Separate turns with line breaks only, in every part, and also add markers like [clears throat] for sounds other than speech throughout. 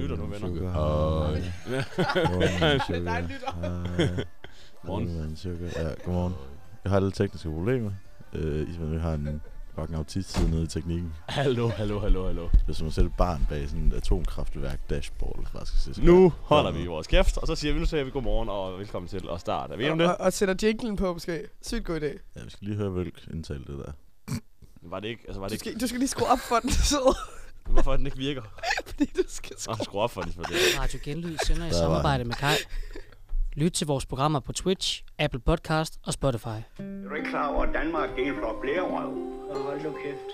venner.
Sugar
Åh,
high.
ja.
Morning
Det
[laughs]
er
sugar
dig, lytter.
high.
Morgen.
Morning sugar. Ja, godmorgen. Jeg har lidt tekniske problemer. Øh, Isman, vi har en fucking autist sidder nede i teknikken.
Hallo, hallo, hallo, hallo.
Det er som at sætte et barn bag sådan et atomkraftværk dashboard. Eller hvad skal sige.
Nu holder vi vores kæft, og så siger vi, nu siger vi godmorgen og velkommen til at starte. Er vi enige om det?
Og, og sætter jinglen på, måske. Sygt god idé.
Ja, vi skal lige høre, hvilken indtale det der.
Var det ikke? Altså, var
Du
det ikke?
skal, du skal lige skrue op for den, så,
Hvorfor den ikke virker?
[laughs] fordi du skal skrue.
Nå, skru op for den, for det.
Radio Genlyd sender i
Der var
samarbejde med Kai. Lyt til vores programmer på Twitch, Apple Podcast og Spotify.
Er du ikke klar over, at Danmark er en flok blærerøv? Hold nu kæft.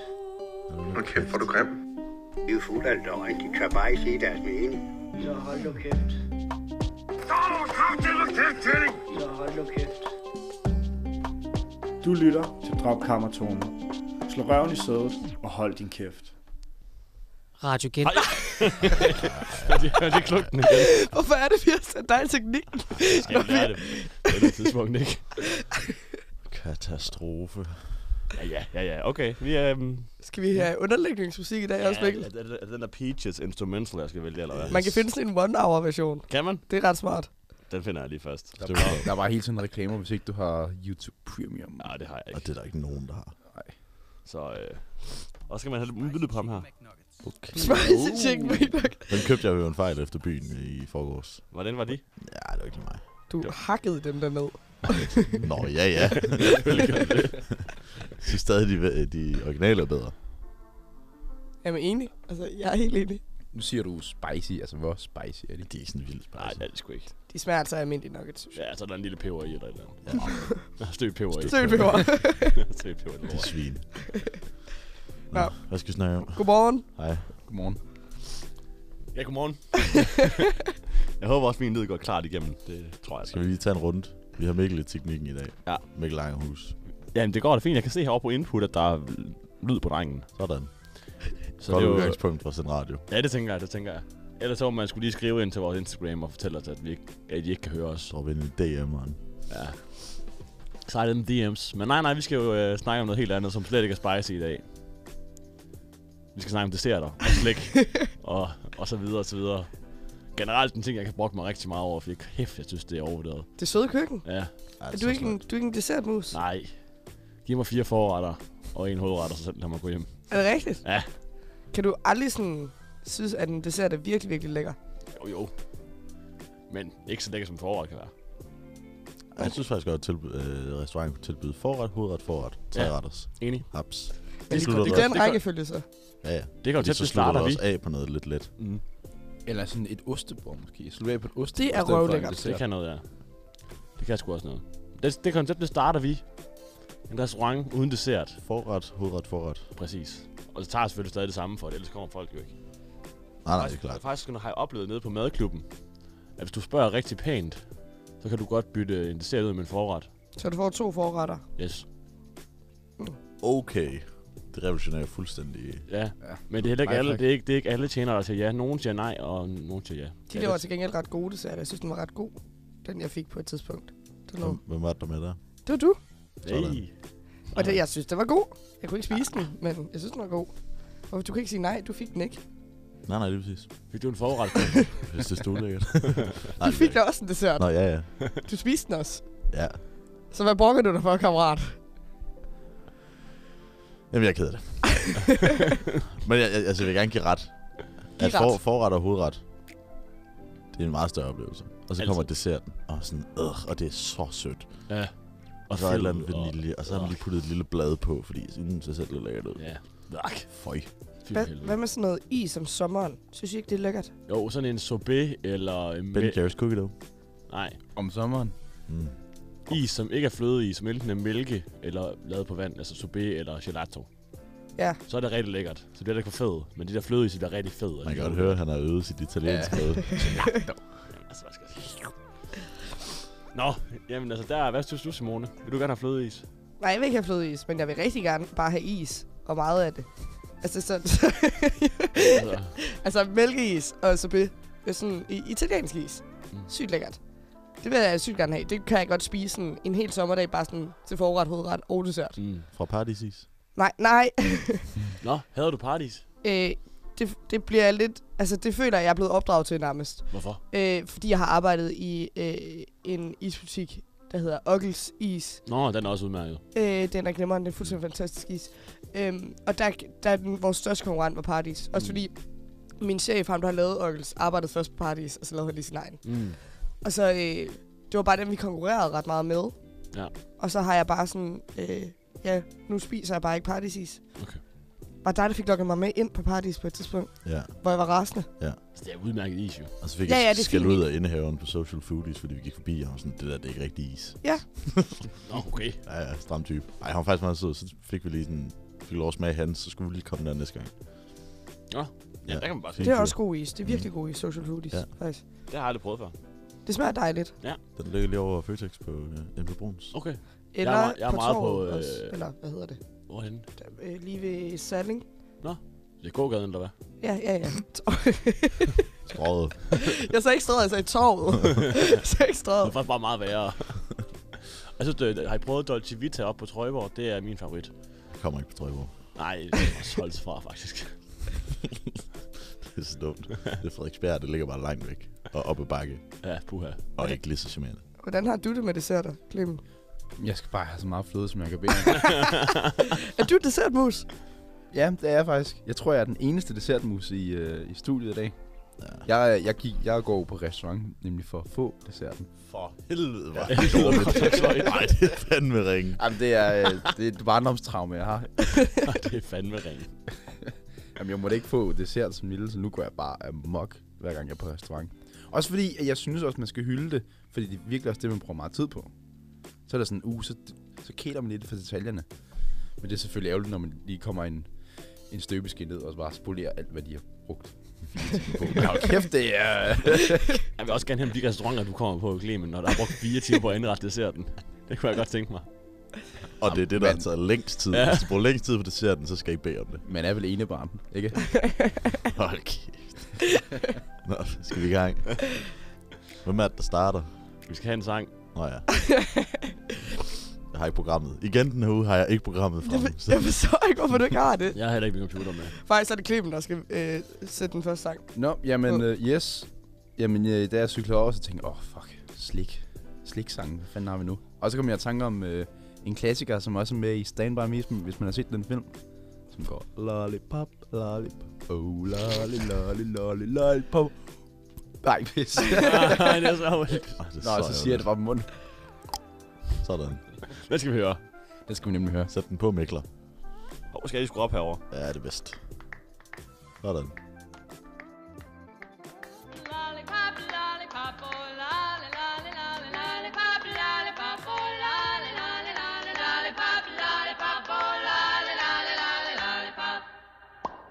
Hold kæft, hvor er du grim.
De er fulde af løgn. De kan bare ikke se deres mening. Så hold nu kæft. Så hold nu kæft.
Du lytter til Dropkammertonen. Slå røven i sædet og hold din kæft.
Radio Gen...
[laughs] Ja, det er klugten igen.
Hvorfor er det, vi har sat dig i [laughs] teknikken?
Skal vi lære det på et eller andet tidspunkt, ikke?
[laughs] Katastrofe.
Ja, ja, ja, ja. Okay, vi er... Øhm,
Skal vi have underlægningsmusik i dag
ja,
også, Mikkel?
er, det- er, det- er det den der Peaches Instrumental, jeg skal vælge, eller hvad?
Man kan finde sådan en one-hour-version.
Uh,
Kan man?
Det er ret smart.
Den finder jeg lige først.
Det var,
Der er bare hele tiden reklamer, hvis ikke du har YouTube Premium.
Nej, det har jeg
og
ikke.
det er der ikke nogen, der har.
Så, øh, og så skal man have lidt lyd på ham her.
Okay.
Spicy chicken McNugget.
Den købte jeg jo en fejl efter byen i forgårs.
Hvordan var de?
Ja, det var ikke lige mig.
Du hakkede dem der ned.
Nå,
[laughs]
ja,
[laughs]
ja. Jeg synes stadig, de, de originale er bedre.
Jamen enig. Altså, jeg er helt enig.
Nu siger du spicy, altså hvor spicy er de?
De er ikke sådan vildt spicy.
Nej, det er det sgu ikke.
De smager altså af almindelige nuggets, synes jeg.
Ja, så er der en lille peber i eller et eller andet. [laughs] Ja. Støv peber i.
Søgt peber.
[laughs] Støv peber i.
De er
lort.
svin. Nå,
Ja.
hvad skal vi snakke om?
Godmorgen.
Hej.
Godmorgen.
Ja, godmorgen. [laughs] jeg håber også, min lyd går klart igennem. Det tror jeg.
Skal
Så.
vi lige tage en runde? Vi har Mikkel i teknikken i dag.
Ja.
Mikkel Langerhus.
Jamen, det går da fint. Jeg kan se herovre på input, at der er lyd på drengen.
Sådan.
Så
Så Godt
det er jo-
udgangspunkt for sin radio.
Ja, det tænker jeg, det tænker jeg. Ellers så må man skulle lige skrive ind til vores Instagram og fortælle os, at, vi ikke, at I ikke kan høre os.
Drop ind i DM'eren.
Ja. Sejt den DM's. Men nej, nej, vi skal jo øh, snakke om noget helt andet, som slet ikke er spicy i dag. Vi skal snakke om desserter og slik
[laughs]
og, og så videre og så videre. Generelt en ting, jeg kan brokke mig rigtig meget over, fordi kæft, jeg synes, det er overvurderet.
Det søde køkken.
Ja,
Ja,
Er du ikke en, du er ikke en dessertmus?
nej. Giv mig fire forretter og en hovedretter, så lad mig gå hjem.
Er det rigtigt?
Ja.
Kan du aldrig sådan synes, at en dessert er virkelig, virkelig lækker?
Jo, jo. Men ikke så lækker, som forret kan være.
Jeg synes faktisk godt, at tilby, øh, restauranten kunne tilbyde forret, hovedret, forret. Tre
Ja.
ja. retters.
Enig.
Haps.
Men
Det
det,
skulle
det,
da
det
være-
er den
det kan-
rækkefølge, så.
Ja, ja.
Det koncept,
så
det
slutter
starter
du
vi.
også af på noget lidt let.
Mm.
Eller sådan et ostebord måske. Slut af på et ostebord.
Det er
i stedet for en
røvlækkert.
Det
dessert.
kan noget, ja. Det kan sgu også noget. Det, det koncept, det starter vi. En restaurant uden dessert.
Forret, hovedret, forret.
Præcis. Og så tager jeg selvfølgelig stadig det samme for det, ellers kommer folk jo ikke.
Nej, nej, det
Faktisk-
er klart.
Faktisk har jeg oplevet nede på madklubben, at hvis du spørger rigtig pænt, så kan du godt bytte en dessert ud med en forret.
Så du får to forretter.
Yes.
Okay. Det revolutionerer fuldstændig.
Ja.
Ja.
Men det er heller ikke
Nej,
alle,
tak.
det er ikke, det er ikke alle tjener, der siger ja. Nogen siger nej, og nogen siger ja.
De laver til gengæld ret gode desserter. Jeg synes, den var ret god. Den, jeg fik på et tidspunkt. Den var,
Hvem, hvem var det der med der?
det var du.
Sådan.
Hey.
Og det, jeg synes, den var god. Jeg kunne ikke spise den, men jeg synes, den var god. Og du kan ikke sige nej, du fik den ikke.
Nej, nej, det er præcis.
Fik du en forret?
[laughs] Hvis det stod
[laughs]
lækkert.
Du fik da også en dessert.
Nå, ja, ja.
[laughs] Du spiste den også.
Ja.
Så hvad brokker du dig for, kammerat?
Jamen, jeg er ked
[laughs]
af det. Men jeg, jeg, altså, jeg vil gerne give ret.
Giv
at for,
ret.
forret og hovedret, det er en meget større oplevelse. Og så
Altid.
kommer desserten, og sådan, øh, og det er så sødt.
ja.
Og så er et eller andet
fed, og-
vanilje, og så har man lige puttet et lille blad på, fordi mm, så ser det lidt lækkert ud.
Ja. Vak.
Føj.
Fy
Hvad,
for helvede.
hvad med sådan noget is om sommeren? Synes I ikke, det er lækkert?
Jo, sådan en sorbet eller en
Ben
mæ-
Jerry's Cookie Dough.
Nej,
Om sommeren.
Mm.
is, som ikke er flødeis, som enten er mælke eller lavet på vand, altså sorbet eller gelato.
Ja.
Så er det rigtig lækkert. Så det bliver lidt for fedt. Men de der flødeis, de bliver rigtig altså. fede.
Man kan godt høre, at han har øvet sit italiensk
[laughs]
med.
Jamen, altså, hvad skal jeg sige? Nå, jamen altså der, hvad synes du, Simone? Vil du gerne have flødeis?
Nej, jeg vil ikke have flødeis, men jeg vil rigtig gerne bare have is. Og meget af det. Altså, så, [laughs]
Altså,
altså mælkeis og sorbet. Det er sådan i- italiensk is.
Mm.
Sygt lækkert. Det vil jeg sygt gerne have. Det kan jeg godt spise sådan, en hel sommerdag, bare sådan til forret, hovedret og dessert.
mm.
Fra Paradisis.
Nej, [laughs] nej.
Nå, havde du paradis?
Øh, det, det bliver jeg lidt... Altså, det føler jeg, jeg er blevet opdraget til nærmest.
Hvorfor?
Øh, fordi jeg har arbejdet i øh, en isbutik, der hedder Oggles Is.
Nå, den er også udmærket.
Øh, den er glimrende, den er fuldstændig fantastisk is. Øhm, og der, der er den, vores største konkurrent var Paradis. Også
Mm.
fordi min chef, ham der har lavet Ockels, arbejdede først på Paradis, og så lavede han lige sin egen.
Mm.
Og så, øh, det var bare den, vi konkurrerede ret meget med.
Ja.
Og så har jeg bare sådan, øh, ja, nu spiser jeg bare ikke Paradisis.
Okay.
Var dig, der fik lukket mig med ind på Paradis på et tidspunkt,
Ja,
hvor jeg var rasende.
Altså, det er udmærket is, jo.
og så fik
Ja,
ja,
ja,
jeg
det er
skæld
fint.
ud af indehaveren på Social Foodies, fordi vi gik forbi, og han var sådan, det der, det er ikke rigtig is. [laughs]
Nå, okay.
Ja, ja, stram type. Ej, han var faktisk meget sød, så fik vi lige sådan, fik lov at smage hans, så skulle vi lige komme der næste gang.
Nå, ja, Mm.
Ja.
der kan man bare sige.
Det er også god is. Det er virkelig god is, Social Foodies,
Ja.
ja. faktisk.
Det har jeg aldrig prøvet før.
Det smager dejligt.
Den ligger lige over Føtex på øh, Emil Bruns.
Okay.
Eller
meget- jeg er
på
meget på,
torvet
øh,
også. Eller, hvad hedder det?
Hvorhen?
Der, øh, lige ved Salling.
Det er gågaden, eller hvad?
Ja, ja, [laughs] ja.
Skrådet.
Jeg sagde ikke strøget, jeg sagde
[laughs]
torvet.
[laughs]
jeg sagde ikke
Det er
strøget.
faktisk bare meget værre. [laughs] Jeg synes, det, har I prøvet Dolce Vita op på Trøjborg? Det er min favorit.
Jeg kommer ikke på Trøjborg.
Nej, det er også holdt fra, faktisk.
[laughs] Det er så dumt. Det er Frederiksberg, det ligger bare langt væk. Og op ad bakke.
Ja, puha.
Og ikke lige så charmerende.
Hvordan har du det med desserter, Clemen?
Jeg skal bare have så meget fløde, som jeg kan bede om.
[laughs] Er du dessertmus?
ja, det er jeg faktisk. Jeg tror, jeg er den eneste dessertmus i, øh, i studiet i dag.
Ja.
Jeg, jeg, gik, jeg går på restaurant, nemlig for at få desserten.
For helvede, hvor er [laughs] det
[laughs]
dårligt. Nej, det er fandme ringe.
Jamen, det er, øh, det er et barndomstraume, jeg har.
[laughs] det er fandme ringe.
[laughs] Jamen, jeg måtte ikke få dessert som lille, så nu går jeg bare amok, hver gang jeg er på restaurant. Også fordi, at jeg synes også, man skal hylde det, fordi det er virkelig også det, man bruger meget tid på. Så er der sådan, uh, så, så kæler man lidt for detaljerne. Men det er selvfølgelig ærgerligt, når man lige kommer en, en støbeske ned og bare spolerer alt, hvad de har brugt. fire timer på.
[laughs]
Men hold kæft, det er...
Jeg vil også gerne have de restauranter, du kommer på, Clemen, når der er brugt fire timer på at indrette desserten. Det kunne jeg godt tænke mig.
Og det er det, der har
Jamen,
taget længst tid.
Ja.
Hvis du bruger længst tid på desserten, så skal I bede om det.
Man er vel ene barn, ikke?
[laughs] Hold kæft. Nå, skal vi i gang? Hvem er det, der starter?
Vi skal have en sang.
Nå ja. Jeg har ikke programmet. Igen den her uge har jeg ikke programmet
Jeg,
frem.
for-
Så
jeg forstår ikke, hvorfor du ikke har det.
Jeg har heller ikke min computer med.
Faktisk er det Clemen, der skal øh, sætte den første sang.
Nå, jamen, øh, yes. Jamen, øh, da jeg cyklede over, så tænkte jeg, åh, oh, fuck, slik. Slik-sangen, hvad fanden har vi nu? Og så kom jeg i tanke om øh, en klassiker, som også er med i Stand By Me, som- hvis man har set den film. Som går, lollipop, lollipop, oh, lolly, lolly, lolly, lollipop. Nej, pis.
[laughs] Nej, det er så ærgerligt.
Ej, det er
Nå, så siger jeg det bare med munden.
ærgerligt. Sådan.
Hvad skal vi høre?
Det skal vi nemlig høre.
Sæt den på, Mikler.
Hvor skal jeg lige skrue op herover?
Ja, det er bedst. Sådan.
Lollipop, lollipop, oh, lolly, lolly, lolly, lollipop, lollipop, oh, lolly, lolly, lolly, lollipop, lollipop, oh, lolly, lolly, lolly, lollipop. Lollipop, lollipop, oh, lolly, lolly, lolly, lollipop, lollipop, oh, lolly, lolly, lolly, lollipop, lollipop, oh, lolly, lolly, lolly, lollipop.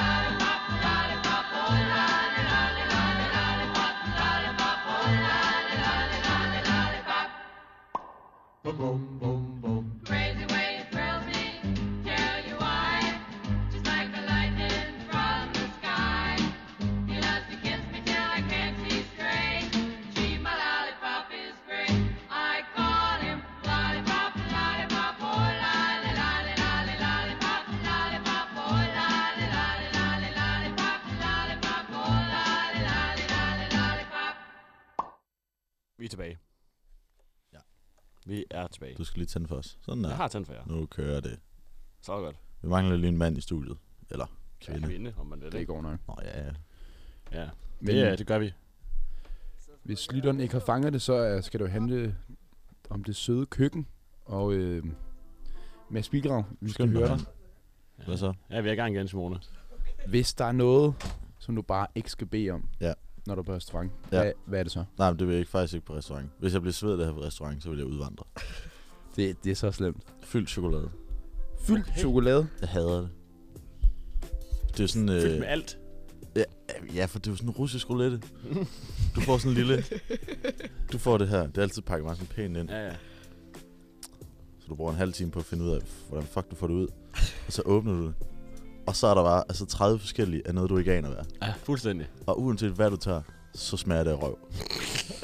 lollipop, lollipop, oh lolly, lolly, lolly, lollipop, lollipop, oh lolly, lolly, lolly, lollipop. Crazy way it thrills me, tell you why. Just like the lightning from the sky. He loves to kiss me till I can't see straight. Gee, my lollipop is great. I call him lollipop, lollipop, oh lolly, lolly, lolly, lollipop, lollipop, oh lolly, lolly, lolly, lollipop, lollipop, oh lolly, lolly, lolly, lollipop.
Vi er tilbage.
Ja.
Vi er tilbage.
Du skal lige tænde for os. Sådan
Jeg
der.
har tændt for jer.
Nu kører det.
Så er det godt.
Vi mangler lige en mand i studiet. Eller
Kvinde.
kvinde.
Kvinde, om man ved det.
Det går nok.
Nå ja, ja.
Ja,
Men
det, ja, det gør vi.
hvis lytteren ikke har fanget det, så øh, skal det jo handle om det søde køkken. Og øh, Mads Bilgrav, vi skal høre dig.
Hvad så?
Ja, vi er i gang igen, Simone.
Hvis der er noget, som du bare ikke skal bede om,
Ja.
når du er på restaurant,
Ja.
hvad, hvad er det så?
Nej, men det vil jeg ikke, faktisk ikke på restaurant. Hvis jeg bliver sved af på restaurant, så vil jeg udvandre.
Det, det er så slemt.
Fyldt chokolade.
Fyldt chokolade.
Jeg hader det. Det er sådan...
Fyldt
Øh,
med alt.
ja, for det er jo sådan en russisk roulette. Du får sådan en lille...
[laughs]
Du får det her. Det er altid pakket meget sådan pænt ind.
Ja, ja.
Så du bruger en halv time på at finde ud af, hvordan fuck du får det ud. Og så åbner du det. Og så er der bare altså 30 forskellige af noget, du ikke aner hvad. er.
ja fuldstændig.
Og uanset hvad du tager, så smager det af røv. [laughs]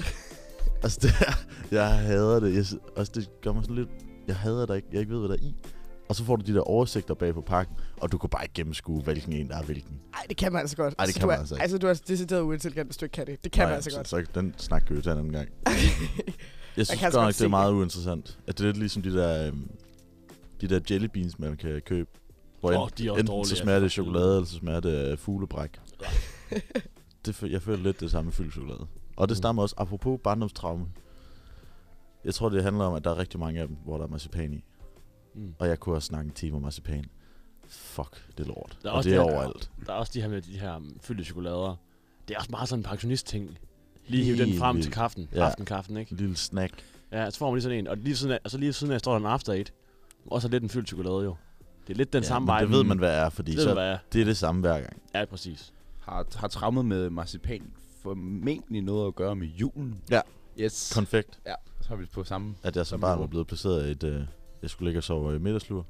altså det er, jeg hader det. Jeg, sy- også det gør mig sådan lidt, jeg hader det ikke, jeg ikke ved, hvad der er i. Og så får du de der oversigter bag på pakken, og du kan bare ikke gennemskue, hvilken en der er hvilken.
Ej, det kan man altså godt.
Ej, det kan
du
man
er,
altså ikke.
Altså, du er decideret uintelligent, hvis du ikke kan det. Det kan man altså
så,
godt.
Så, den snak kan vi tage en
[laughs]
anden gang. Jeg synes
kan
godt
altså
nok,
godt
det er
se
meget uinteressant. At det er lidt ligesom de der, øhm, de der jelly beans, man kan købe. Hvor
Åh,
oh,
de er også
enten
dårlige. altså. Mm.
så smager det af chokolade, eller så smager det af
[laughs]
fuglebræk. det, fø- jeg føler lidt det samme med fyldt chokolade. Og
Mm.
det stammer også, apropos barndomstraume. Jeg tror, det handler om, at der er rigtig mange af dem, hvor der er marcipan i.
Mm.
Og jeg kunne også snakke en time om marcipan. Fuck, det er lort.
Der er
og
også
det er
det her-
overalt.
Der er også de her med de her mm, fyldte chokolader. Det er også meget sådan en pensionist-ting. Lige hive den
Helt
frem til
vildt.
kaffen. Ja.
Ja.
Aftenkaffen, ikke?
En lille snack.
Ja, så får man lige sådan en. Og lige siden af, og så lige siden af står der en after eight. Også er lidt en fyldt chokolade, jo. Det er lidt den
Ja,
samme
men
vej.
Det ved man, hvad er, fordi
det
det, så,
ved man, hvad er.
det er det samme hver gang.
Ja, præcis.
Har, har travmet med marcipan formentlig noget at gøre med julen.
Ja.
Yes.
Konfekt.
ja, så har vi det på samme.
Mm.
at jeg som
Som
barn
nu.
var blevet placeret i et... Øh, jeg skulle ligge og sove i middagslur.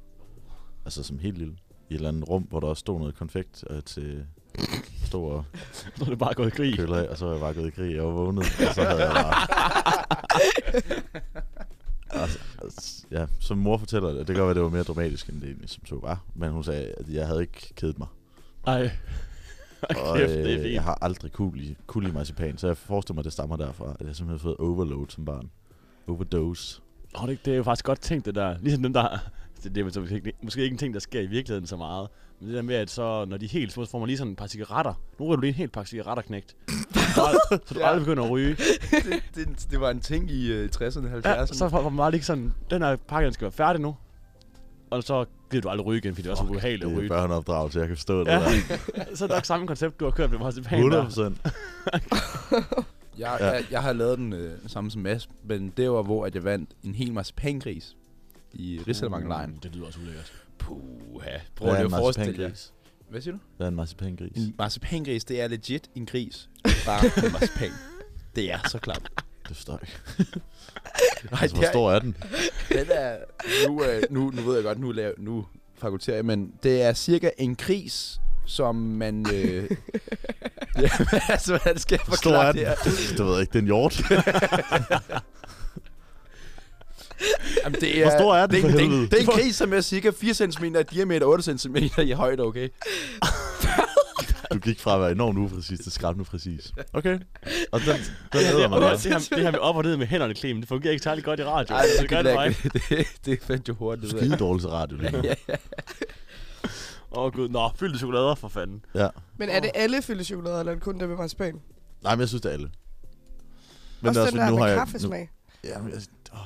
Altså som helt lille. I et eller andet rum, hvor der også stod noget konfekt øh,
[laughs]
til stod og
Så er det bare gået i krig.
køler af, og så var jeg bare gået i krig. Jeg var vågnet, og så havde jeg bare...
[laughs]
Altså, altså, ja, som mor fortæller det, det kan godt være, det var mere dramatisk, end det egentlig som så var. Men hun sagde, at jeg havde ikke kedet mig.
[laughs] Ej.
Og
Kæft, det er
øh,
fint.
jeg har aldrig kunne lide, kunne lide marcipan, så jeg forestiller mig, at det stammer derfra, at jeg simpelthen har fået overload som barn. Overdose.
Åh, det, det er jo faktisk godt tænkt, det der. Ligesom dem, der... [laughs] Det, det er måske ikke, måske ikke en ting, der sker i virkeligheden så meget. Men det der med, at så, når de er helt små, så får man lige sådan et par cigaretter. Nu ryger du lige en helt pakke cigaretter,
[laughs]
knægt. Så du aldrig- så du
Ja.
aldrig begynder at ryge.
[laughs] det, det, det, var en ting i øh, 60'erne, 70'erne.
Ja, så får man bare lige sådan, den her pakke, den skal være færdig nu. Og så gider du aldrig ryge igen, fordi det er så ubehageligt at
Det er
ryge.
børneopdragelse, jeg kan forstå det
Ja. [laughs]
der.
Så er det nok samme koncept, du har kørt med mig tilbage.
100
der.
procent.
[laughs] Jeg,
Ja.
ja. jeg, jeg har lavet den øh, samme som Mads, men det var, hvor at jeg vandt en hel marcipangris i Rigsdalbanklejren.
Mm, Det lyder også ulækkert.
Puha, prøv
Hvad er
lige
en
at forestille jer.
marcipangris?
Hvad siger du?
Hvad er en marcipangris?
En marcipangris, det er legit en gris. [laughs] Bare med marcipan. Det er så klart.
Det forstår jeg ikke.
[laughs] Nej,
Altså, hvor stor er den?
den er, nu, øh, nu, nu ved jeg godt, nu, laver, nu fakulterer jeg, men det er cirka en gris, som man... Øh,
[laughs]
ja, altså, hvordan skal jeg
Hvor stor er
forklare
den?
det her?
Det ved jeg ikke. Det er [laughs] en hjort.
[laughs] Jamen, det er,
Hvor stor er den,
det,
for
det, det,
helvede?
det, er en gris, som er cirka 4 cm i diameter, 8 cm i højde, okay?
Du gik fra at være enormt upræcis til skræmmende præcis. Okay. Og den, den
Det
æder
her,
man bare.
det, her, det her med op og ned med hænderne, Clemen, det fungerer ikke særlig godt i radio.
Ej,
det gør [laughs] det mig.
det, det, det fandt jo hurtigt ud af.
Skide dårlig til radio lige nu.
Åh oh, gud, nå, fyldte chokolader for fanden.
Ja.
Men er det alle fyldte chokolader, eller er det kun dem med marcipan? Men
Nej, men jeg synes, det er alle. Men
også den der med
jeg... Nu,
kaffesmag.
ja, men jeg, åh.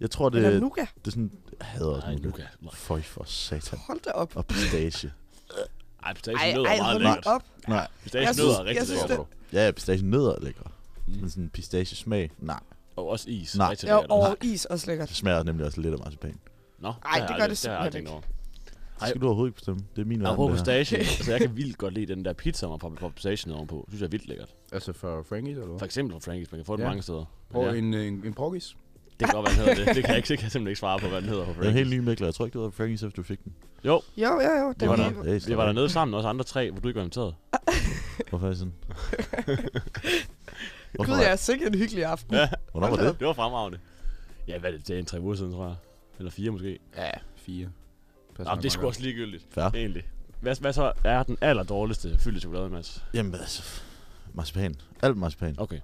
jeg tror, det,
Eller nougat.
det er sådan... Jeg hader også
Ej,
nougat.
nougat. Nej.
Føj for satan.
Hold da op.
Og pistache.
[laughs] Ej,
Ej,
pistachen nødder
ej,
er meget
hold
lækkert.
nu op.
Nej.
Pistachen
Jeg synes-
nødder er rigtig
jeg synes,
lækkert. Mm.
det-
Ja, pistache nødder er lækre. Men sådan en pistache-smag, nej.
Og også is.
Nej.
Rigtig
Ja,
lækkert.
over is også lækkert.
Det smager nemlig også lidt af marcipan.
Nå,
det
har jeg
gør
aldrig- har
det
jeg aldrig
simpelthen
tænkt over.
Det skal du overhovedet ikke bestemme. Det er min
Jeg
verden,
prøver
det her.
pistache. altså, jeg kan vildt godt lide den der pizza, man får på pistachen ovenpå. Det synes jeg er vildt lækkert.
Altså for Frankies, eller
For eksempel Frankie's, man kan få den
Ja.
mange steder. Men
Og
ja,
en, øh, en, en porkis.
det kan godt være, den hedder det. Det kan jeg ikke, det kan jeg simpelthen ikke svare på, hvad den hedder på
Det er en
Frankie's.
helt ny mækler. Jeg tror ikke, det var Frankie's, efter du fik den.
Jo,
Jo, jo, jo. Den
det var
er
der.
lige-
Hey,
Vi var dernede sammen, også andre tre, hvor du ikke var
[laughs]
inviteret.
Hvorfor er det
[laughs]
sådan? Hvorfor
Gud,
var,
jeg er sikkert en hyggelig aften.
[laughs] Ja.
hvornår var det?
Det var fremragende. Ja, hvad er det? Det er en tre uger siden, tror jeg. Eller fire måske.
Ja, fire. Pas
Nå, det er sgu også ligegyldigt.
Fair.
Egentlig. Hvad, hvad så er den aller dårligste fyldte chokolade, Mads?
Jamen altså, marcipan. Alt marcipan.
Okay.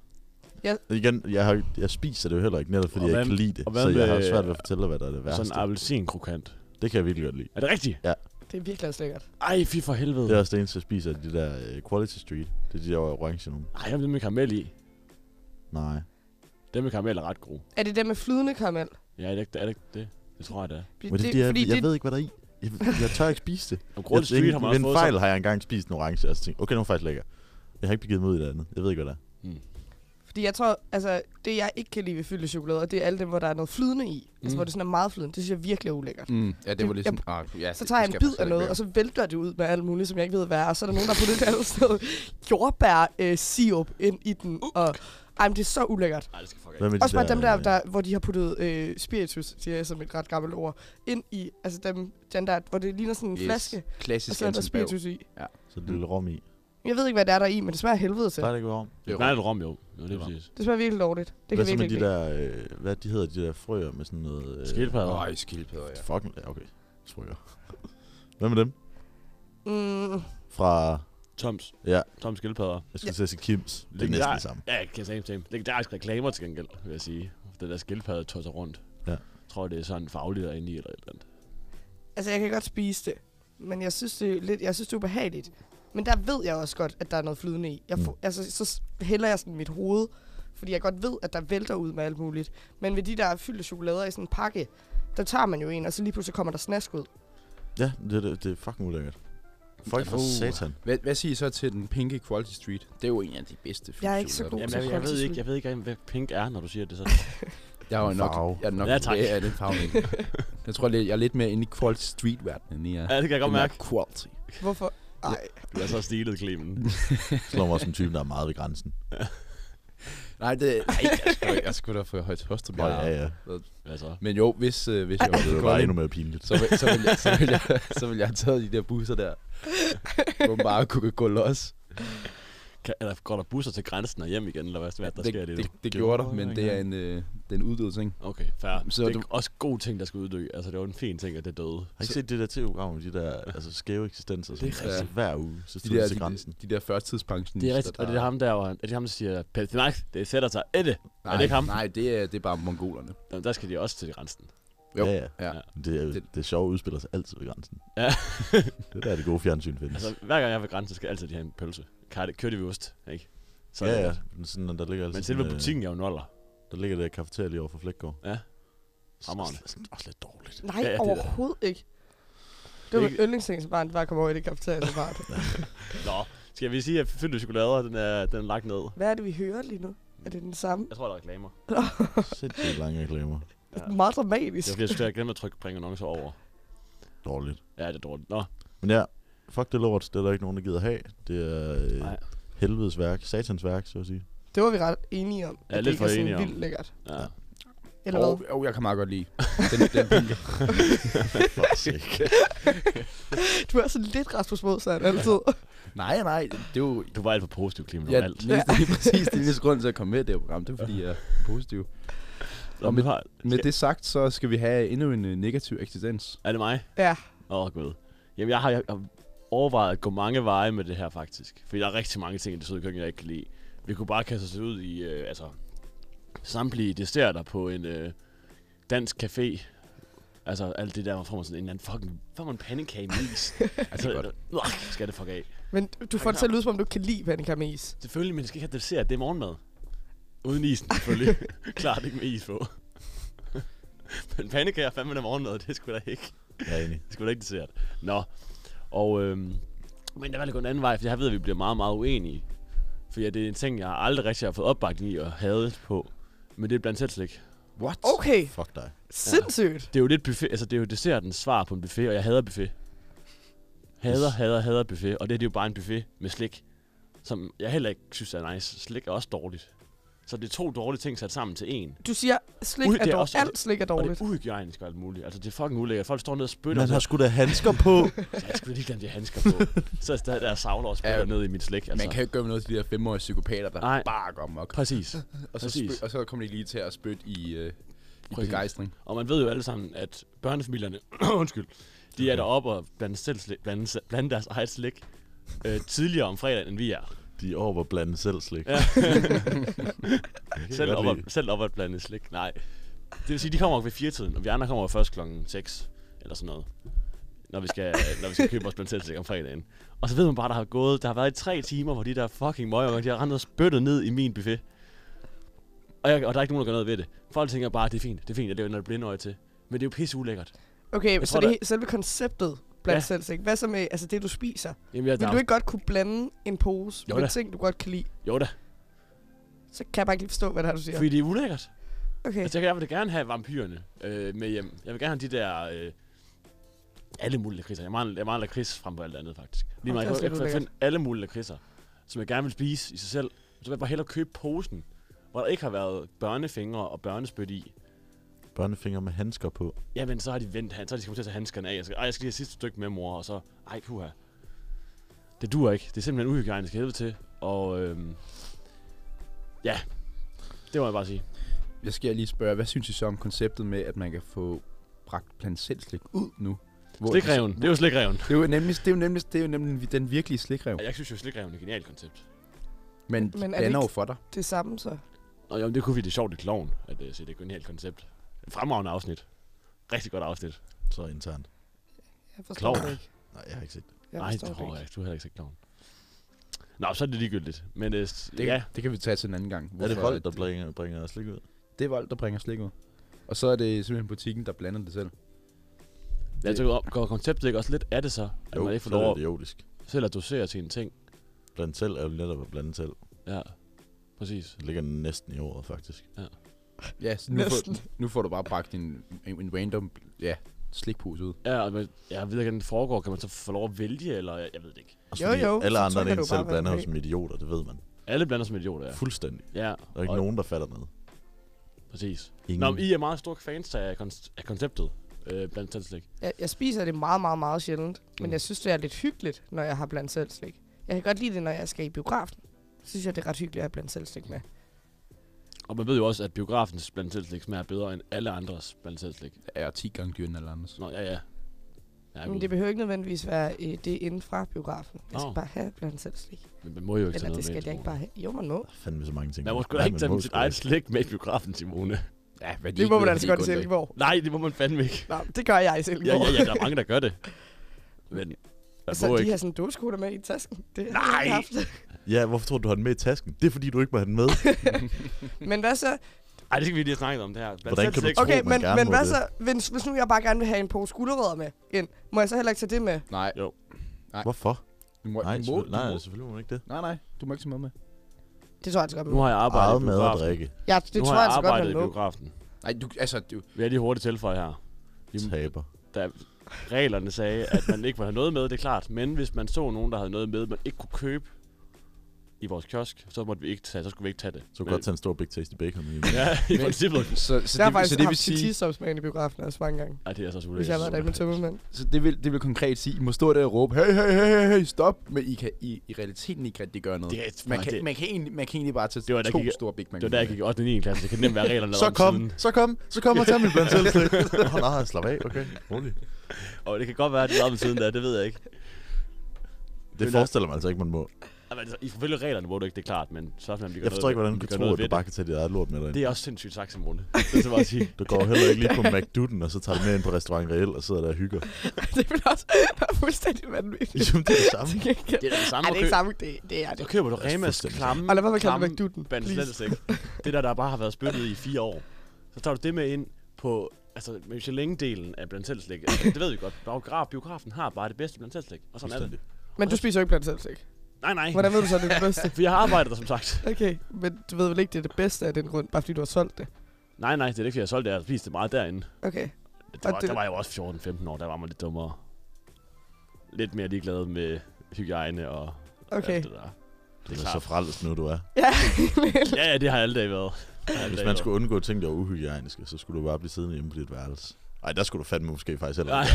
Igen, jeg, har, jeg spiser det jo heller ikke, netop fordi
Og
jeg
hvad-
ikke kan lide det.
og hvad
Så jeg har
med-
svært ved at fortælle dig, hvad der er det værste.
Sådan en appelsinkrokant.
Det kan jeg virkelig godt lide.
Er det rigtigt?
Ja.
Det er virkelig også lækkert.
Ej, fy for helvede.
Det er også det eneste, jeg spiser, de der øh, Quality Street. Det er de der orange nu.
Ej, jeg vil med karamel i.
Nej.
Dem med karamel er ret gode.
Er det der med flydende karamel?
Ja, er det, ikke- er det ikke det? Det tror jeg, det er.
Det,
Men det, er fordi, jeg,
fordi
jeg
det,
ved ikke, hvad der er i. Jeg, jeg tør ikke spise det.
[laughs] Og Grund
jeg,
Street har man også
en
fået
fejl har jeg engang spist en orange, og så tænkte, okay, nu er faktisk lækker. Jeg har ikke begivet mig ud i det andet. Jeg ved ikke, hvad det er.
Mm.
fordi jeg tror, altså, det jeg ikke kan lide ved fyldte chokolader, det er alle dem, hvor der er noget flydende i. Mm.
Mm.
Altså, hvor det sådan er meget flydende. Det synes jeg virkelig er ulækkert.
Mm, ja, det var lidt
Jeg-
sådan... Ah, ja,
Så tager jeg en bid af noget, og så vælter det ud med alt muligt, som jeg ikke ved, hvad er. Og så er der nogen, der har puttet et andet sted jordbær øh, sirup ind i den. Og, ej, men det er så ulækkert.
Ej, det skal fuck
Hvad
ikke.
med de
Også bare dem der,
øh,
der, hvor de har puttet øh, spiritus, siger jeg som et ret gammelt ord, ind i, altså dem, den der, hvor det ligner sådan en yes. flaske, og
Klassisk
så er der
Anton Berg.
spiritus i.
Så lille rom i.
Jeg ved ikke, hvad der er der i, men det smager af helvede til.
Der er det ikke rom.
Jo.
Nej, det er rom, jo. Jo, det er
Ja.
præcis.
Det smager virkelig dårligt. Det
Hvad
kan
så
vi
med
ikke
de
lide.
der, øh, hvad de hedder, de der frøer med sådan noget... Øh,
Skildpadder.
Ej, skildpadder, ja.
Fucking, ja, okay. Frøer. [laughs] Hvad med dem?
Mm,
Fra,
Toms.
Ja.
Toms skildpadder.
jeg skulle ja. til at sige Kims. Det er næsten det samme.
Ja, kan same, same. Legendariske reklamer til gengæld, vil jeg sige. Den der skildpadde tosser rundt.
Ja.
Jeg tror, det er sådan fagligt derinde i eller et eller andet.
altså, jeg kan godt spise det, men jeg synes, det er lidt, jeg synes, det er ubehageligt. Men der ved jeg også godt, at der er noget flydende i. Jeg
Mm.
får, altså, så s- hælder jeg sådan mit hoved, fordi jeg godt ved, at der vælter ud med alt muligt. Men ved de der fyldte chokolader i sådan en pakke, der tager man jo en, og så lige pludselig kommer der snask ud.
Ja, det, det, det er fucking ulækkert. Folk for
Uh.
satan.
Hvad, hvad siger I så til den pinke Quality Street? Det er jo en af de bedste
Jeg er ikke så
filmchokolader.
Jamen,
god. så
jeg, jeg,
koldt
ved
til
ikke,
slut.
jeg ved ikke, hvad pink er, når du siger det sådan.
[laughs] Jeg er jo nok,
Farve.
jeg er nok
Ja, tak.
Ja, det er farve.
[laughs]
[laughs]
jeg tror, lidt- jeg er lidt mere inde i Quality Street-verdenen, end I er.
ja, det kan jeg godt
Den der
mærke.
Quality.
Hvorfor? Ej,
Du er så stilet, Clemen.
[laughs] Slår mig også som typen, der er meget ved grænsen.
Nej, det nej, jeg er sgu- jeg er sgu da for højt hostet.
Nå, ja, ja.
Hvad så?
Men jo, hvis, øh, hvis jeg var
Det
fra
var bare
Kolding,
endnu mere pinligt.
så, vil- så, vil jeg, så, vil jeg, så vil jeg have taget de der busser der. Hvor man bare kunne gå los.
Kan, eller går der busser til grænsen og hjem igen, eller hvad, hvad der sker i
Det,
det,
det, det gjorde der, men det er en, øh, det er en uddød ting.
Okay, fair.
Så
Så det er
du-
også god ting, der skal uddø. Altså, det var en fin ting, at det døde.
Har I ikke set det der tv-program med de der altså, skæve eksistenser?
Det er
som- altså,
rigtigt.
Hver uge,
De
så stod de,
der,
til
de,
grænsen.
de der førstidspensionister.
Det er rigtigt, og det er ham der, hvor han, er det ham, der siger, Pelle Max, det sætter sig et.
nej,
er det ikke ham?
Nej, det er, det er bare mongolerne.
Jamen, der skal de også til grænsen.
Jo.
Ja, ja.
Ja.
Ja.
Det, er, jo-
Det-
det sjove udspiller sig altid ved grænsen.
Ja.
[laughs] Det er der, det gode fjernsyn findes.
Altså, hver gang jeg er ved grænsen, skal jeg altid de have en pølse. Karte, kørte vi ost, ikke? Så
ja, ja. Men Sådan, at der ligger altså
Men selve
sådan, øh,
butikken er jo noller.
Der ligger det kafeteria lige over for Flækgaard.
Ja. Fremragende.
Også, også, også lidt dårligt.
nej,
Ja, ja,
ja,
det
ja,
er
overhovedet ikke. Det var
Det er
min
ikke-
yndlingsting som barn, det var at komme over i det kafeteria som
[laughs]
barn.
Nå, skal vi sige, at fyldte chokolader, den er, den er lagt ned?
Hvad er det, vi hører lige nu? Er det den samme?
Jeg tror, der er reklamer.
Sindssygt lange reklamer.
Ja. Det er meget dramatisk.
Det er fordi, jeg synes, jeg glemte at trykke bringe annoncer over.
Dårligt.
Ja, det er dårligt. Nå,
Men ja, fuck det lort. Det er der ikke nogen, der gider have. Det er øh,
Nej.
helvedes værk. Satans værk, så at sige.
[laughs] Det var vi ret enige om.
Ja,
at det
lidt
ikke
for
er sådan
enige om.
vildt lækkert.
ja.
Eller
Og,
hvad?
og jeg kan meget godt lide den, den
[laughs]
[laughs] pinke.
Fuck sick.
[laughs] Du er så lidt Rasmus Modsat altid.
Nej, nej, det er jo...
Du var alt for positiv, Clemen,
Ja,
ja. alt.
det er lige præcis det eneste grund til at komme med i det her program. Det er, fordi jeg er positiv.
Nå, men, har,
Med det sagt, så skal vi have endnu en øh, negativ eksistens.
er det mig?
Ja.
Åh, oh, gud. Jamen, jeg har, jeg har overvejet at gå mange veje med det her, faktisk. Fordi der er rigtig mange ting i det søde køkken, jeg ikke kan lide. Vi kunne bare kaste os ud i, øh, altså, samtlige desserter på en øh, dansk café. Altså, alt det der, hvor får man sådan en eller anden fucking, får man pandekage med
[laughs]
is. altså,
godt.
øh, øh, skal det fuck af.
Men du får det til at lyde, som om du ikke kan lide pandekage med is.
Selvfølgelig, men jeg skal ikke have dessert, det er morgenmad. Uden isen,
[laughs]
selvfølgelig. Klart ikke med is på. [laughs] men pandekager fandme der morgenmad, det skulle da ikke.
Jeg er enig.
Det skulle da ikke dessert. Nå. Og øhm, men der valgte jeg gå en anden vej, for jeg ved, at vi bliver meget, meget uenige. For ja, det er en ting, jeg aldrig rigtig har fået opbakning i og hadet på. Men det er blandt selv slik.
What?
Okay,
Fuck dig.
sindssygt.
Det er jo lidt buffet, altså det er jo dessertens svar på en buffet, og jeg hader buffet. Hader, hader, hader buffet, og det, er jo bare en buffet med slik, som jeg heller ikke synes er nice. Slik er også dårligt. Så det er to dårlige ting sat sammen til én.
Du siger, slik
Ui,
er
det er
dårligt.
også-
Alt slik er
Og det
dårligt.
er uhygiejnisk og alt muligt. Altså, det er fucking ulækkert. Folk står nede og spytter.
Man
og så-
har sgu da handsker [laughs] på.
[laughs] Jeg skulle lige glemme de handsker
[laughs]
på. så er der, der savler og spiller
Ja,
ja, ned i mit slik. Altså.
Man kan jo ikke gøre noget til de der femårige psykopater, der
Nej.
bare går mok.
Præcis.
[laughs] Og så,
præcis.
spø- og så kommer de lige til at spytte i, øh, i
Præcis.
begejstring.
Og man ved jo alle sammen, at børnefamilierne, [clears throat] undskyld, de er deroppe og blande, selv slik, blande, se- blande deres eget slik øh, tidligere om fredagen, end vi er.
De er over på blande selv slik. [laughs]
Ja. [laughs] selv,
godt
op at,
lide.
selv op at blande slik, nej. Det vil sige, de kommer op ved 4-tiden, og vi andre kommer først klokken 6 eller sådan noget. når vi skal, når vi skal købe vores plantansik om fredagen. Og så ved man bare, der har gået, der har været i tre timer, hvor de der fucking møger, de har rendt og spyttet ned i min buffet. Og, jeg, og der er ikke nogen, der gør noget ved det. Folk tænker bare, det er fint, det er fint, at det er noget blindøje til. Men det er jo pisse ulækkert.
Okay,
Jeg
så
tror,
det er
der-
he- selve konceptet
Ja.
blandt ja. selvsigt. Hvad så med altså det, du spiser?
Jamen, jeg,
Vil
der,
du ikke godt kunne blande en pose
Jo
jo, med
da.
ting, du godt kan lide?
Jo da,
Så kan jeg bare ikke lige forstå, hvad det er, du siger.
fordi det er ulækkert.
Okay.
Altså, jeg, jeg vil da gerne have vampyrerne øh, med hjem. Jeg vil gerne have de der... Øh, alle mulige lakridser. Jeg mangler, jeg mangler lakrids frem for alt andet, faktisk. Lige
Hold
meget,
da,
jeg,
så
jeg, jeg,
er det
jeg finde alle mulige lakridser, som jeg gerne vil spise i sig selv. Så vil jeg bare hellere købe posen, hvor der ikke har været børnefingre og børnespyt i.
Børnefingre med handsker på.
Jamen, så har de vendt han, så har de kommet til at tage handskerne af. Jeg skal, ej, jeg skal lige have sidste stykke med, mor, og så... Ej, puha. Det duer ikke. Det er simpelthen uhygiejnisk helvede til. Og øhm, ja, det må jeg bare sige.
Jeg skal lige spørge, hvad synes I så om konceptet med, at man kan få bragt blandt selv slik ud nu? Hvor
Slikreven. Det er jo slikreven.
Det er jo nemlig, det er jo nemlig, det er jo nemlig den virkelige slikrev.
Ja, Jeg synes jo, slikreven er et genialt koncept.
Men,
Men er
Men
det
er den
ikke-
er jo for dig.
Det samme så.
Nå, jamen, det kunne vi det er sjovt i kloven, at uh, se, det er et genialt koncept. Et Fremragende afsnit. Rigtig godt afsnit.
Så internt.
Jeg forstår
Klovn.
det ikke.
Nej, jeg har ikke set det.
Jeg
Nej,
forstår
det tror
det
jeg
ikke.
ikke. Du har heller ikke set kloven. Nå, så er det ligegyldigt. Men uh, det
Det,
ja,
det kan vi tage til en anden gang.
Er det
Hvorfor-
vold, der bringer, bringer slik ud?
Det er vold, der bringer slik ud. Og så er det simpelthen butikken, der blander det selv.
jeg tænker, går konceptet ikke også lidt af det så? At man ikke får
så er
lov
det
at
idiotisk.
selv at dosere til en ting.
Blandt selv er jo netop at blande selv.
Ja, præcis.
Det ligger næsten i ordet, faktisk.
Ja, så nu,
Næsten.
får, nu får du bare bragt en, en, en random ja, slikpose ud.
Ja, og man, jeg ved ikke, hvordan det foregår. Kan man så få lov at vælge, eller jeg, jeg ved det ikke.
Også
Jo,
fordi
jo,
Alle
så
andre end
trykker
en
du bare
selv
på
blander
en
jo som idioter, det ved man.
Alle blander som idioter, ja.
Ja. Fuldstændig.
Ja,
Der er ikke
og-
nogen, der fatter noget.
præcis.
Ingen.
Nå, men I er meget store fans af, kon- af konceptet øh, blandt tandslik.
Jeg, jeg spiser det meget, meget, meget sjældent. Men
Mm.
jeg synes, det er lidt hyggeligt, når jeg har blandt selv slik. Jeg kan godt lide det, når jeg skal i biografen. Så synes jeg, det er ret hyggeligt at have blandt selv slik med.
Og man ved jo også, at biografens blandt slik smager bedre end alle andres blandt slik.
Jeg er 10 gange dyrere end alle andres.
Nå, ja, ja. ja
Men det behøver ikke nødvendigvis være øh, det inden fra biografen. Jeg skal
Nå.
bare have blandt selv slik.
men man må jo ikke tage
Eller
noget
det
med
skal jeg ikke bare have. Jo, man må.
Der er fandme så mange ting.
Man må sgu da
Nej,
ikke tage
må
sit
sgu da
eget
ikke.
slik med i biografen, Simone.
Ja, hvad de
Det
ikke
må
ved,
man
har
altså
de
godt i
kun lægge.
Silkeborg.
Nej, det må man fandme ikke.
Nå, det gør jeg i
Ja,
Silkeborg.
ja, ja, der er mange, der
[laughs]
gør det. Men man
Så
må
de
ikke.
har sådan en dåsekoder med i tasken. Det har
Nej!
jeg ikke haft.
Ja, hvorfor tror du, du har den med i tasken? Det er fordi, du ikke må have den med.
Men hvad så?
Ej, det skal vi lige have snakket om, det her. Blandt
Hvordan kan du
slik-
tro-
Okay,
man
men,
gerne
men
må
hvad
det.
så? Hvis, hvis nu jeg bare gerne vil have en pose gulerødder med ind, må jeg så heller ikke tage det med?
[laughs] Nej,
Hvorfor?
du må,
Nej,
du må,
selvfølgelig, nej, altså,
du må,
selvfølgelig må man ikke det.
nej, nej, du må ikke tage med med.
Det tror jeg altså godt,
Nu
man
har jeg arbejdet
Eget
i
mad og
biografen.
drikke.
Ja, det
nu
tror
har
jeg
jeg
altså godt,
arbejdet
man
i
må.
biografen.
Nej, du, altså, du,
Vil jeg lige hurtigt tilføje her. Jamen,
Taber.
da reglerne sagde, at man ikke må have noget med, det er klart. Men hvis man så nogen, der havde noget med, man ikke kunne købe i vores kiosk, så måtte vi ikke tage, så skulle vi ikke tage det.
Så kunne
Men-
godt tage en stor Big Tasty Bacon med hjem.
Ja, i princippet.
så, så,
[laughs]
Jeg har
det, så,
faktisk
det vil
haft
sige,
til med i biografen også mange gange,
Ej, det er altså så sgu
hvis jeg har været der med tømmermænd.
så det, vil, det vil konkret sige, I må stå der og råbe, hey, hey, hey, hey, hey, stop, men I, kan, I, i realiteten ikke rigtig gøre noget.
Det er-
man,
nej,
kan,
det-
man, kan egentlig, man kan egentlig bare tage
Det var, der
to
gik-
store Big Mac.
Det var der, jeg gik i 8. og 9. klasse. Det kan nemt være
[laughs]
reglerne
Så
lavet om
kom,
siden.
så kom, så kom og
[laughs]
tag [laughs] min blandt selv. Åh oh, nej, slap af, okay. Rolig.
Og det kan godt være, at det er lavet om siden der, det ved jeg ikke.
Det forestiller man altså ikke, man må.
Jamen, altså, ifølge reglerne må du ikke, det er klart, men så er det, at de gør
Jeg forstår
noget-
ikke, hvordan
de
du
gør
kan tro,
noget
at
ved
du bare kan tage dit eget lort med dig.
det. Det er også sindssygt sagt, Simone. Det er bare at sige.
Du går heller ikke lige på McDuden, og så tager du med ind på restaurant Reel og sidder der og hygger.
det ville også være fuldstændig vanvittigt.
Jamen, det er det samme.
[laughs] Det kan-
Det er da det samme,
Ej, det er ikke
at
samme. Det, det er
købe-
det.
Så køber du
Det er
Remas
fuldstændig
klamme,
Og lad være med at kalde
klamme
det McDuden, please.
bandslettes, ikke? Det der, der bare har været spyttet i fire år. Så tager du det med ind på altså Michelin-delen af blandselslæg. Altså, det ved vi godt. Biograf, biografen har bare det bedste blandselslæg. Og sådan er det.
Fuldstændig.
Men du spiser jo ikke blandt selv, ikke?
Nej, nej.
Hvordan ved du så, at det er det bedste?
[laughs] For jeg har arbejdet der, som sagt.
Okay, men du ved vel ikke, det er det bedste af den grund, bare fordi du har solgt det?
Nej, nej, det er ikke, fordi jeg solgte det. Jeg spiste det meget derinde.
Okay.
Der
Og
var,
det-
der var jeg jo også 14-15 år. Der var man lidt dummere. Lidt mere ligeglad med hygiejne og okay.
Okay.
alt det der.
Det er
klart.
så frelst nu, du er.
Ja, [laughs]
Ja, ja, det har alle dage været. Det har alle
Hvis
dage
man
været.
skulle undgå ting, der var uhygiejniske, så skulle du bare blive siddende hjemme på dit værelse. Ej, der skulle du fandme måske faktisk heller
Nej,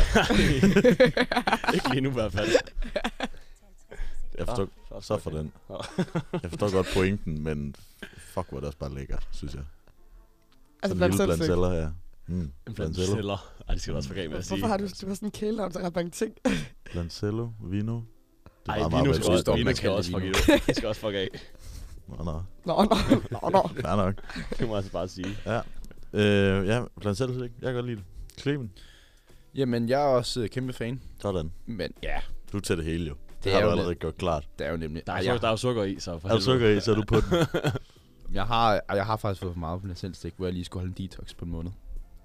ikke.
[laughs] ikke lige nu i hvert fald.
være. Jeg forstår,
Ah,
så for den.
Nå.
Jeg forstår godt pointen, men fuck, hvor er det også bare lækkert, synes jeg.
altså
Sådan en
blandt
lille
selv, ikke?
blanceller, ja. Mm.
En
Blancello.
blancello. Ej, det skal du også forgave med at sige.
Hvorfor har du, du har sådan en kælenavn til ret mange ting?
Blancello, vino. Det
Ej,
meget,
Vino
meget
skal,
velstående.
også,
velkommen.
Vino skal også fuck af. Det skal også fuck af.
Nå, nå.
Nå, nå, nå, nå.
[laughs] Fair nok.
Det må jeg altså bare sige.
Øh, ja, blancello, jeg kan godt lide det. Klemen.
Jamen, jeg er også øh, kæmpe fan.
Sådan.
Men ja,
Du er til det hele jo. Det,
Det er
det har
jo
du
lidt-
allerede gjort klart.
der er jo nemlig...
Der er,
Ej,
ja.
jeg,
der er jo sukker i, så for
Er du sukker i, så er du
[laughs]
på den.
[laughs] jeg, har, ej, jeg har faktisk fået for meget på stik, hvor jeg lige skulle holde en detox på en måned.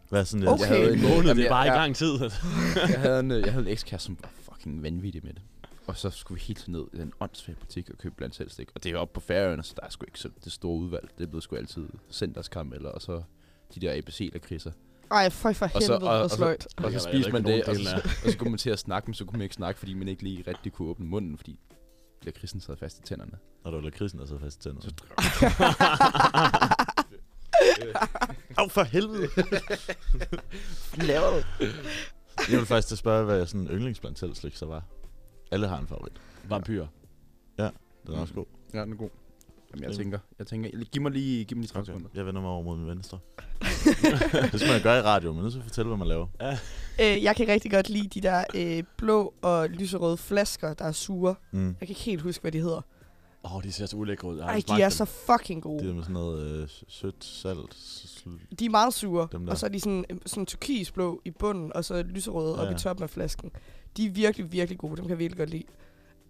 Hvad er sådan
Okay.
okay.
Jeg havde en
Måned,
Jamen,
det er
jeg-
bare ikke
jeg-
lang tid.
[laughs] jeg havde en, øh, jeg havde en ekskæreste, som var fucking vanvittig med det. Og så skulle vi helt ned i den åndssvage butik og købe blandt selv slik. Og det er jo oppe på færøerne, så der er sgu ikke så det store udvalg. Det blev sgu altid centerskarameller og så de der abc lakridser
Ej, for, for
Og så-
helvede,
og-
hvor
og så-
sløjt.
Og
Jeg
så
ved
spiste
heller
man
ikke,
det, og
hvordan
så, og så kunne man til at snakke, men så kunne man ikke snakke, fordi man ikke lige rigtig kunne åbne munden, fordi lakridsen sad fast i tænderne.
Og du lader krisen altså fast til
Så
noget.
[laughs]
drømte
Au, for helvede!
laver du?
jeg vil faktisk til at spørge, hvad sådan yndlingsblandt selv slik så var. Alle har en favorit.
Vampyr.
Den er også god.
Ja, den er god. Jamen, jeg
Stemmer.
tænker, jeg tænker, giv mig lige, giv mig lige 30 okay. sekunder.
Jeg vender mig over mod min
[laughs]
venstre. det skal man gøre i radio, men nu skal jeg fortælle, hvad man laver.
Øh, jeg kan rigtig godt lide de der øh, blå og lyserøde flasker, der er sure.
Mm.
Jeg kan ikke helt huske, hvad de hedder.
Åh, oh, de ser så ulækre ud. Jeg har
Ej,
aldrig
de
smagt
er
dem.
så fucking
Det
gode.
er med sådan noget øh, s- sødt, salt, sl-
Oh. De er meget sure,
Dem der.
og så er de sådan, øh, sådan turkisblå i bunden, og så lyserøde ja.
Ja,
oppe
ja.
i toppen af flasken. De er virkelig, virkelig gode. Dem kan jeg virkelig godt lide.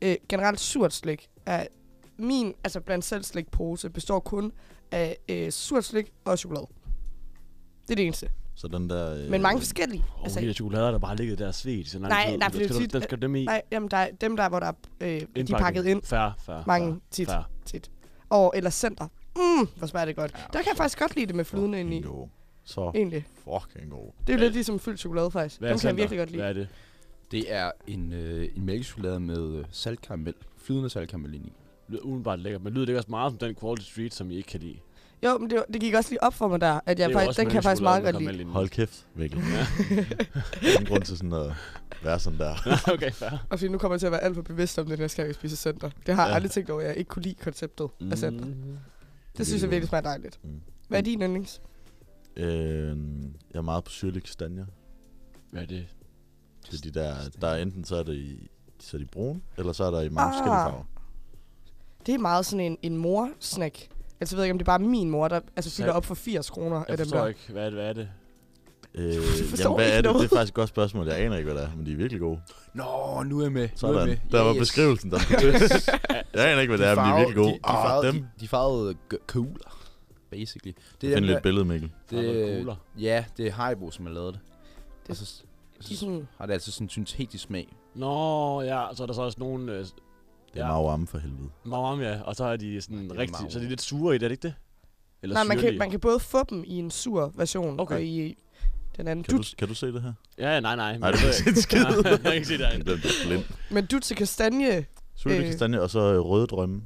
Øh, generelt surt slik er min, altså blandt selv slikpose, består kun af øh, surt slik og chokolade. Det er det eneste.
så
[laughs]
den der... Øh,
Men mange forskellige. Altså-
Åh, oh, de der chokolader, der bare ligger der og svedt i så lang
Nej,
tid.
nej, for det er
skal,
tit,
du, der skal dem i.
Nej, jamen der er dem der, hvor der er, øh, de er
Indpakket.
pakket ind.
Færre, færre.
Mange
færre,
tit.
Færre.
tit. Og, eller center. Mm, hvor smager det godt. Ja, der kan jeg faktisk godt lide det med flydende indeni,
Fucking god. Så
egentlig.
fucking god.
Det er
Hvad-
jo lidt ligesom fyldt chokolade, faktisk.
Hvad
Dem
er
kan jeg
center?
virkelig godt lide.
Hvad er det?
Det er en, øh, en mælkechokolade med øh, saltkaramel, flydende saltkaramel ind i.
Lyder udenbart lækkert, men lyder det ikke også meget som den Quality Street, som I ikke kan lide?
Jo, men det, var- det gik også lige op for mig der, at
Det er
jeg
jo
faktisk,
også
den kan jeg faktisk meget
mælkechokolade med
godt lide.
karamel
Hold kæft, virkelig.
Ja.
Der er ingen grund til sådan at være sådan
[laughs]
der.
indeni. okay, fair.
Og fordi nu kommer jeg til at være alt for bevidst om det næste gang, jeg spiser center. Det har jeg
Ja.
aldrig tænkt over, at jeg ikke kunne lide konceptet mm. af center.
Mhm.
Det synes
virkelig
jeg virkelig smager dejligt.
Mm.
Hvad er din yndlings?
Øh, jeg er meget på syrlig kastanjer.
Hvad er det?
Det er de der, der er enten så er det i, så er de brune, eller så er der i mange forskellige
Ah.
farver.
Det er meget sådan en, en mor-snack. Altså, jeg ved ikke, om det er bare min mor, der altså, fylder
Salt.
op for 80 kroner
Jeg
af dem
forstår
der.
ikke. Hvad er det? Hvad er det?
Øh,
forstår
jamen, hvad
ikke
er det?
noget.
Det er faktisk et godt spørgsmål. Jeg aner ikke, hvad det er, men de er virkelig gode.
Nå, nu er jeg med. Nu er jeg
Sådan.
med.
Der
Ja,
var
yes. [laughs]
beskrivelsen der. jeg aner ikke, hvad det er, men de er
farvede-
virkelig gode.
De, de,
Ah,
farvede,
dem.
de, de farvede g- kugler, basically. Det
Find
dem,
lidt billede, Mikkel.
Farvede kugler.
det, Ja, det er Haribo, som har lavet det.
Det-
Og så, så
De er sådan,
har det altså sådan en syntetisk
[laughs]
smag.
Nå, ja, så er der så også nogle... Øh,
Det er
ja,
meget varme for helvede.
Magram, ja. Og så er de sådan
det er
rigtig...
Magram.
Så er de lidt sure i det, er det ikke det? Eller
nej, man kan,
syrlige?
man kan både få dem i en sur version
Okay.
og i den anden.
Kan
Du,
du, kan du se det her?
Ja, ja, nej, nej.
Nej, du
men
kan
ved
ikke
jeg
se en skid.
[laughs] Nej, jeg kan ikke se det
Den
herinde.
bliver blind.
men du til kastanje.
Syrlig
Øh.
kastanje, og så øh, røde drømme.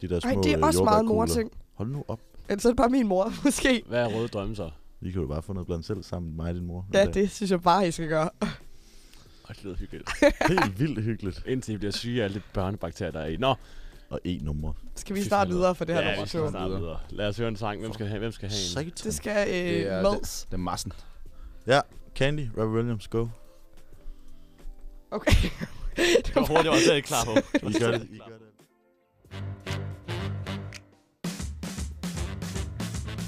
De der små
Ej, det
øh,
er også meget
jordbærkugler.
mor-ting.
Hold nu op.
Ellers er det bare min mor, [laughs] måske.
Hvad er røde drømme så?
Vi kan jo bare få noget blandt selv sammen, mig og din mor. en
Ja,
dag.
det synes jeg bare, I skal gøre. [laughs]
Åh, det lyder hyggeligt.
[laughs] Helt vildt hyggeligt.
Indtil I bliver syge af alle de børnebakterier, der er i. Nå,
Og e nummer.
Skal vi
Fy
starte
fanden.
videre for det her
ja,
nummer
vi skal
to?
snart videre. Lad os høre en sang. Hvem skal have, hvem skal have en?
Satan.
Det skal øh,
Det er-
Mads.
Det er massen.
Candy, Robbie Williams, go.
Okay. det
Det var hurtigt, jeg var slet ikke klar på.
[laughs] I gør det. I gør det.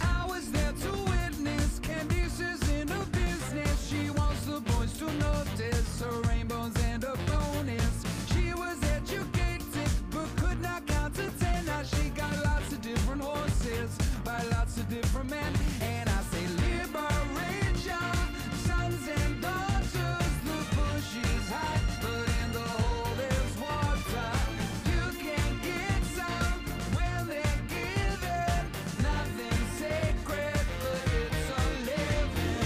I was there to witness Candice is in a business. She wants the boys to notice her rainbows and her bonus. She was educated but could not count to ten. Now she got lots of different horses by lots of different men. And I say liberation, sons and daughters. The bush is hot, but in the hole there's water. You can get some when they're given. Nothing sacred, but it's a living.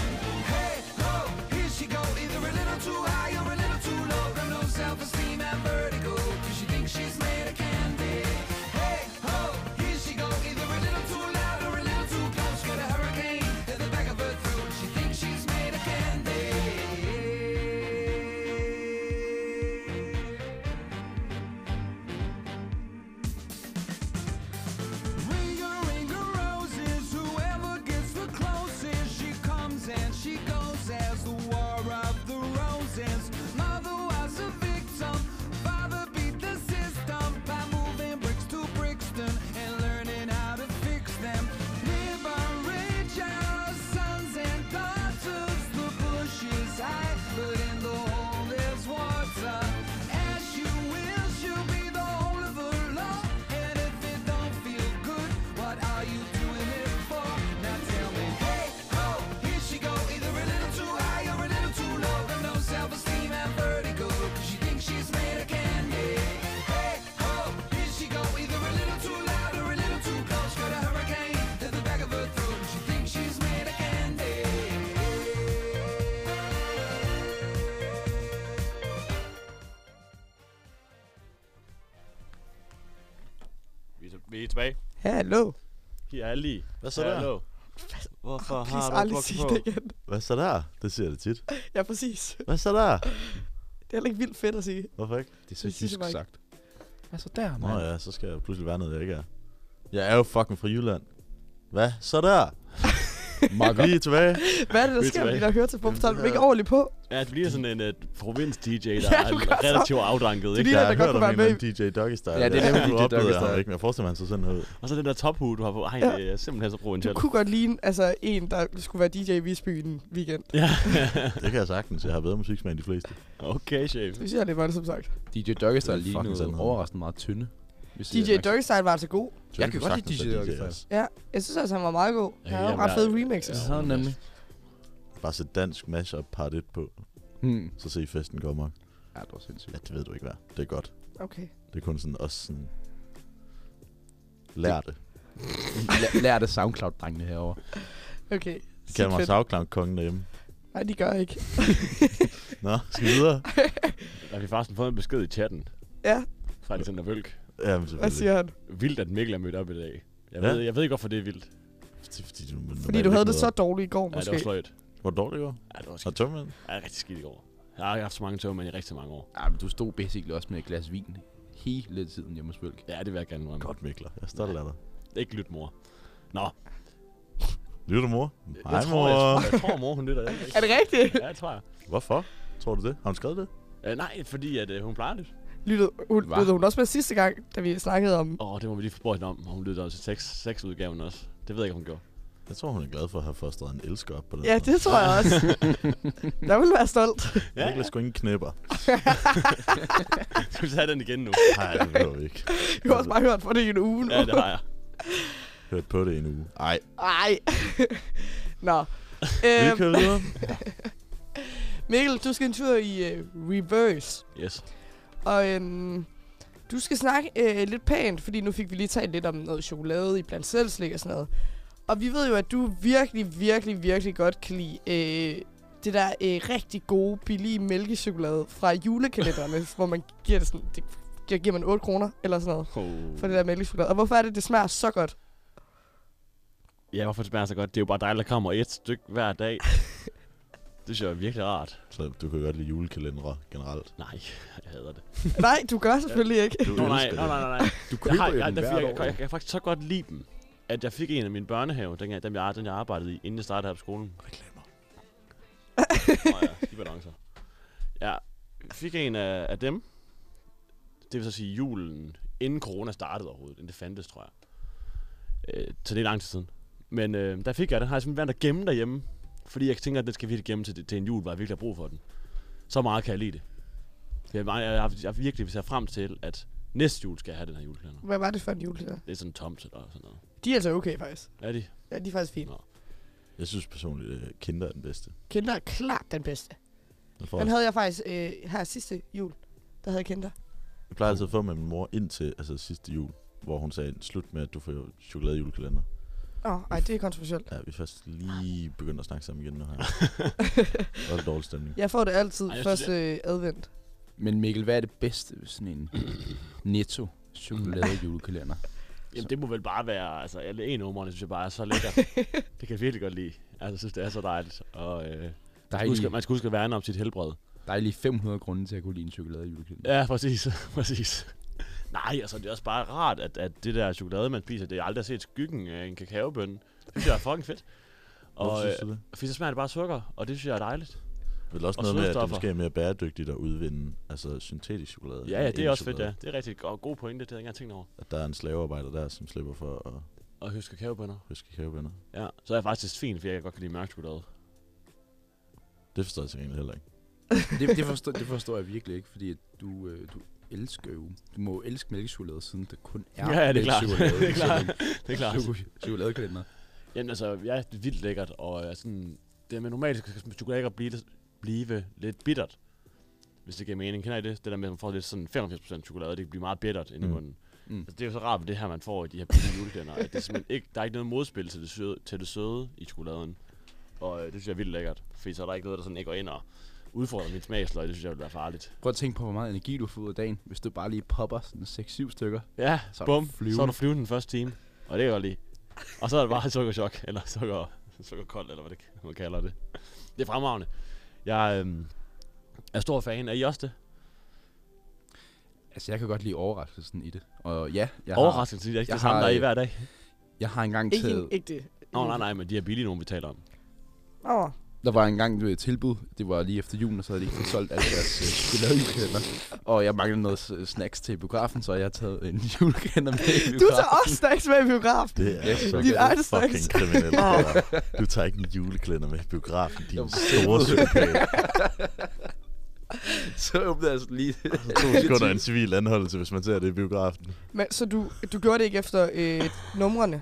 Hey, ho, here she go. Either a little too high or a little too low. Got no self-esteem and vertigo. 'cause she thinks she's made of candy. Hey, ho, here she go. Either a little too loud or a little too close. Got a hurricane.
Vi er tilbage.
Hallo.
Her er lige.
Hvad så der?
Hallo. Hvorfor
Please aldrig sige det igen.
Hvad så der? Det siger det tit.
Ja, præcis. [laughs]
Hvad så der?
Det er heller ikke vildt fedt at sige.
Hvorfor ikke?
Det er så
Det siger det
jysk
bare ikke.
sagt. Altså der,
Nå
mand.
ja, så skal jeg pludselig være noget, jeg ikke er. Jeg er jo fucking fra Jylland. Hvad så der?
Makker.
Vi er tilbage.
Hvad er det, der
Vi er
sker med de
tilbage.
der høretelefoner? Forstår
Jamen,
du
det
ikke
er-
ordentligt på?
Ja, det bliver sådan en uh,
[laughs]
provins-DJ, der
Ja, du gør
er
så.
relativt afdanket,
Fordi-
ikke?
der,
jeg har
der godt
hørt
kunne
om
være
en eller
med
anden DJ Doggy Style.
Ja, det er nemlig
Jeg
DJ
oplevede
Doggy
ham
Style.
ikke, men jeg forestiller mig, han så sådan ud.
Og så den der tophue, du har på. Ej,
Ja.
det er simpelthen så
Du
provincielt.
kunne godt ligne altså, en, der skulle være DJ i Visby en weekend.
[laughs]
Ja.
Det kan jeg sagtens. Jeg har bedre musiksmag end de fleste.
okay, chef.
Det synes jeg, det var som sagt.
DJ Doggister er
Det er
lige
fucking
nu
sandhed.
overraskende meget tynde. hvis jeg
DJ
er nok-
Dirkstein var altså god.
Jeg kan godt lide
Sagtens
DJ
være
Doggister.
Ja, jeg synes altså, han var meget god. Han havde
jamen,
nogle ret fede
jeg-
remixes.
Ja.
Så han nemlig.
Bare sæt dansk mashup part 1 på,
Hmm.
så se festen kommer.
Ja, det var sindssygt.
Ja, det ved du ikke hvad. Det er godt.
Okay.
Det er kun sådan os sådan... Lær det.
Lær- Lær det SoundCloud-drengene herovre.
Okay.
De
Sygt
kalder mig
fedt.
Savklang kongen derhjemme.
Nej, de gør ikke. [laughs]
Nå, skal vi videre?
Der har vi faktisk fået en besked i chatten
Ja,
fra Alexander Vølk.
Ja, men
hvad siger han?
Vildt, at Mikkel er mødt op i dag. Jeg,
Ja.
ved, jeg ved ikke, hvorfor det er vildt.
Det er Fordi du, normalt
Fordi
ikke
du havde det så
møder op.
dårligt i går,
Ja, det
måske.
var sløjt.
Hvor dårligt det går?
Ja, det var
Og
skidt.
tømmermænd?
Ja, det er rigtig skidt i går. Jeg har ikke haft så mange tømmermænd i rigtig mange år.
Ja, men du stod basically også med et glas vin hele tiden hjemme hos Bølg.
Ja, det vil jeg gerne indrømme.
Godt, Mikler. Jeg er stolt af dig.
Ikke lyt, mor. Nå,
Lytter du, mor?
jeg,
Nej,
tror,
mor.
jeg, tror- jeg tror, mor hun lytter. Jeg ved ikke.
[laughs] Er det rigtigt?
Ja, det tror jeg.
Hvorfor? Tror du det? Har hun skrevet det?
Øh, nej, fordi at, øh, hun plejer det.
Lyttede hun,
Hva?
lyttede hun også med sidste gang, da vi snakkede om...
Åh, det må vi lige få spurgt hende om. Og hun lytter også til sex, sexudgaven også. Det ved jeg ikke, om hun gjorde.
Jeg tror, hun er glad for at have fostret en elsker op på den
Ja, det tror jeg
[laughs]
også. Jeg vil være stolt.
Ja, Mikler sgu ingen knæpper.
Skal vi tage den igen nu?
Nej, det behøver vi ikke.
Jeg har også bare hørt for det i en uge nu.
Ja, det har jeg.
Hørt på det i en uge. Ej,
Ej. [laughs] Nå.
vi
Øhm,
kører videre.
[laughs] Mikkel, du skal en tur i øh, reverse.
Yes.
Og øhm, du skal snakke øh, lidt pænt, fordi nu fik vi lige talt lidt om noget chokolade i blandt selv slik og sådan noget. Og vi ved jo, at du virkelig, virkelig, virkelig godt kan lide øh, det der øh, rigtig gode, billige mælkechokolade fra julekalenderne, hvor man giver det sådan, det gi- giver man 8 kroner eller sådan noget
Oh.
for det der mælkechokolade. Og hvorfor er det, det smager så godt?
Ja, hvorfor det smager så godt? Det er jo bare dejligt, der kommer et stykke hver
[laughs]
dag. det synes jeg er virkelig rart.
Så du kan godt lide julekalendere generelt.
Nej, jeg hader det.
Nej, du gør selvfølgelig ikke.
Du
Nå, nej,
elsker
nej, nej,
det.
nej, nej.
Du
Jeg, har,
jo
jeg,
den
der,
hvert
jeg, jeg,
år.
jeg, kan faktisk så godt lide dem, at jeg fik en af mine børnehave, den jeg, dem jeg, den jeg arbejdede i, inden jeg startede her på skolen. Reklamer. Nå ja, de balancer. Jeg fik en af, af dem, det vil så sige julen, inden corona startede overhovedet, inden det fandtes, tror jeg. Øh, så det er lang tid siden. Men øh, der fik jeg den, har jeg simpelthen været at gemme derhjemme, fordi jeg tænker, at den skal jeg virkelig gemme til, til en jul, hvor jeg virkelig har brug for den. Så meget kan jeg lide det. Jeg, jeg, jeg, jeg, jeg virkelig ser frem til, at næste jul skal jeg have den her julekalender.
Hvad var det for en julekalender?
Det er sådan tomt eller sådan noget.
De er altså okay, faktisk.
Er de?
Ja, de er faktisk fine.
Jeg synes personligt, at Kinder er den bedste.
Kinder er klart den bedste.
Jeg, får
Den
også,
havde jeg faktisk øh, her sidste jul. Der havde jeg Kinder.
jeg plejer altid at få med min mor indtil altså, sidste jul, hvor hun sagde, slut med, at du får chokoladejulekalender.
Åh, oh, ej, det er kontroversielt.
Ja, vi er først lige begyndt at snakke sammen igen nu her.
[laughs]
Og det dårlig stemning.
Jeg får det altid
Ej,
ej,
jeg
første øh, advent.
Men Mikkel, hvad er det bedste ved sådan en netto chokolade julekalender?
Jamen det må vel bare være, altså alle en nummerne synes jeg bare er så
[laughs]
lækkert. det kan jeg virkelig godt lide. Altså jeg synes det er så dejligt. Og øh,
Der er,
man, skal,
lige,
man skal huske at værne om sit helbred.
der er lige 500 grunde til at kunne lide en chokolade julekalender.
Ja, præcis. [laughs] præcis. Nej, altså det er også bare rart, at, at det der chokolade, man spiser, det er aldrig har set skyggen af en kakaobønne. Det synes jeg er fucking fedt.
Hvorfor
Og,
synes
øh,
du det?
fordi så smager det bare af sukker, og det synes jeg er dejligt.
Vel også
og
noget med, at det
sødestoffer.
måske er mere bæredygtigt at udvinde altså, syntetisk chokolade.
Ja, ja,
end
det er også fedt,
elchokolade.
ja. Det er rigtig god, god pointe, det havde jeg ikke engang tænkt over.
At der er en slavearbejder der, som slipper for at
Og høste kakaobønner.
høste kakaobønner.
Ja, så er jeg faktisk fint, fordi jeg godt kan lide mørk chokolade.
Det
[laughs]
forstår jeg til gengæld heller ikke.
Det, det, forstår, det forstår jeg virkelig ikke, fordi at du, øh, du elsker jo. Du må jo elske mælkechokolade, siden der kun er Uhuh.
Ja, ja, det er klart. [laughs]
mælkechokolade
Det er klart.
i sådan
Det er klart.
en chok- Chokoladekalender.
Jamen altså, ja, det er vildt lækkert, og øh, sådan, det med normalt skal chokolade ikke blive, blive lidt bittert, hvis det giver mening. Kender I det? Det der med, at man får lidt sådan 75% chokolade, det kan blive meget bittert inde i
Mm.
munden.
Mm.
Mm. Altså, det er jo så rart ved det her, man får i de her billige juleklænder, at det er simpelthen ikke, der er ikke noget modspil til det søde, til det søde i chokoladen. Og øh, det synes jeg er vildt lækkert, fordi så er der ikke noget, der sådan ikke går ind og udfordre mit smagsløg, det synes jeg ville være farligt.
Prøv at tænke på, hvor meget energi du får ud af dagen, hvis du bare lige popper sådan 6-7 stykker.
Ja,
så er
bum,
du flyvende.
så er du flyvende den første time, og det er jo lige. Og så er det bare sukkerchok, eller sukker, sukkerkold, eller hvad det, man kalder det. Det er fremragende. Jeg øhm, er stor fan. Er I også det?
Altså, jeg kan godt lide overraskelsen i det. Og ja, jeg
Overraskelse, det er ikke det samme, der er i
øh,
hver dag.
Jeg har engang
Ikke,
taget...
en- ikke det.
Nå, nej, nej, men de er billige nogen, vi taler om.
Åh,
Der var engang du ved, et tilbud, det var lige efter julen, og så havde de ikke fået solgt alle deres øh, chokoladejulekalender. Og jeg manglede noget s- snacks til biografen, så jeg har taget en julekalender med i biografen.
du tager også snacks med i biografen.
Det er
Yes,
så
okay.
Dit eget snacks.
fucking kriminelt. det der. Du tager ikke en juleklænder med i biografen, din
Jamen,
store
det-
[laughs]
psykopat.
[laughs] Så åbnede jeg sådan lige...
To sekunder en civil anholdelse, hvis man ser det i biografen.
Men, så du, du gjorde det ikke efter øh, numrene?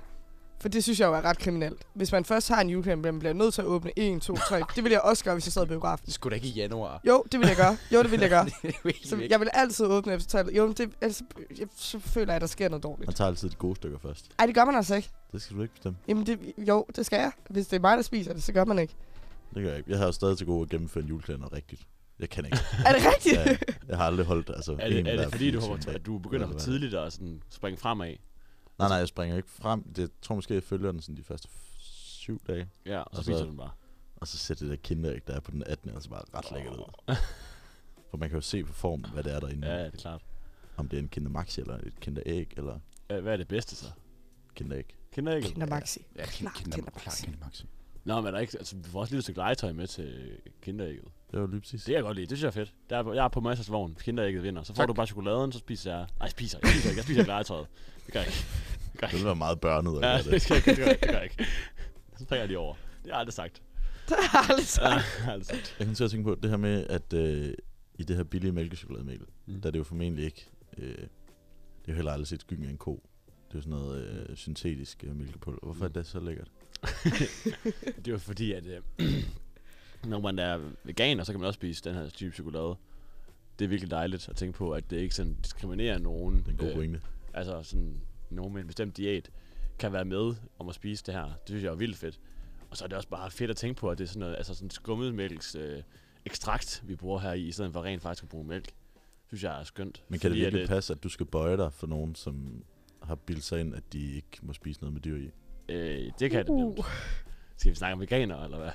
For det synes jeg jo er ret kriminelt. Hvis man først har en julekalender, bliver man bliver nødt til at åbne 1, 2, 3. Det ville jeg også gøre, hvis jeg sad i biografen.
Det skulle da ikke i januar.
Jo, det ville jeg gøre. Jo, [laughs] det ville jeg
[laughs]
gøre. Så
Så,
jeg vil altid åbne efter tallet. Jo, men det, altså, jeg, så føler jeg, at der sker noget dårligt.
Man tager altid de gode stykker først.
Ej, det gør man altså ikke.
Det skal du ikke bestemme.
Jamen, det, jo, det skal jeg. Hvis det er mig, der spiser det, så gør man ikke.
Det gør jeg ikke. Jeg har jo stadig til gode at gennemføre en juleklænder rigtigt. Jeg kan ikke.
Er det rigtigt?
Jeg, jeg har aldrig holdt altså,
Er det,
en
er
hver
det fordi, du,
fire
har,
timer.
at du begynder for
Eller hvad?
tidligt at sådan springe fremad?
Nej, nej, jeg springer ikke frem. Det, jeg tror måske, jeg følger den sådan de første f- syv dage.
Ja, og så
Og så-
spiser du den bare.
Og så ser det der kinderæg, der er på den 18. altså bare ret lækkert ud. For man kan jo se på formen, hvad det er derinde.
Ja,
Ja.
ja, det er klart.
Om det er en kindermax eller et kinderæg eller
Øh, Hvad er det bedste så?
kinderæg.
Kender ikke?
Kinder Maxi.
ja,
Klart,
kender,
Kinder
klar,
Maxi.
kender Maxi.
Nå, men er der ikke, altså, vi får også et lille stykke legetøj med til kinderægget.
Det var lige præcis.
Det kan jeg godt lide. Det synes jeg er fedt. Der er, jeg er på Massas vogn. Kinderægget vinder. Så får
Tak.
du bare chokoladen, så spiser jeg... Nej, spiser jeg. Jeg spiser ikke. Jeg spiser ikke legetøjet. Det gør jeg ikke. Det gør
Det
jeg
ville
ikke.
være meget børnet at
Ja,
gøre
[laughs] det
det.
skal jeg ikke. Det gør jeg ikke. Det gør jeg ikke. Så prikker jeg lige over. Det har jeg aldrig sagt.
[laughs] Det har jeg aldrig
Ja,
sagt.
jeg har aldrig sagt.
Jeg kan til at tænke på det her med, at øh, i det her billige mælkechokolademæl,
Mm.
mm. der er det jo formentlig ikke... Øh, det er jo heller aldrig set gynge af en ko. Det er jo sådan noget øh, syntetisk øh, mælkepulver. Hvorfor er
Mm.
det så
[laughs]
lækkert?
Det er jo fordi, at... Øh, [clears throat] når man er veganer, så kan man også spise den her type chokolade. Det er virkelig dejligt at tænke på, at det ikke sådan diskriminerer nogen.
Det er en god pointe.
altså sådan nogen med en bestemt diæt, kan være med om at spise det her. Det synes jeg er vildt fedt. Og så er det også bare fedt at tænke på, at det er sådan noget, altså sådan skummet mælks øh, ekstrakt, vi bruger her i, i stedet for rent faktisk at bruge mælk. Det synes jeg er skønt.
Men kan det
Fordi at, øh,
virkelig passe, at du skal bøje dig for nogen, som har bildt sig ind, at de ikke må spise noget med dyr i?
Øh, det kan det nemt. Skal vi snakke om veganer, eller hvad?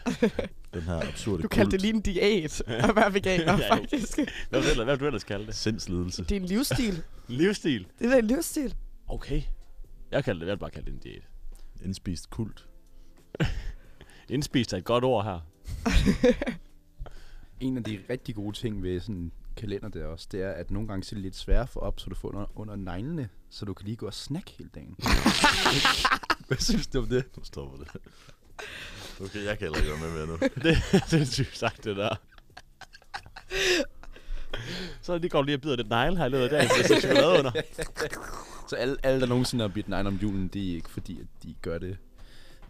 Den her absurde
Du kaldte det
kult
lige en diæt at være veganer,
Ja, jo.
faktisk.
Hvad, vil, hvad vil du ellers kalde det?
sindslidelse.
Det er en livsstil.
Livsstil?
Det er da en livsstil.
Okay. Jeg kalder det, jeg vil bare kalde det en diæt.
Indspist kult.
Indspist er et godt ord her.
[laughs] En af de rigtig gode ting ved sådan en kalender der også, det er, at nogle gange så er det lidt sværere at få op, så du får under, under neglene, så du kan lige gå og snakke hele dagen.
[laughs]
Hvad synes du om det?
Nu stopper det. Okay, jeg kan heller ikke være med mere nu.
[laughs] Det er sindssygt sagt, det der. Så lige går du lige og bider lidt negle her i løbet af dagen, så der sidder chokolade under.
Så alle, alle der nogensinde har bidt neglen om julen, det er ikke fordi, at de gør det.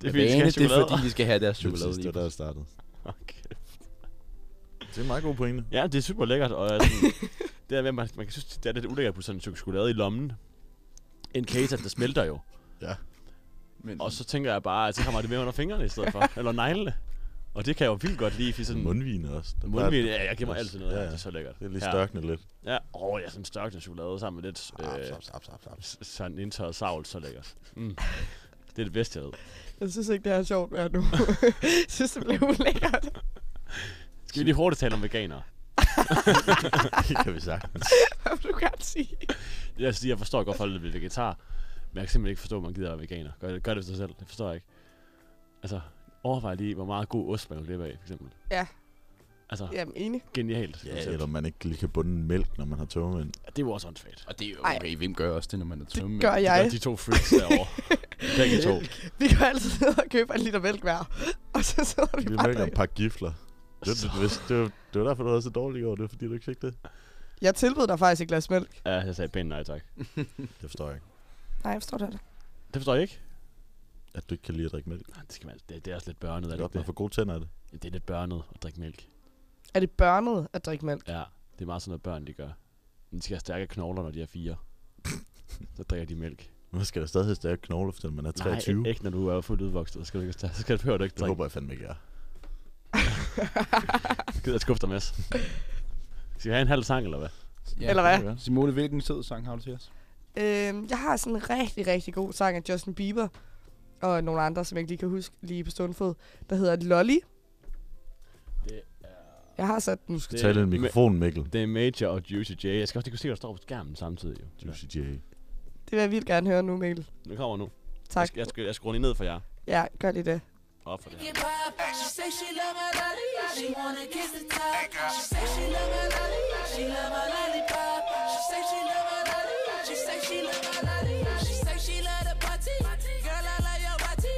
Det er
af
fordi, de skal have
det er
chokolade.
fordi, de skal have deres chokolade.
Chokolade det
lige
var der, jeg
præcis.
startede.
Okay.
Det er en meget god pointe.
Ja, det er super lækkert, og er sådan, [laughs] det der med, at man, man kan synes, det er lidt ulækkert at putte sådan en stykke chokolade i lommen. En case, at det smelter jo.
Men,
Og så tænker jeg bare, at så kommer det med under fingrene i stedet for, eller neglene. Og det kan jeg jo vildt godt lide, fordi sådan...
Mundvin også. Der
Mundvin,
der-
ja, jeg giver mig
der-
altid noget, ja,
ja,
ja. det
ja.
er så lækkert.
Det er lige
Ja.
størkende lidt.
Ja, åh, jeg er sådan størkt en chokolade sammen med lidt øh,
Aps, aps, aps, aps.
s- sådan indtørret savl, så lækkert. Mm. Det er det bedste, jeg ved.
Jeg synes ikke, det er sjovt værd [laughs] nu. jeg synes, det blev ulækkert.
Skal vi lige hurtigt tale om veganere?
Det [laughs] kan vi sagtens.
Hvad vil du gerne sige?
Jeg, siger, jeg forstår godt folk, der bliver vegetar, men jeg kan simpelthen ikke forstå, at man gider være veganer. Gør det, gør det for sig selv, det forstår jeg ikke. Altså, overvej lige, hvor meget god ost man kan leve af, for eksempel.
Ja.
Altså, ja.
Jamen, enig.
genialt.
Ja,
koncept.
eller man ikke lige kan bunde en mælk, når man har tømmermænd.
Det er jo også åndssvagt.
og det er jo
Ej.
okay, hvem gør også det, når man er tømme?
Det gør jeg.
De to freaks
[laughs]
derovre. Begge to.
Vi går altid ned og køber en liter mælk hver. [laughs] Og så sidder vi
Vi
bare
mælker
der.
en pakke gifler. Det, det, det, det, var- det, var derfor, du var så dårlig i år. Det var fordi, du ikke fik det.
Jeg tilbød dig faktisk et glas mælk.
Ja, jeg sagde pænt nej tak.
[laughs] Det forstår jeg ikke.
Nej, jeg forstår det.
Det forstår jeg ikke.
At du ikke kan lide at drikke mælk.
Nej, Det, skal man, det, det er også lidt børnet,
Det
er
er
det
godt,
ikke
man
det?
får gode tænder af det.
Ja, Det er lidt børnet at drikke mælk.
Er det børnet at drikke mælk?
Ja, det er meget sådan noget børn, de gør. De skal have stærke knogler, når de er fire. så drikker de mælk.
Man skal da stadig have stærke knogler, fordi man er 23.
Nej, ikke når du er fuldt udvokset. Så skal du ikke, så skal du, behøver du ikke
det
[laughs] drikke
håber jeg fandme ikke, jeg er.
Gider at skuffe dig, Mads. Skal vi have en halv sang, eller hvad?
Ja, Eller hvad?
Simone, hvilken sød sang har du til os?
Øhm, jeg har sådan en rigtig, rigtig god sang af Justin Bieber og nogle andre, som jeg ikke lige kan huske lige på stående fod, der hedder Lolly.
Det
Jeg har sat den.
skal tale i en mikrofon, Mikkel.
Det er Major og Juicy J. Jeg skal også lige kunne se, hvad der står på skærmen samtidig. Jo.
Juicy J.
Det vil jeg vildt gerne høre nu, Mikkel.
Den kommer nu.
Tak.
Jeg, skal- jeg, skal, jeg skruer lige ned for jer.
Ja, gør lige det.
Op for det her.
She say she love my lolly, she wanna kiss the top. She say she love my lolly, she love my lollipop. She say she love my lolly, she say she love my lolly. She say she love the party, girl I love your body.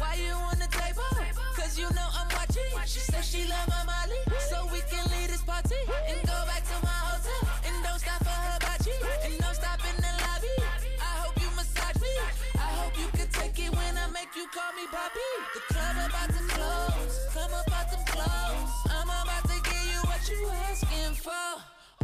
Why you on the table? Cause you know I'm watching. She say she love my molly, so we can leave this party and go back to my hotel and don't stop for her body and don't stop in the lobby. I hope you massage me. I hope you can take it when I make you call me Bobby. The club about to close. Come up out them clothes. I'm about to give you what you asking for.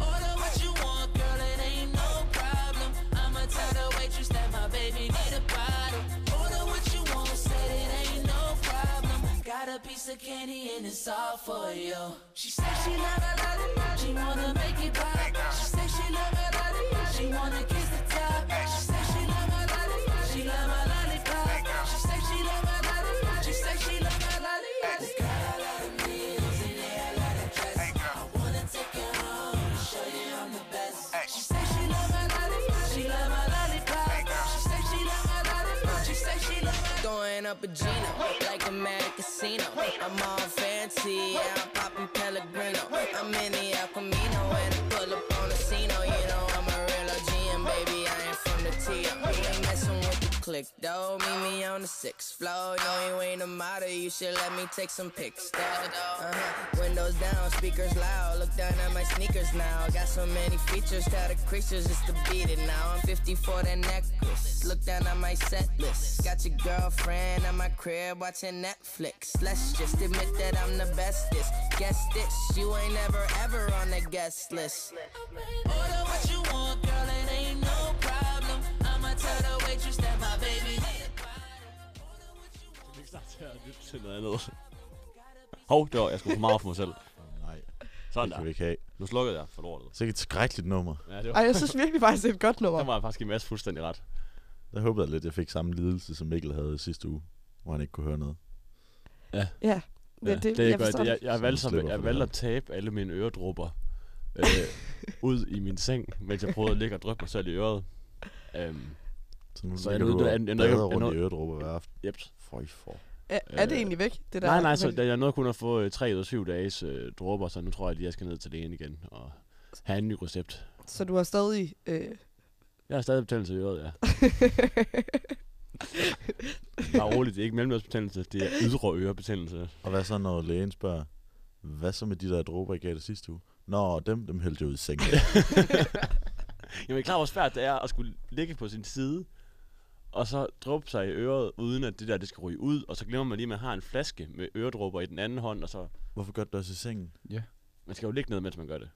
Order what you want, girl. It ain't no problem. I'ma tell the waitress that my baby need a bottle. Order what you want, said it ain't no problem. Got a piece of candy and it's all for you. She said she love a lolly, she wanna make it pop. She said she love a lolly, she wanna kiss the top. She said she love a lolly, she love a lollipop. She said she love a lolly, she said she love a lolly. This girl a lot of meals and they a lot of dress. I wanna take her home and show you I'm the best. She said she love a lolly, she love a lollipop. She said she love a lolly, she said she love a throwing up a Gino like a mad casino. I'm all fancy, yeah, I'm popping Pellegrino. I'm in the El Camino and I pull up on the scene. oh, You know I'm a real OG and baby I ain't from the T. You ain't messing with the click though. Meet me on the sixth floor. No, you ain't a model. You should let me take some pics though. Uh-huh. Windows down, speakers loud. Look down at my sneakers now. Got so many features, got the creatures just to beat it now. I'm 50 for that necklace. Look down at my set list. Got your girlfriend at my crib watching Netflix. Let's just admit that I'm the bestest. Guess this, you ain't ever ever on the guest list. Order what you want, girl, it ain't no problem. I'ma tell the waitress that my baby.
Jeg kan ikke snart til at lytte til noget andet. Hov, det var, jeg skulle for meget for mig selv.
Nej, det
Sådan
kan vi
der.
ikke have.
Nu slukkede jeg for lortet.
Sikkert et skrækkeligt nummer.
Ja, det var,
Ej, jeg synes virkelig faktisk, det er et godt nummer.
der var jeg faktisk i Mads fuldstændig ret.
Der håbede jeg lidt, at jeg fik samme lidelse, som Mikkel havde i sidste uge, hvor han ikke kunne høre noget.
Ja, det,
Ja,
det, det, jeg
godt.
forstår.
Jeg,
det.
jeg, valgte,
Så slipper
som, jeg
for
valgte
det
at tabe alle mine
[laughs]
øredrupper øh, ud i min seng, mens jeg prøvede at ligge og dryppe mig selv i øret. Øhm,
Så nu
Så
så
er
er
det ude-
du
er- er-
og
er- er-
bader
er-
rundt i
er-
øredrupper hver aften.
yep.
Føj for.
Er, er det
øh,
egentlig væk, det der?
Nej, nej, så jeg jeg nåede kun at få øh, 3 ud af 7 dages øh, dråber, så nu tror jeg lige, jeg skal ned til lægen igen og have en ny recept.
Så du har stadig... Øh...
Jeg har stadig betændelse i øret,
[laughs]
ja. Bare roligt, det er ikke mellemørsbetændelse, det er ydre ørebetændelse.
Og hvad så, når lægen spørger, hvad så med de der dråber, I gav det sidste uge? Nå, dem, dem hældte jeg ud i sengen.
Jamen, er I klar, hvor svært det er at skulle ligge på sin side, og så dråbe sig i øret, uden at det der, det skal ryge ud, og så glemmer man lige, at man har en flaske med øredråber i den anden hånd, og så...
Hvorfor gør du det også i sengen?
Man skal jo ligge ned, mens man gør det.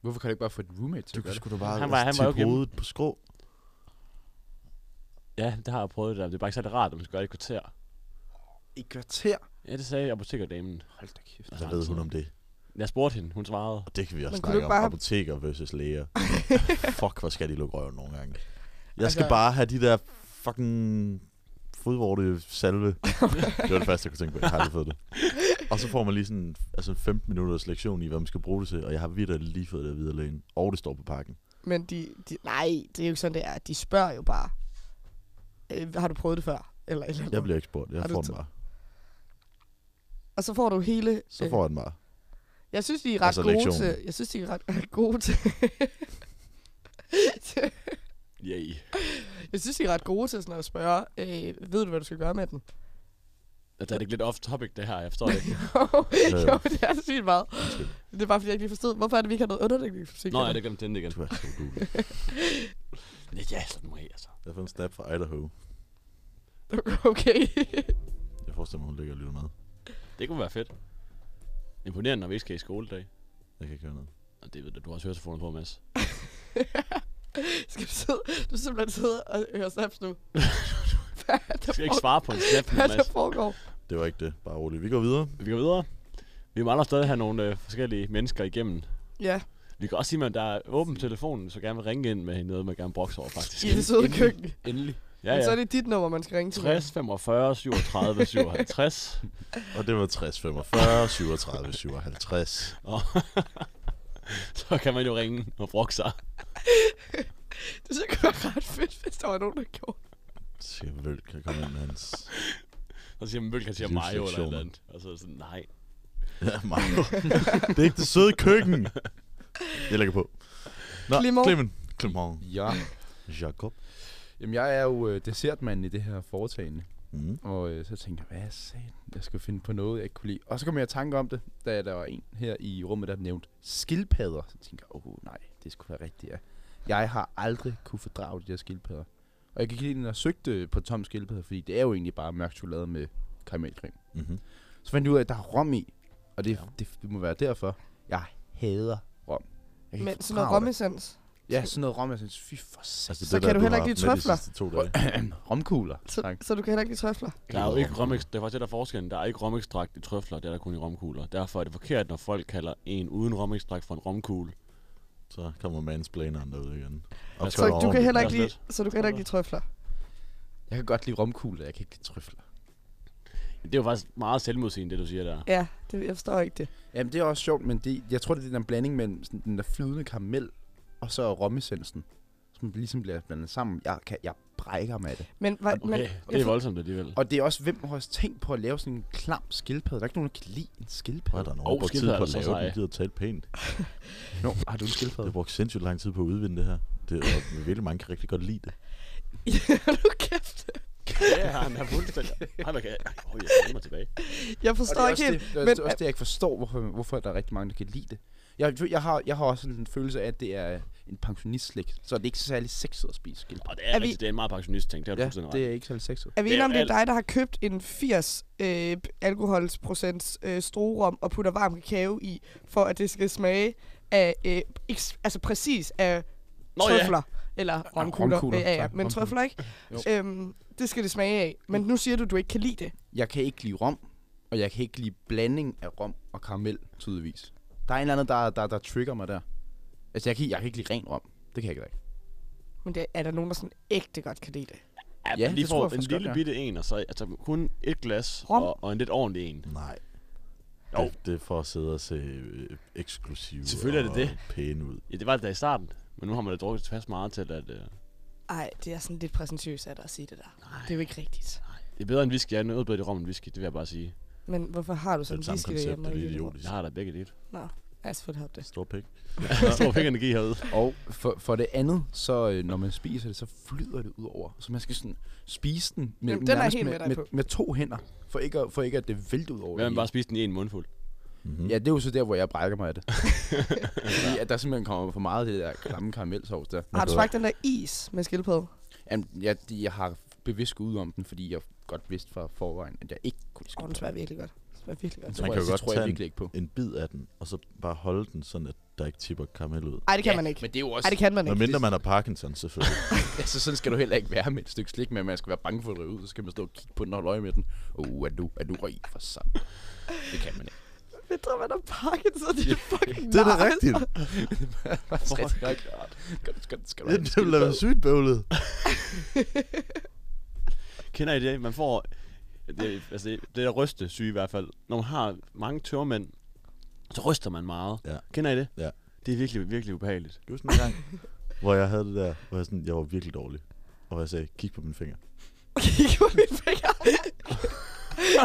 Hvorfor kan du ikke bare få et roommate til
Du
at
kan
gøre det?
sgu da bare
Han var- han var jo ikke
tippe
hjemme.
hovedet på skrå.
Ja, det har jeg prøvet det der. Det er bare ikke særlig rart, at man skal gøre det i et kvarter.
Et kvarter?
Ja, det sagde apotekerdamen.
Hold da kæft.
Så "Altså, ved hun om det.
Jeg spurgte hende, hun svarede.
Og det kan vi også
Men kunne
snakke
du ikke
om.
bare-
Apoteker versus
[laughs]
læger. Fuck, hvor skal de lukke røven nogle gange. Jeg skal
Altså-
bare have de der fucking fodvorte salve. det var det første, jeg kunne tænke på. Jeg har aldrig fået det. Og så får man lige sådan altså 15 minutters lektion i, hvad man skal bruge det til. Og jeg har virkelig lige fået det at vide af lægen. Og det står på pakken.
Men de, de... Nej, det er jo ikke sådan, det er. De spørger jo bare. Øh, har du prøvet det før? Eller, et eller andet.
Jeg bliver ikke spurgt. Jeg
Har du
får den
taget-
bare.
Og så får du hele...
Så
øh,
får jeg den bare.
Jeg synes, de er ret
Altså,
gode
lektionen.
til... Jeg synes, de er ret [laughs] gode til...
Yay.
jeg synes, de er ret gode til sådan at spørge, øh, ved du, hvad du skal gøre med den?
Altså, er det ikke lidt off-topic, det her? Jeg forstår det ikke.
[laughs]
Øh,
jo, det er sygt meget. Det er bare, fordi jeg ikke lige forstod, hvorfor er det, vi ikke har noget underdækningsmusik?
Nå, jeg har glemt den igen.
Du er så du.
[laughs] Ja, sådan må jeg, altså.
Jeg har fået en snap fra Idaho.
Okay.
Jeg forestiller mig, hun ligger og lytter med.
Det kunne være fedt. Imponerende, når vi ikke skal i skoledag.
Jeg kan ikke høre noget.
Og det ved du, du har også høretelefoner på, Mads.
[laughs]
[laughs]
skal du sidde... Du simpelthen sidde og høre
[laughs]
snaps nu. hvad er
Du
der,
skal ikke
foregår?
svare på en snap,
Hvad er der
Mads.
foregår?
Det var ikke det. Bare roligt. Vi går videre.
Vi går videre. Vi mangler stadig have nogle øh, forskellige mennesker igennem.
Ja.
Vi kan også sige, at der er åben telefonen, så gerne vil ringe ind med noget, man gerne brokser over, faktisk.
I det søde
Endelig.
køkken.
Endelig.
Ja,
Ja,
ja. Men så er
ja.
det dit nummer, man skal ringe til.
60, 45, 37, 57.
[laughs] Og det var 60, 45, 37,
[laughs]
57.
Og så kan man jo ringe og brokke sig.
[laughs] Det synes jeg kunne være ret fedt, hvis der var nogen, der gjorde det.
Siger Vølk kan komme ind med hans...
Så siger man, vel kan sige mig eller et eller andet. Og så er jeg sådan, nej. [laughs]
Ja, Mario. det er ikke det søde køkken. Jeg lægger på. Nå,
Clement.
Clement. Clement.
Ja.
Jacob.
Jamen, jeg er jo øh, dessertmanden i det her foretagende.
Mm.
Og øh, så tænkte jeg, hvad sagde Jeg skulle finde på noget, jeg ikke kunne lide. Og så kom jeg i tanke om det, da der var en her i rummet, der nævnte skildpadder. Så tænkte jeg, åh oh, nej, det skulle være rigtigt, ja. Jeg har aldrig kunne fordrage de der skildpadder. Og jeg gik lige ind og søgte på tom skildpadder, fordi det er jo egentlig bare mørk chokolade med karamelcreme.
Mm-hmm.
Så fandt jeg ud af, at der er rom i. Og det, ja. det, det må være derfor, jeg hader rom. Jeg kan
Men
ikke
sådan noget
fordrage det.
romessens.
Ja, sådan noget rom, jeg synes, fy for satan.
Altså,
Så kan du heller ikke
har
lide
med
trøfler?
De sidste to dage.
[clears throat] Romkugler,
Så,
tak.
så du kan heller ikke lide trøfler.
Der er jo ikke rom, det er faktisk det, der er forskellen. Der er ikke romekstrakt i trøfler, det er der kun i romkugler. Derfor er det forkert, når folk kalder en uden romekstrakt for en romkugle.
Så kommer mansplaineren derude igen. Og
Så
Så
kører
du
over
kan
den.
heller
det
ikke
er
lide,
også
så du kan heller ikke lide trøfler.
Jeg kan [laughs] godt lide romkugler, jeg kan ikke lide trøfler.
Det er jo faktisk meget selvmodsigende, det du siger der.
Ja, det, jeg forstår ikke det.
Jamen, det er også sjovt, men det, jeg tror, det er den der blanding mellem sådan, den der flydende karamel og så rommesensen, som ligesom bliver blandet sammen. Jeg, kan, jeg brækker mig af det.
Men, var, men
Okay,
jeg
det er
for-
voldsomt alligevel.
Og det er også, hvem har også tænkt på at lave sådan en klam skildpadde? Der er ikke nogen, der kan lide en
Hvor er
skildpadde.
der
Åh,
nogen, der oh, tid
skildpadder
på at
er så
lave den?
seje.
De gider tale pænt.
Nå, har du en skildpadde?
Jeg brugte sindssygt lang tid på at udvinde det her. Det, og virkelig mange kan rigtig godt lide det.
du kæft.
Ja, han er fuldstændig. Han er okay. Åh, jeg skal mig tilbage.
Jeg
Og
forstår ikke
også
helt.
det, det,
men-
men, også det, jeg ikke forstår, hvorfor, hvorfor der er rigtig mange, der kan lide det. Jeg, jeg, har, jeg har også sådan en følelse af, at det er en pensionistslik, så det er ikke særlig sexet at spise skildpadde.
Og det er,
Er
er,
vi-
rigtigt, det er en meget pensionist ting. Det har du
Ja,
fuldstændig
det
ret.
er ikke særlig sexet.
Er vi
Det er
enige om,
jo
det er
alt-
dig, der har købt en 80 øh, alkoholsprocents øh, strorum og putter varm kakao i, for at det skal smage af, øh, eks, altså præcis af
Nå ja.
trøfler. Eller romkugler.
romkugler,
ja, ja,
tak.
men
Romkugler.
trøfler ikke. Øhm, det skal det smage af. Men nu siger du, du ikke kan lide det.
jeg kan ikke lide rom, og jeg kan ikke lide blanding af rom og karamel, tydeligvis. Der er en eller anden, der, der, der trigger mig der. Altså, jeg kan, jeg kan ikke lide ren rom. Det kan jeg ikke lide.
Men det, er der nogen, der sådan ægte godt kan lide det?
Ja,
Ja,
ja lige
det tror jeg
får en
faktisk godt,
lille
ja.
bitte en, og så altså, kun et glas
Rom.
og, og, en lidt ordentlig en.
Nej.
Jo.
Det, det er for at sidde og se øh, eksklusiv
Selvfølgelig er
og
det det.
pæne ud.
Ja, det var det da i starten, men nu har man da drukket fast meget til, at øh,
Ej, det er sådan lidt præsentøst af dig at sige det der. Nej. Det er jo ikke rigtigt.
det er bedre end whisky. Jeg er noget bedre i rom end whisky, det vil jeg bare sige.
Men hvorfor har du
Det er
sådan
det
en
samme
whisky
koncept,
derhjemme?
det er lidt
alligevel?
idiotisk.
Jeg har da begge dele.
Nå, jeg selvfølgelig har det.
Stor pik.
Stor pengene gik herude.
Og for, for det andet, så øh, når man spiser det, så flyder det ud over. Så man skal sådan spise den med,
Jamen, den er
nærmest
helt med
med,
dig
med,
på.
med, to hænder, for ikke, at, for ikke at det vælter ud over.
Men
det
man bare spiste den i en mundfuld.
hele. Ja, det er jo så der, hvor jeg brækker mig af det. [laughs] Fordi at der simpelthen kommer for meget af det der klamme karamelsovs der.
Har du smagt den der is med skildpadde?
Jamen, jeg, jeg har bevidst gået ud om den, fordi jeg godt vidste fra forvejen, at jeg ikke kunne
Åh,
skide
oh, den smager virkelig godt. Den smager virkelig godt.
tror
Man
jeg-
kan jo
det
godt
tror jeg
tage
virkelig ikke på.
en, en bid af den, og så bare holde den sådan, at der ikke tipper karamel ud.
Ej, det kan man ikke.
Men det er jo også...
Ej, det kan man
Når
ikke.
mindre man har Parkinson, selvfølgelig.
[laughs] Altså, sådan skal du heller ikke være med et stykke slik, men man skal være bange for at ryge ud, så skal man stå og kigge på den og holde øje med den. Uh, er du, er du røg for sammen? Det kan man ikke.
Mindre man har
[laughs]
Parkinson, det er fucking
det er da
nice.
[laughs]
rigtigt.
Skal,
Oh
skal, skal, skal, skal du have en
det ville da være
skildpadde?
sygt
[laughs]
bøvlet.
Kender I det? Man får... Det, altså, det, det er ryste syge i hvert fald. Når man har mange tørmænd, så ryster man meget.
Ja.
Kender I det?
Ja.
Det er virkelig, virkelig ubehageligt.
Det var sådan en gang, hvor jeg havde det der, hvor jeg, sådan, jeg var virkelig dårlig. Og hvor jeg sagde, kig på min finger.
[laughs] Kig på min
[laughs]
finger.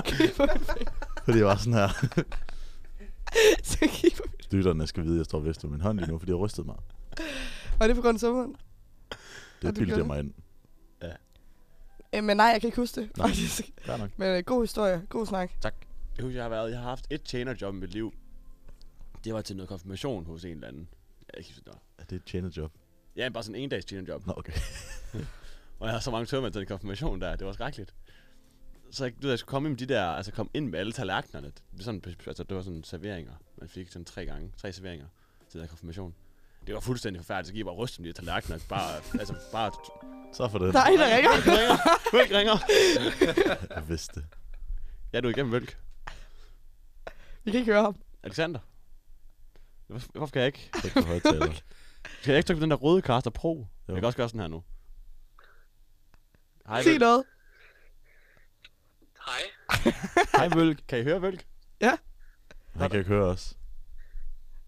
Kig på min finger.
Fordi jeg var sådan her.
Så [laughs] kig på min
Lytterne skal vide, at jeg står vest med min hånd lige nu, fordi jeg rystede mig.
[laughs] Var det på grund af sommeren?
Det
Og du
bildte jeg
gjorde
mig ind.
Øh, men nej, jeg kan ikke huske det.
Nej.
faktisk.
Fair nok.
Men øh, god historie. God snak.
Jeg husker, jeg har, været, jeg har haft et tjenerjob i mit liv. Det var til noget konfirmation hos en eller anden. Jeg kan ikke huske, det var.
Er det et tjenerjob?
Ja, bare sådan en dags tjenerjob.
Nå, okay.
[laughs] Og jeg havde så mange tørmænd til den konfirmation der, det var skrækkeligt. Så jeg, du ved, jeg skulle komme ind med de der, altså komme ind med alle tallerkenerne. Det, blev sådan, altså, det var sådan serveringer. Man fik sådan tre gange, tre serveringer til den her konfirmation. Det var fuldstændig forfærdeligt, så gik jeg bare og rystede med de her tallerkener. Bare, altså bare...
Så for det.
Nej, der ringer.
Vølk ringer! Vølk
[laughs]
ringer!
Jeg vidste det.
Ja, du er igennem Vølk.
Jeg kan ikke høre ham.
Alexander? Hvorfor hvorfor kan jeg ikke?
Tryk på
[laughs]
højtaler.
Skal jeg ikke trykke på den der røde caster pro? Jo. Jeg kan også gøre sådan her nu. Hej,
Sig
Vølk.
noget.
Hej, Vølk. Kan I høre Vølk?
Han kan ikke høre os.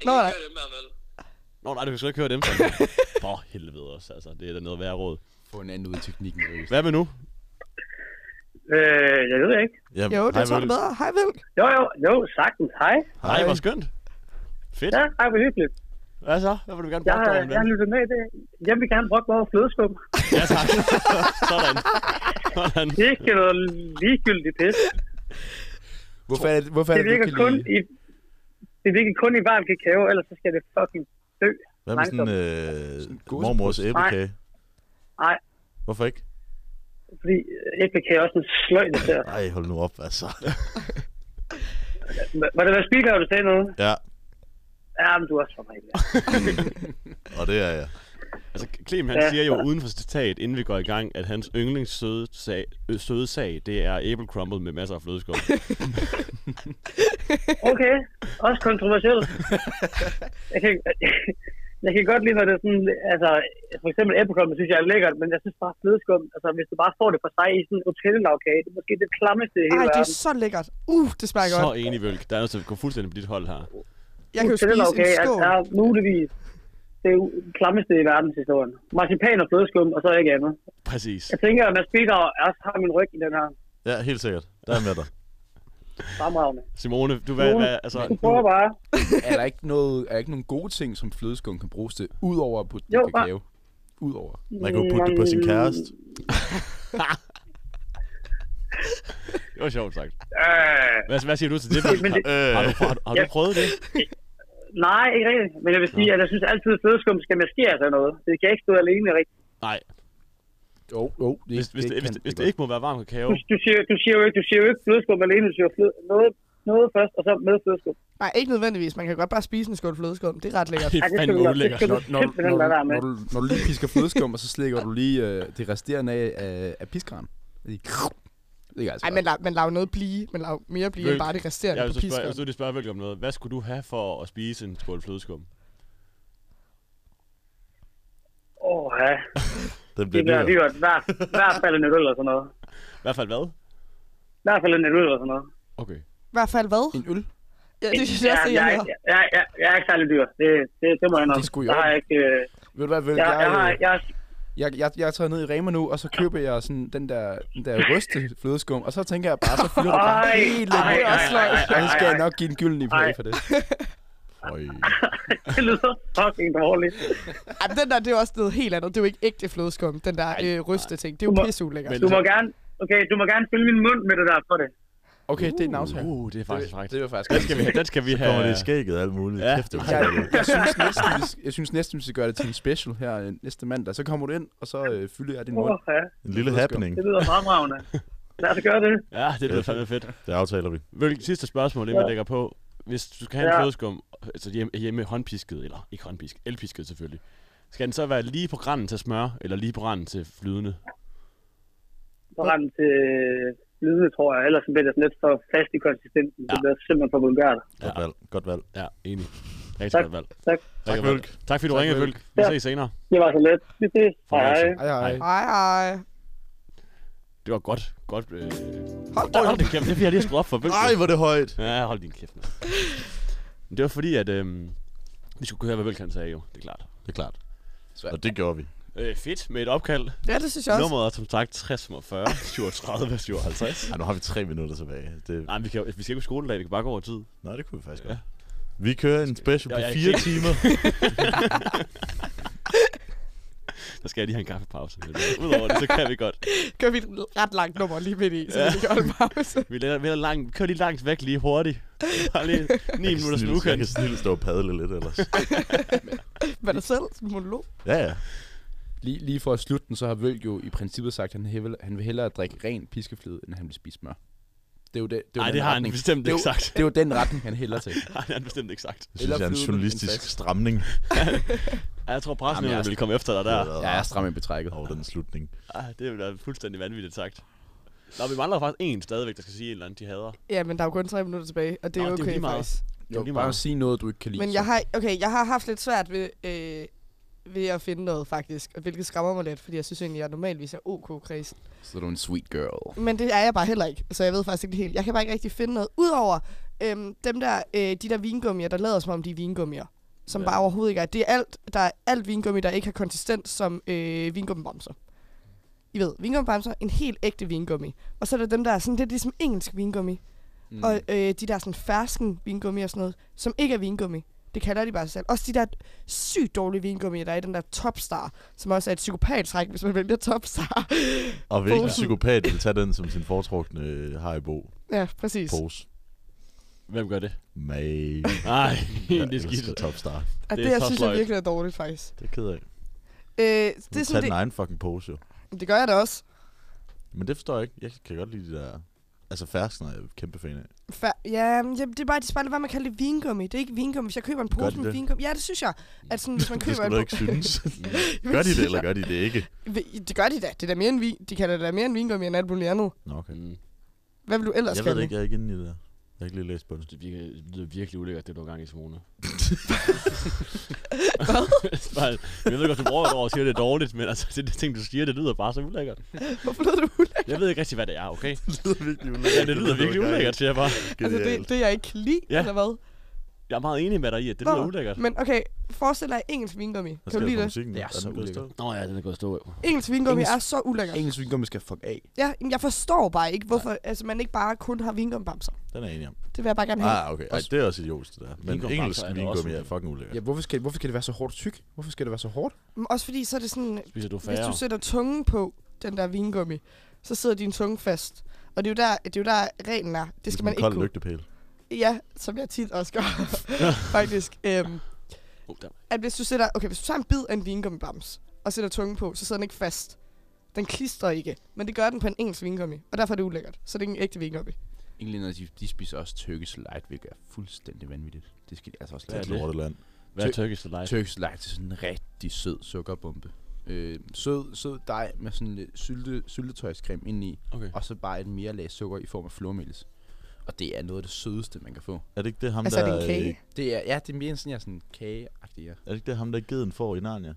Nå, nej.
Nå nej, du kan sgu ikke høre dem. så. For helvede også, altså. Det er da noget værre råd.
Få en anden ud i teknikken. seriøst.
Hvad med nu?
Øh, jeg ved ikke.
Jamen,
Jo, det
hej,
er sådan
Vølk.
bedre. Hej, Vilk.
Jo, jo, jo, sagtens. Hej.
Hej, hvor skønt. Fedt.
Ja, hej, hvor hyggeligt.
Hvad så? Hvad vil du gerne
Jeg,
bruge
har,
dig med?
jeg har lyttet med i det. Jeg vil gerne brokke mig over flødeskum.
Ja, tak. [laughs] Sådan. Sådan.
Ikke noget ligegyldigt pis.
Hvorfor er det, hvorfor er
Det
det, du
virker,
kan
kun
lide?
i, det virker kun i varm kakao, ellers så skal det fucking dø.
Hvad med sådan en øh, mormors æblekage?
Nej,
Hvorfor ikke?
fordi æblekage er også en sløj dessert.
Ej, hold nu op,
[laughs]
altså.
Hva- Var det hvad spiker, du sagde noget?
Ja,
Ja, men du er også for mig.
[laughs]
ja.
og det er jeg.
Altså, Clem, han
Ja.
siger jo uden for citatet, inden vi går i gang, at hans yndlings søde sag, øh, søde sag det er æble crumble med masser af
[laughs]
flødeskum.
Okay, også kontroversielt. Jeg kan, jeg kan godt lide, når det er sådan, altså, for eksempel æblekrummen synes jeg er lækkert, men jeg synes bare flødeskum, altså hvis du bare får det for sig i sådan en hotellavkage, det er måske det klammeste i hele
Ej, det
verden.
er så lækkert. Uh, det smager
så
godt.
enig, Vølk. Der er noget, der går fuldstændig på dit hold her.
Jeg kan jo spise en
er,
skål.
er muligvis det er jo det klammeste i verdenshistorien. Marcipan og flødeskum, og så ikke andet.
Præcis.
Jeg tænker, at Mads Peter også har min ryg i den her
Ja, helt sikkert. Der er jeg med dig.
fremragende.
Simone, du hvad,
Simone,
hvad altså,
Du prøver bare.
er der ikke noget, er der ikke nogen gode ting, som flødeskum kan bruges til, udover at putte
Jo,
jo,
bare-
kakao? Udover.
Man kunne putte det på sin kæreste.
det var sjovt sagt.
Øh,
Hvad, hvad siger du til det, Vølk?
[laughs] Men det-
Har, har, du, har, du- har du
Ja.
prøvet det?
[laughs] nej, ikke rigtigt. Men jeg vil sige, at jeg synes altid, at flødeskum skal maskere sig noget. Det kan ikke stå alene rigtigt.
Nej,
Jo, jo. Det,
hvis, hvis, det, hvis,
kan
det, hvis det ikke må være varm kakao,
Du, du, siger, du, siger jo ikke, du siger jo ikke flødeskum alene, du siger flød, noget, noget først, og så med flødeskum.
Nej, ikke nødvendigvis. Man kan godt bare spise en skål flødeskum. Det er ret lækkert.
det er
det skal
fandme
vi lade-
ulækkert.
det
Når,
skal
når, du-
Simpelthen
når,
lad
du-
være med.
når, du, når du lige pisker flødeskum, og så slikker du lige øh, det resterende af, af, af piskeren. Det er ikke altså
Ej, men lav, men lav noget blive. Men lav mere blive end
Vølk,
bare det resterende
Jeg vil
på
så spørge, jeg vil
piskeren.
så lige spørge Vølk om noget. Hvad skulle du have for at spise en skål flødeskum?
Åh, ja.
[laughs] Den
Det
bliver
bliver
dyr.
dyrt. Hver, hvert fald en øl eller sådan noget.
I hvert fald hvad?
I hvert fald en øl eller sådan noget.
Okay.
I hvert fald hvad?
en øl.
Ja, det synes jeg også, det,
jeg,
jeg
jeg,
hører.
jeg, jeg, jeg er ikke særlig dyr. Det, det, det må jeg nok.
Det er sgu i
jeg har
orden.
ikke... Øh,
Ved du hvad, Vølk?
jeg,
Jeg,
jeg, har,
jeg,
jeg,
jeg, jeg, jeg tager ned i Rema nu, og så køber jeg sådan den der, den der ryste flødeskum, og så tænker jeg bare, så fylder du bare
Ej,
helt lidt
ej,
rundt,
ej,
og så-
ej, ej,
Og så skal
ej,
jeg
ej.
nok give en gylden i play
Ej.
for det.
Øj.
[laughs] det lyder fucking dårligt.
Ej, men den der, det er jo også noget helt andet. Det er jo ikke ægte flødeskum, den der øh, ryste ting. Det er
Du
jo
må-
pisseulækkert.
Men-
Du må gerne... Okay, du må gerne fylde min mund med det der for det.
Okay, det er en aftale.
Uh, det er faktisk
det,
faktisk.
det var faktisk
Den skal vi have. Den skal vi have.
Kommer det i skægget og alt muligt.
Ja.
Kæft, det er
Jeg,
ulækkert.
jeg, synes næsten, vi, skal- jeg synes næsten, vi skal gøre det til en special her øh, næste mandag. Så kommer du ind, og så øh, fylder jeg din
Åh,
mund.
ja.
En lille happening.
Det lyder fremragende. Lad os gøre det.
Ja, det bliver fandme fedt.
Det aftaler vi.
Hvilket sidste spørgsmål, det man
Ja.
lægger på. Hvis du skal have en
Ja.
flødeskum, altså hjemme, hjemme håndpisket, eller ikke håndpisket, elpisket selvfølgelig. Skal den så være lige på grænsen til smør, eller lige på grænsen til flydende?
Så rent til flydende, tror jeg. Ellers så bliver det sådan lidt for fast i konsistensen. Ja. Det bliver simpelthen for vulgært.
Godt valg. Godt valg.
Ja, enig. Rigtig
Tak.
godt valg.
Tak.
Tak,
Vølk.
Vølk. Tak fordi du
Tak,
ringede,
Vølk.
Vølk. Vi
Ja.
ses senere.
Det var så let. Vi ses. Hej.
Fornøjelse.
Hej, hej.
Ej, ej.
Det var godt. Godt. Øh...
Hold da
Hold
op.
din kæft. Det er fordi, jeg lige har skruet op for Vølk.
Ej, hvor er det højt.
Ja, hold din kæft. mand. Men det var fordi, at øhm, vi skulle høre, hvad Vølk han sagde jo. Det er klart.
Det er klart.
Svært.
Og det gjorde vi.
Øh, fedt med et opkald.
Ja, det synes jeg også.
Nummeret er som sagt 60 47 37 57.
Ej, nu har vi tre minutter tilbage. Det...
Nej, men vi, kan, jo- vi skal ikke på skoledag, det kan bare gå over tid.
Nej, det kunne vi faktisk
Ja.
godt. Vi kører en special
Ja,
på
jeg er
fire
[laughs]
ikke-
timer.
[laughs] Der skal jeg lige have en
[laughs]
kaffepause. Men Udover det, så kan vi
[laughs]
godt.
Gør vi et ret langt nummer lige midt i, så vi kan holde pause.
[laughs] Vi, lader, vi, lader langt, vi kører lige langt væk lige hurtigt. Bare lige 9
Jeg kan
minutter
snildt- Jeg
ukendt.
kan
[laughs]
snille stå og padle lidt ellers.
Hvad der selv? Sådan en Monolog?
Ja, ja.
Lige, lige for at slutte den, så har Vølk jo i princippet sagt, at han, hevil, han vil hellere drikke ren piskefløde, end han vil spise smør. Det er jo det, det er jo
Nej,
den
det har han
retning.
bestemt
det er
ikke
jo,
sagt.
Det er jo den retning, han hælder til.
Nej, det har han bestemt ikke sagt.
Det synes jeg er en
flydende,
journalistisk
end fast.
stramning.
[laughs] Ja, jeg tror,
Jamen, jeg
pressenævnet
er-
vil komme efter dig der.
Ja, jeg er stram i betrækket.
Over den slutning.
Ah, det vil være fuldstændig vanvittigt sagt. Nå, vi mangler faktisk en stadigvæk, der skal sige et eller andet, de hader.
Ja, men der er jo kun tre minutter tilbage, og det er
Nå,
Nå, okay
det er jo lige meget.
faktisk.
Det er jo lige
Bare
meget.
sige noget, du ikke kan lide.
Men jeg har, okay, jeg har haft lidt svært ved, øh, ved at finde noget, faktisk. og Hvilket skræmmer mig lidt, fordi jeg synes egentlig, at jeg normalvis er ok-kredsen.
Så er du en sweet girl.
Men det er jeg bare heller ikke, så jeg ved faktisk ikke helt. Jeg kan bare ikke rigtig finde noget. Udover øhm, dem der, øh, de der vingummier, der lader som om de er vingummier. Som ja. bare overhovedet ikke er. Det er alt, der er alt vingummi, der ikke har konsistens som øh, vingummibamser. I ved, vingummibamser, en helt ægte vingummi. Og så er der dem, der er sådan lidt ligesom engelsk vingummi.
Mm.
嗯
Mm. Og øh, de der sådan fersken vingummi og sådan noget, som ikke er vingummi. Det kalder de bare sig selv. Også de der sygt dårlige vingummi, der er i den der Topstar, som også er et psykopattræk, hvis man vælger Topstar.
Og hvilken
Posen.
psykopat vil tage den som sin foretrukne øh, Haribo?
Ja, præcis.
Pose.
Hvem gør det?
May.
Nej, det er
Jeg
skidt.
elsker Topstar.
Det
At det,
er
det jeg
så
synes jeg
sløjt.
virkelig er dårligt, faktisk.
Det er jeg ked af.
Øh, det,
Du
er
tager
sådan,
din
det,
egen fucking pose, jo.
det gør jeg da også.
Men det forstår jeg ikke. Jeg kan godt lide de der... Altså fersken er jeg kæmpe fan af.
Fa- ja, men jamen, det er bare, det er bare lidt, hvad man kalder det vingummi. Det er ikke vingummi. Hvis jeg køber en
Gør
pose
de
med
det?
vingummi... Ja, det synes jeg. At sådan, hvis man
[laughs]
køber
Det skulle
en
du ikke
po- [laughs]
synes. gør
Men
de det,
synes
eller
jeg.
gør de det ikke?
Vi- Det gør de da. Det er da mere end vi. De kalder det da mere end vingummi end alt muligt andet.
Nå, okay. Mm.
Hvad vil du ellers
Jeg ved
kalde
det ikke, jeg er ikke inde i det der. Jeg har ikke lige læst på det.
Det virker, det lyder virkelig ulækkert, det du har gang i, Simone.
[laughs] Hvad?
[laughs] Bare- jeg ved godt, du bruger et år og siger, det er dårligt, men altså, det, det ting, du siger, det lyder bare så ulækkert.
Hvorfor lyder det ulækkert?
Jeg ved ikke rigtig, hvad det er, okay?
[laughs] det lyder virkelig
Ja, det lyder virkelig ulækkert, siger jeg bare.
Altså, det, det jeg ikke kan lide,
Ja.
eller hvad?
Jeg er meget enig med dig i, at det lyder
Nå,
ulækkert.
Men okay, forestil dig engelsk vingummi. Kan du lide det?
Det er så ulækkert. Nå ja, den er gået stå.
Engelsk vingummi er så ulækkert.
Engelsk vingummi skal fuck af.
Ja, men jeg forstår bare ikke, hvorfor altså, man ikke bare kun har vingummibamser.
Den er jeg enig om.
Det vil jeg bare gerne have.
Ah, okay. Ej, det er også idiotisk, det der. Men
Vingummi
engelsk
er da også
vingummi er
ulækkert.
fucking ulækkert.
Ja, hvorfor skal, hvorfor skal det være så hårdt tyk? Hvorfor skal det være så hårdt?
Men Mm, også fordi, så er det sådan,
Spiser du
hvis
færre?
du sætter tungen på den der vingummi, så sidder din tunge fast. Og det er jo der, det er jo der reglen er. Det skal man ikke
kold
kunne.
lygtepæl.
Ja, som jeg tit også gør, [laughs] faktisk. Øhm,
oh,
at hvis du sætter, okay, hvis du tager en bid af en vingummibams og sætter tungen på, så sidder den ikke fast. Den klistrer ikke, men det gør den på en engelsk vingummi, og derfor er det ulækkert. Så det er ikke en ægte vingummi.
Englænder, de, de spiser også Turkish Light, hvilket er fuldstændig vanvittigt. Det skal de altså også
Det er et lorteland.
Hvad er Turkish Delight?
Turkish Delight det er sådan en rigtig sød sukkerbombe. Øh, sød, sød dej med sådan lidt sylte, syltetøjscreme indeni,
okay.
og så bare et mere lag sukker i form af flormelis. Og det er noget af det sødeste, man kan få.
Er det ikke det ham, Altså, er det en der, øh, kage?
Det er, ja, det er mere sådan, jeg sådan kage ja.
Er det ikke det ham, der geden får i Narnia?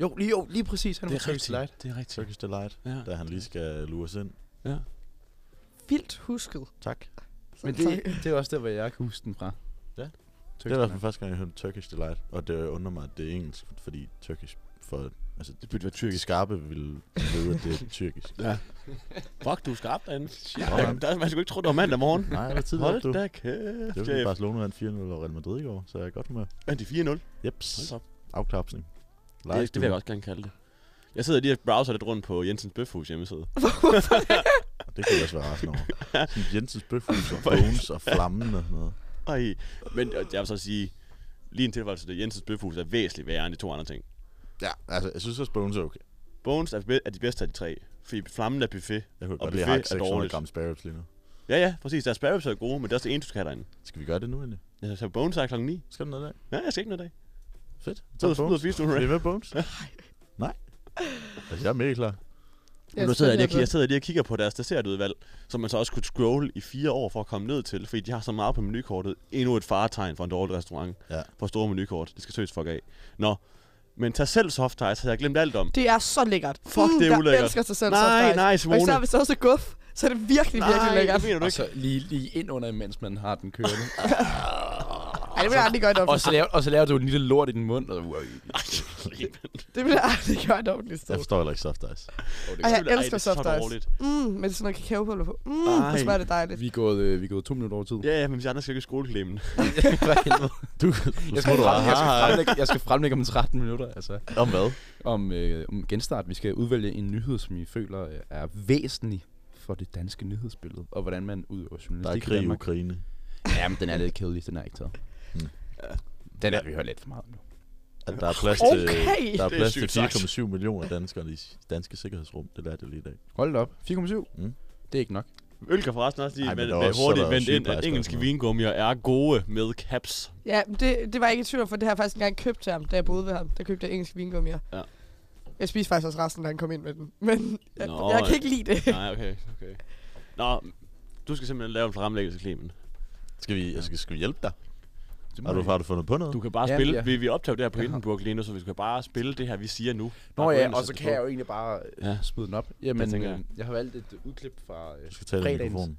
Jo, lige, jo, lige præcis. Han
Det
det
er
er Turkish
rigtigt.
Delight.
Det er rigtigt.
Turkish Delight,
ja.
da han lige skal lures ind.
Ja.
Vildt husket.
Tak.
Men det, det er også der, hvor jeg kan huske den fra.
Ja.
Turkish
Det er i hvert fald
Delight.
første gang, jeg hørte Turkish Delight, og det undrer mig, at det er engelsk, fordi Turkish for... Altså, det
burde være tyrkisk.
skarpe ville vide, at det er tyrkisk.
Ja. [laughs] Fuck, du er skarp derinde. Ja,
Sådan.
der, man skulle ikke tro, det var mandag morgen.
Nej, det er tidligt.
Hold
du.
da kæft,
Det var fordi
chef.
Barcelona vandt 4-0 over Real Madrid i går, så jeg er godt humør.
Vandt de 4-0? Hold
Jeps.
da op.
Afklapsning.
Det, det vil jeg også gerne kalde det. Jeg sidder lige og browser lidt rundt på Jensens
[laughs]
Bøfhus hjemmeside.
det kan jeg også være rasende over.
[laughs]
Sådan Jensens Bøfhus og Bones og Flammen og sådan noget.
Ej, men jeg vil så sige, lige en tilføjelse til det, Jensens Bøfhus er væsentligt værre end de to andre ting.
Ja, altså, jeg synes også, Bones er okay.
Bones er, be- er de bedste af de tre, fordi Flammen er buffet,
Jeg hørte
og
bare, det har
buffet er
600
dårligt.
gram spare ribs lige nu.
Ja, ja, præcis. Deres sparrows er gode, men det er også det eneste, du skal have derinde.
Skal vi gøre det nu egentlig?
Ja, så Bones er klokken 9.
Skal du noget i dag?
Ja, jeg skal ikke noget i dag.
Fedt.
Så ud og spise nu,
Er
right?
I med
[laughs]
Bones? Nej. Altså, jeg er mega klar.
Men nu sidder jeg, lige, og kigger- jeg sidder lige og kigger på deres dessertudvalg, som man så også kunne scrolle i fire år for at komme ned til, fordi de har så meget på menukortet. Endnu et faretegn for en dårlig restaurant
ja.
på store menukort. Det skal søges fuck af. Nå, men tag selv soft ice, har jeg glemt alt om.
Det er så lækkert.
Fuck, det er ulækkert.
Jeg elsker sig selv
Nej,
soft ice.
nej,
Og
Simone.
især hvis det også er guf, så er det virkelig, virkelig lækkert.
Og så lige, lige ind under, mens man har den kørende. [laughs]
Ej, det vil jeg aldrig gøre
og, så
et
laver, og så laver du en lille lort i din mund. Og, wow.
Det vil jeg aldrig gøre et ordentligt sted.
Jeg forstår heller ikke soft ice.
Og jeg elsker soft ice. Mm, men det er sådan noget kakaopulver på. Mm,
Ej.
det smager det dejligt.
Vi er gået, øh, vi er gået to minutter over tid.
Ja, ja, men vi andre skal jo ikke i
[laughs]
skoleklemmen.
du,
Jeg skal, frem, jeg, skal fremlægge, jeg skal fremlægge om 13 minutter. Altså.
Om hvad?
Om, øh, om genstart. Vi skal udvælge en nyhed, som I føler øh, er væsentlig for det danske nyhedsbillede, og hvordan man udøver
Der er
journalistik
krig i Ukraine.
Jamen, den er lidt kedelig, den er ikke taget. Den har vi hørt lidt for meget om nu.
At der er plads til,
Okay!
der er
Det er
plads
sygt
til 4,7 millioner danskere i s- danske sikkerhedsrum. Det lærte jeg lige i dag.
Hold da op. 4,7?
Mm.
Det er ikke nok.
Øl kan forresten også lige
Ej, men
vende-
der er
vende
også- så
hurtigt
er der
vende ind,
sygeplejersker
at
og sådan
engelske
noget.
vingummier er gode med caps.
Ja, men det, det var jeg ikke i tvivl om, for det har jeg faktisk engang købt til ham, da jeg boede ved ham. Der købte jeg engelsk vingummier.
Ja.
Jeg spiste faktisk også resten, da han kom ind med den. Men jeg,
Nå,
jeg kan ikke lide det.
Nej, okay, okay. Nå, du skal simpelthen lave en fremlæggelse, Clemen.
Skal vi, jeg skal, skal vi hjælpe dig?
må
Har du,
jeg.
har du fundet på noget?
Du kan bare
Ja,
spille,
ja.
vi, vi optager det her på Hindenburg lige nu, så vi skal bare spille det her, vi siger nu.
Nå
Bare gå
ja,
ind
og så
sætte det
kan jeg
på.
jo egentlig bare øh,
Ja.
smide den op.
Det
Jamen,
tænker
jeg,
jeg.
jeg har valgt et udklip fra øh,
skal tale i
[laughs]
mikrofonen.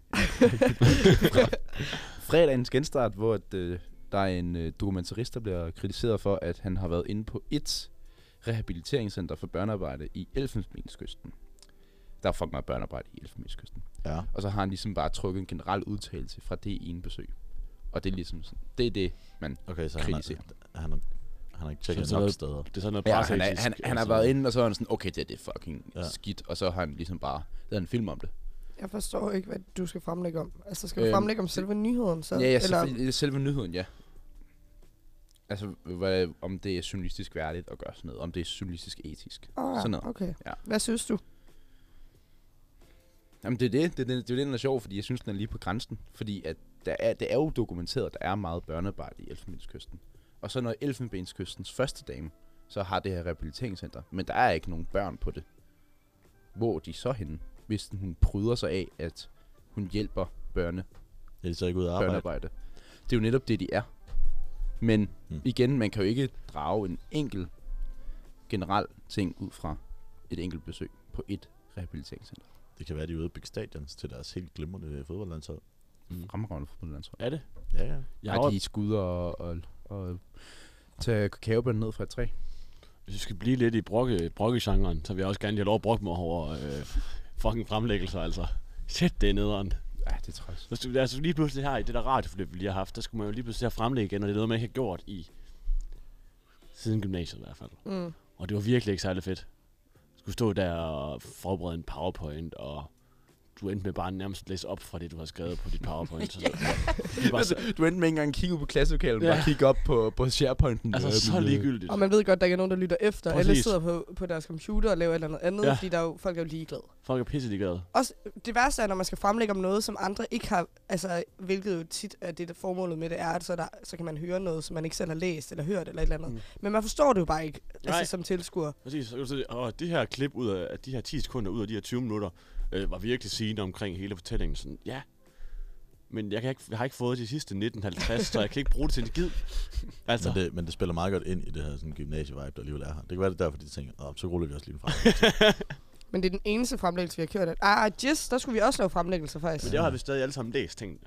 fredagens genstart, hvor at, øh, der er en øh, dokumentarist, der bliver kritiseret for, at han har været inde på et rehabiliteringscenter for børnearbejde i Elfenbenskysten. Der er fucking meget børnearbejde i Elfenbenskysten.
Ja.
Og så har han ligesom bare trukket en generel udtalelse fra det ene besøg. Og det er ligesom sådan, det er det, man
okay, så han har-
kritiserer.
Han har, han har ikke tjekket
Så det er
nok
noget-
steder.
det er sådan noget
Ja,
presseetisk,
han, er, han, han har
altså.
været inde, og så er han sådan, okay, det, her, det er fucking
Ja.
ja. skidt. Og så har han ligesom bare lavet en film om det.
Jeg forstår ikke, hvad du skal fremlægge om. Altså, skal du
Øhm,
fremlægge om selve nyheden? Så,
Ja, ja
eller,
selve, selve nyheden, ja. Altså, hvad, om det er journalistisk værdigt at gøre sådan noget. Om det er journalistisk etisk.
Ah,
sådan noget.
okay.
Ja.
Hvad synes du?
Jamen, det er det. Det, er det, det er jo det, der er sjovt, fordi jeg synes, den er lige på grænsen. Fordi at der er, det er jo dokumenteret, at der er meget børnearbejde i Elfenbenskysten. Og så når Elfenbenskystens første dame, så har det her rehabiliteringscenter. Men der er ikke nogen børn på det. Hvor er de så henne, hvis hun bryder sig af, at hun hjælper børne
Er de så ikke ude at arbejde?
børnearbejde. Det er jo netop det, de er. Men
Mm.
igen, man kan jo ikke drage en enkelt generel ting ud fra et enkelt besøg på et rehabiliteringscenter.
Det kan være, de er ude på stadions til deres helt glimrende fodboldlandshold.
Mm. Fremragende fodboldlandshold.
Er det?
Ja, ja.
Jeg
Jeg
har
har
også-
de skud og, og, og tage kakaobønden ned fra et træ.
Hvis vi skal blive lidt i brokke, brokke-genren, så vil jeg også gerne lige have lov at brokke mig over øh, fucking fremlæggelser, altså. Shit, det er nederen.
Ja, det er træls.
Så skulle- Altså lige pludselig her i det der radioforløb, vi lige har haft, der skulle man jo lige pludselig have fremlægge igen, og det er noget, man ikke har gjort i siden gymnasiet i hvert fald.
Mm.
Og det var virkelig ikke særlig fedt. Skulle stå der og forberede en powerpoint, og du endte med bare nærmest at læse op fra det, du har skrevet på dit powerpoint. Så, det var så,
Du endte med ikke engang at kigge ud på klasselokalet,
Ja.
ja. bare kigge op på, på SharePoint'en.
Altså,
Øh,
så
øh,
ligegyldigt.
Og man ved godt, der ikke er nogen, der lytter efter. Præcis. Alle
Præcis.
sidder på, på deres computer og laver et eller andet andet,
Ja.
ja. fordi der er jo, folk er jo ligeglade.
Folk er pisse ligeglade.
Også det værste er, når man skal fremlægge om noget, som andre ikke har, altså hvilket jo tit er det, der formålet med det er, at så, er der, så kan man høre noget, som man ikke selv har læst eller hørt eller et eller andet.
Mm.
Mm. Men man forstår det jo bare ikke,
Nej.
altså som tilskuer.
Præcis. Og så- Og det her klip ud af af de her 10 sekunder, ud af de her 20 minutter, øh, var virkelig sigende omkring hele fortællingen. Sådan, ja, men jeg, kan ikke, jeg har ikke fået de sidste 1950, så jeg kan ikke bruge det til en gid. Altså,
Men, det, men det spiller meget godt ind i det her sådan, gymnasie-vibe, der alligevel er her. Det kan være, det er derfor, de tænker, oh, så ruller vi også lige den
[laughs]
frem.
Men det er den eneste fremlæggelse, vi har kørt. Ah, Jess, der skulle vi også lave fremlæggelser faktisk.
men det har vi stadig alle sammen læst tingene.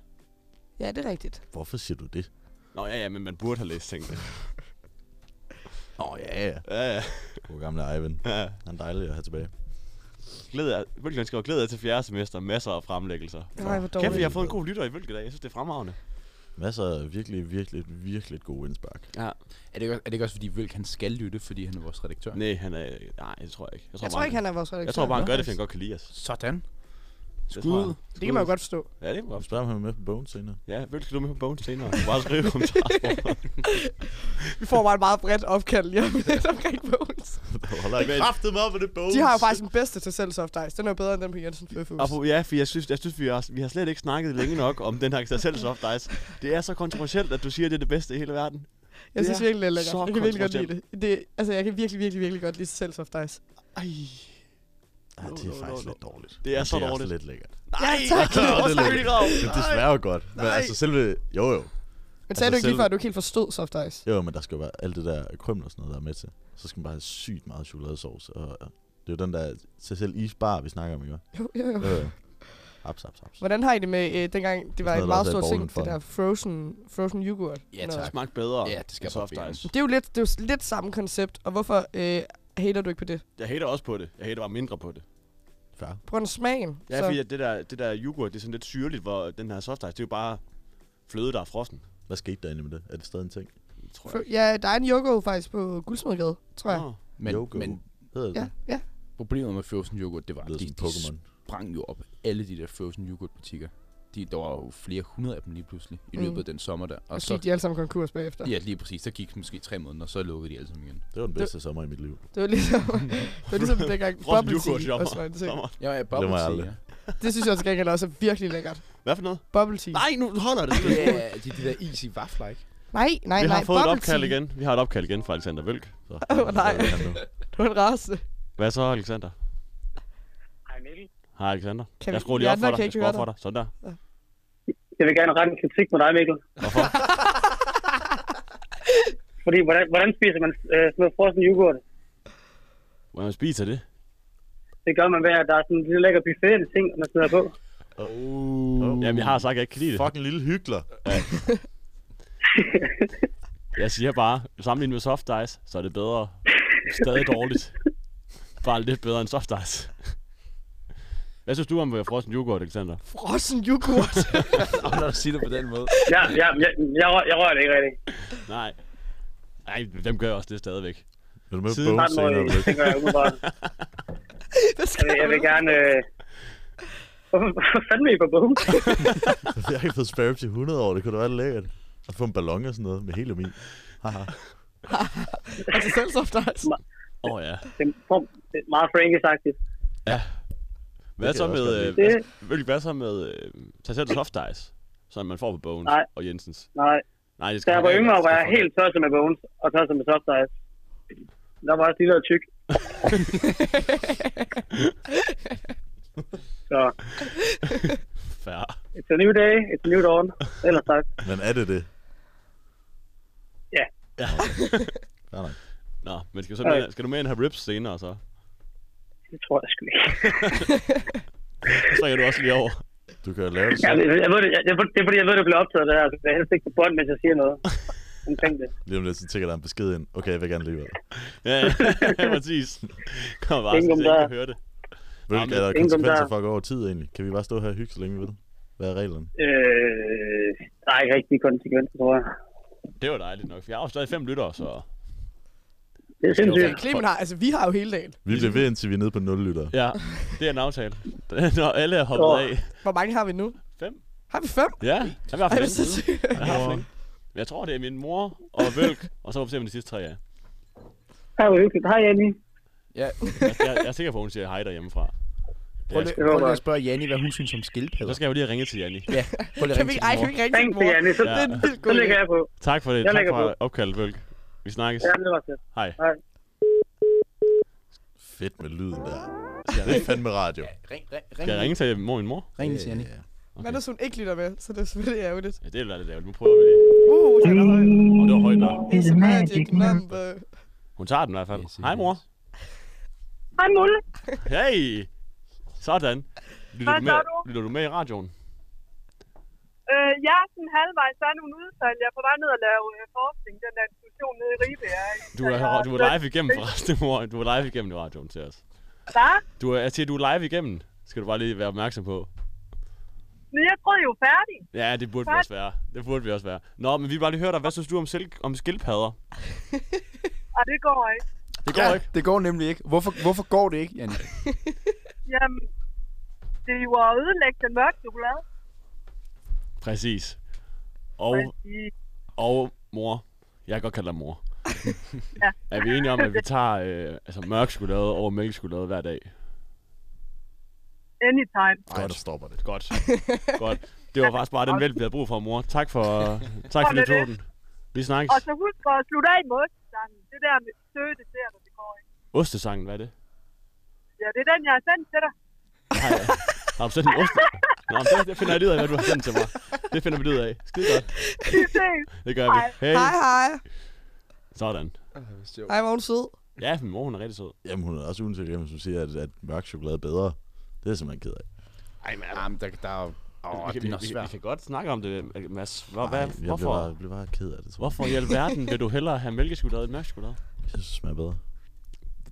Ja, det er rigtigt.
Hvorfor siger du det?
Nå ja, ja, men man burde have læst tingene.
Åh, oh, ja, ja.
Ja, ja.
God gamle Ivan.
Ja.
Han er dejlig at have tilbage.
Glæder jeg, Vølgen skriver, glæder jeg til fjerde semester, masser af fremlæggelser.
Nej, hvor
Kæft,
dårligt.
jeg har fået en god lytter i Vølgen i dag. Jeg synes, det er fremragende.
Masser af virkelig, virkelig, virkelig gode indspark.
Ja.
Er det, ikke, også- er det ikke også, fordi Vølk han skal lytte, fordi han er vores redaktør?
Nej, han er... Nej, det tror jeg ikke.
Jeg tror
bare,
ikke, han er vores redaktør.
Jeg tror bare, han
Nå,
gør det, fordi
faktisk.
han godt kan lide os.
Sådan.
Det
Skud.
tror jeg.
ud.
Det kan man jo godt forstå.
Ja, det er godt.
Jeg spørger, om han er med på bogen senere.
Ja, Vølgen skal du med på bogen senere. Du kan bare skrive i kommentarsporet.
Vi får bare et meget bredt opkald lige om lidt omkring Bones.
Jeg holder ikke kraftet mig op ved det bogen.
De har jo faktisk den bedste til selv soft ice. Den er jo bedre end den på Jensen Fløfus.
Apropos- Ja, for jeg synes, jeg synes vi, har, vi har slet ikke snakket længe nok om den her selv soft ice. Det er så kontroversielt, at du siger, at det er det bedste i hele verden.
Jeg synes
det er
virkelig, det er lækkert.
så
Jeg kan virkelig godt lide
kontroversielt.
det. det. Altså, jeg kan virkelig, virkelig, virkelig godt lide selv soft ice.
Ej.
Ja, det er faktisk lidt dårligt.
Det er
Men
så
det
dårligt.
Det er også lidt lækkert.
Ja, tak.
Hvor
det
snakker vi lige om?
Men det smager jo godt. Men
Nej.
altså selve... Jo, jo.
Men sagde du ikke
Altså,
lige
selv-
før, at du ikke helt forstod soft ice?
Jo, men der skal jo være alt det der krømmel og sådan noget, der er med til. Så skal man bare have sygt meget chokoladesauce. Og og det er jo den der til selv isbar, vi snakker om, ikke? Øh.
Jo, jo, jo.
Jo, jo. Haps, haps, haps.
Hvordan har I det med, øh, dengang det var
noget,
en
der
meget
også er i
stor ting,
bowlen
det
for.
der frozen, frozen yoghurt?
Ja,
Noget.
tak.
Smagt bedre.
Ja, det skal
end
bare
soft ice.
Det er jo lidt, det er jo lidt samme koncept, og hvorfor øh, hater du ikke på det?
Jeg hater også på det. Jeg hater bare mindre på det.
Fair.
På grund af smagen.
Ja, fordi at det der, det der yoghurt, det er sådan lidt syrligt, hvor den her soft ice, det er jo bare fløde, der er frossen.
Hvad skete der egentlig med det? Er det stadig en ting?
Det tror jeg.
Fø- Ja, der er en yoghurt faktisk på Guldsmedgade, tror jeg.
Nå.
Men,
Yogo.
men
Hedder det?
Ja, ja.
problemet med frozen yoghurt, det var,
Det
at
lyder
de,
som
de
Pokémon.
sprang jo op alle de der frozen yoghurt butikker. De, der var jo flere hundrede af dem lige pludselig i
Mm.
løbet af den sommer der.
Og
Og
så
så,
gik de alle sammen konkurs bagefter.
ja, lige præcis, så gik det måske tre måneder, og så lukkede de alle sammen igen.
Det var den bedste sommer i mit liv.
Det var
[laughs]
ligesom, det var ligesom dengang
[laughs]
Frossen
bubble
yoghurt,
tea
jammer.
også var en ting.
Sommer.
Ja, ja,
bubble
bubble
Glemmer jeg
tea,
tea, aldrig.
ja.
Det synes jeg også gengæld også er virkelig lækkert.
Hvad for noget?
Bubble tea.
Nej, nu holder det.
ja, de, de der is i vafler, ikke?
nej, nej.
vi har
nej,
fået et
bubble
opkald
tea.
igen. Vi har et opkald igen fra Alexander Vølk. øh,
Så,
Åh, nej.
så er det han nu.
Du er en race.
Hvad så, Alexander?
Hej, Mikkel.
Hej, Alexander.
Kan
jeg
vi-
skruer lige
Ja,
op
den
for dig.
kan
Jeg
ikke
skruer op
høre
for dig. Sådan der.
Jeg vil gerne rette en kritik mod dig, Mikkel.
Hvorfor?
Fordi, hvordan, hvordan spiser man øh, sådan noget frossen yoghurt?
Hvordan spiser det?
Det gør man ved, at der er sådan en lille lækker buffet af ting, man smider på. Oh.
Uh. Jamen, jeg har sagt, at jeg ikke kan lide det. Fucking lille hyggelig. Ja. jeg siger bare, sammenlignet med soft ice, så er det bedre. Stadig dårligt. Bare lidt bedre end soft ice. Hvad synes du om øh, frossen yoghurt, Alexander?
Frossen yoghurt.
Og [laughs] når du siger det på den måde.
Ja, ja, jeg, jeg, rører, jeg rører det ikke rigtigt.
Nej. Nej, dem gør jeg også det stadigvæk.
Vil du med
Siden-
bogen senere? Vil du
Det gør jeg umiddelbart. jeg, vil, jeg vil gerne... Øh... Hvorfor hvorfor fanden er I på bogen?
[laughs] Jeg har ikke fået spare til 100 år, det kunne da være lækkert. At få en ballon og sådan noget med helium i. Haha.
altså selv soft ice.
Åh oh, ja.
Det er en form- det er meget frankisagtigt.
Hvad
Det kan
så
jeg også
med,
godt
øh,
lide.
hvad, Mikkel, hvad så med øh, tag selv soft ice, som man får på Bones
Nej.
og Jensens?
Nej.
Nej, det
Da
skal
jeg var
være-
yngre, var
skal
jeg
for-
helt tosset med bones og tosset med soft ice. Der var også lige noget
[laughs]
tyk. Så,
Fair.
it's a new day, it's a new dawn. Ellers tak.
Men er det det?
Ja.
Ja.
Fair nok.
Nå, men skal, du så med,
Okay.
skal du med ind og have rips senere så?
Det tror jeg sgu ikke.
Så trækker du også lige over.
Du kan lave
Jeg, ved, jeg ved det, jeg, jeg- det er fordi, jeg ved, det bliver optaget det her, så jeg er helst ikke på bånd, mens jeg siger noget omkring det.
Lige om lidt, så tækker der en besked ind. Okay, jeg vil gerne leve.
Ja, ja, [laughs] præcis. Kom bare, så
Ingen
jeg ikke
kommentarer.
kan høre det.
Hvilke er der
Ingen
konsekvenser
kommentarer.
for at gå over tid egentlig? Kan vi bare stå her og hygge, så længe vi vil? Hvad er reglerne?
Øh, der er ikke rigtig konsekvenser, tror jeg.
Det var dejligt nok, for jeg har jo stadig fem lyttere, så...
Det er
Okay, Clemen har, altså vi har jo hele dagen.
Vi bliver ved, indtil vi er nede på 0 lytter.
Ja, det er en aftale. Når alle er [laughs] hoppet
Åh.
af.
Hvor mange har vi nu?
Fem.
Har vi fem?
Ja, jeg har i hvert
Er
fald
det så
en
sygt?
Jeg har haft længe. Jeg tror, det er min mor og Vølk, og så må vi se, om de sidste tre er.
Hej, hvor hyggeligt. Hej, Annie.
Ja. Jeg, jeg, jeg er sikker på, at hun siger hej derhjemmefra.
Prøv lige, prøv lige at spørge Janni, hvad hun synes om skildpadder.
Så skal jeg jo lige ringe til Janni.
Ja, prøv lige at
Kan
ringe
vi,
til
ej,
din
kan
mor.
vi ikke ringe
Ring
til mor?
til Janni, så-
Det er en vild god
Så lægger
idé.
jeg på.
Tak for det.
Jeg
tak
lægger
for
på.
opkaldet, Vølk. Vi snakkes.
Ja, det var fedt.
Hej.
Hej.
Fedt med lyden der. Det er fandme radio.
Ring, ring, ring.
Skal jeg ringe til mor min mor?
Ring til Janni.
Okay.
Hvad hvis hun ikke lytter med? Så det er selvfølgelig ærgerligt.
Ja, det er da lidt lavt. Nu prøver vi det.
Uh, den er høj.
Og det var højt nok.
It's a magic number.
Hun tager den i hvert fald. Hej mor.
Hej, Mulle.
Hey! Sådan. Lytter
Hvad
du, med,
gør du?
lytter du med i radioen?
Øh, jeg er sådan halvvejs, der er nogle udfald. Jeg er på vej ned og lave øh, forskning, den der diskussion nede i Ribe. Jeg er i.
Du er, du er live igennem forresten, mor. Du er live igennem i radioen til os.
Hvad?
Du er, jeg siger, du er live igennem. Skal du bare lige være opmærksom på.
Men jeg troede I jo færdig.
Ja, det burde vi
Tak.
også være. Det burde vi også være. Nå, men vi vil bare lige høre dig. Hvad synes du om, silk, om skildpadder?
Og det går ikke.
Det går ikke.
Det går nemlig ikke. Hvorfor, hvorfor går det ikke, Janni?
Jamen, det er jo at ødelægge den mørke chokolade.
Præcis. Og,
I-
og mor. Jeg kan godt kalde dig mor.
Ja.
Er vi enige om, at vi tager øh, altså mørk chokolade over mælkechokolade hver dag?
[laughs] Anytime.
Ej, der stopper det.
Godt. Godt. Det var faktisk bare den hjælp, vi havde brug for, mor. Tak for, tak for
Sådan er
det,
det.
Torben. Vi snakkes.
Og så husk at slutte af med ostesangen. Det der med søde dessert, det går ikke.
Ostesangen, hvad er det?
Ja, det er den, jeg har sendt til dig.
Har, jeg, har du sendt en
[laughs]
ost? Nå, men det, det finder jeg lige ud af, hvad du har sendt til mig. Det finder vi lige ud af. Skide godt.
Vi ses.
Det gør vi. Hej.
Hej, hej.
Sådan.
Hej, hvor er hun sød.
Ja, min mor, hun er rigtig sød.
Jamen, hun er også ugen til grim, som siger, at, at mørk chokolade er bedre. Det er jeg simpelthen ked af.
Ej, men
Jamen, der, der er jo... Åh,
vi,
det er
kan,
nok
vi, vi, vi
svært.
kan godt snakke om det, Mads. Hvor,
Ej,
hvad,
jeg bliver
hvorfor,
bare, jeg bliver bare ked af det, tror jeg.
hvorfor i alverden vil du hellere have mælkechokolade end mørk chokolade?
Jeg synes, det smager bedre.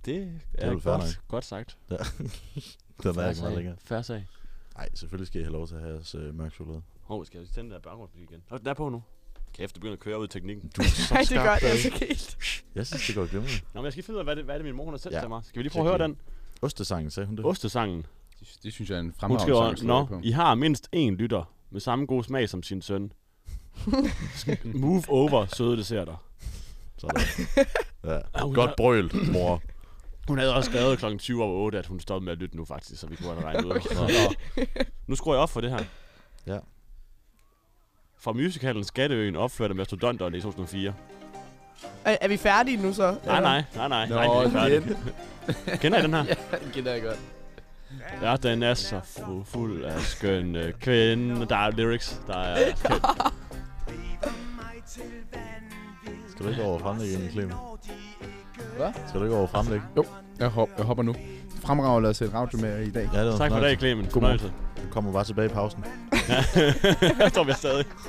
Det
er
er
vel fair
godt, godt sagt.
Ja. [laughs] Den er
[laughs] Fair
ikke meget
sag.
længere.
Fair sag.
Nej, selvfølgelig skal jeg have lov til at have jeres øh, mørk chokolade.
Hov, skal jeg lige tænde der baggrundsmusik igen? Nå, den er på nu. Kæft, det begynder at køre ud i teknikken.
Du er
[laughs]
så
Ej, det
skarp,
gør jeg
David.
altså ikke helt.
Jeg synes, det går glimrende.
Nå, men jeg skal finde ud af, hvad det, hvad [laughs] det min mor hun har sendt
Ja.
ja. til mig. Skal vi lige prøve at
Tjek
høre
lige.
den?
Ostesangen, sagde hun det?
Ostesangen.
Det- Det synes jeg er en
Hun
fremragende sang. at
skriver,
slå på.
Nå, I har mindst én lytter med samme gode smag som
[laughs]
sin søn. Move over, søde desserter.
Sådan. [laughs] Ja.
Ah, hun
Godt
har- [laughs]
brøl, mor.
Hun havde også skrevet kl. 20 over 8, at hun stoppede med at lytte nu faktisk, så vi kunne have
[laughs]
regnet ud. okay. Nå, nu skruer jeg op for det her.
Ja.
Fra musicalen Skatteøen opført af Mastodonterne i 2004.
Er, er vi færdige nu så?
Nej, nej, nej, nej.
Nå,
nej, vi er færdige.
lidt.
Kender I den her?
[laughs] ja, den kender jeg godt.
Ja, den er så fu- fuld af skønne kvinder. Der er lyrics, der er kendt.
Skal du ikke over fremlægge en klem?
Hvad?
Skal du ikke over fremlægge?
Jo, jeg, hop, jeg hopper nu. Fremragende at sætte radio med i dag.
Ja, det var
Tak for i dag, Clemen. Fornøjelse.
Du kommer bare tilbage i
[laughs]
pausen.
[laughs] jeg tror, vi er stadig.
Kan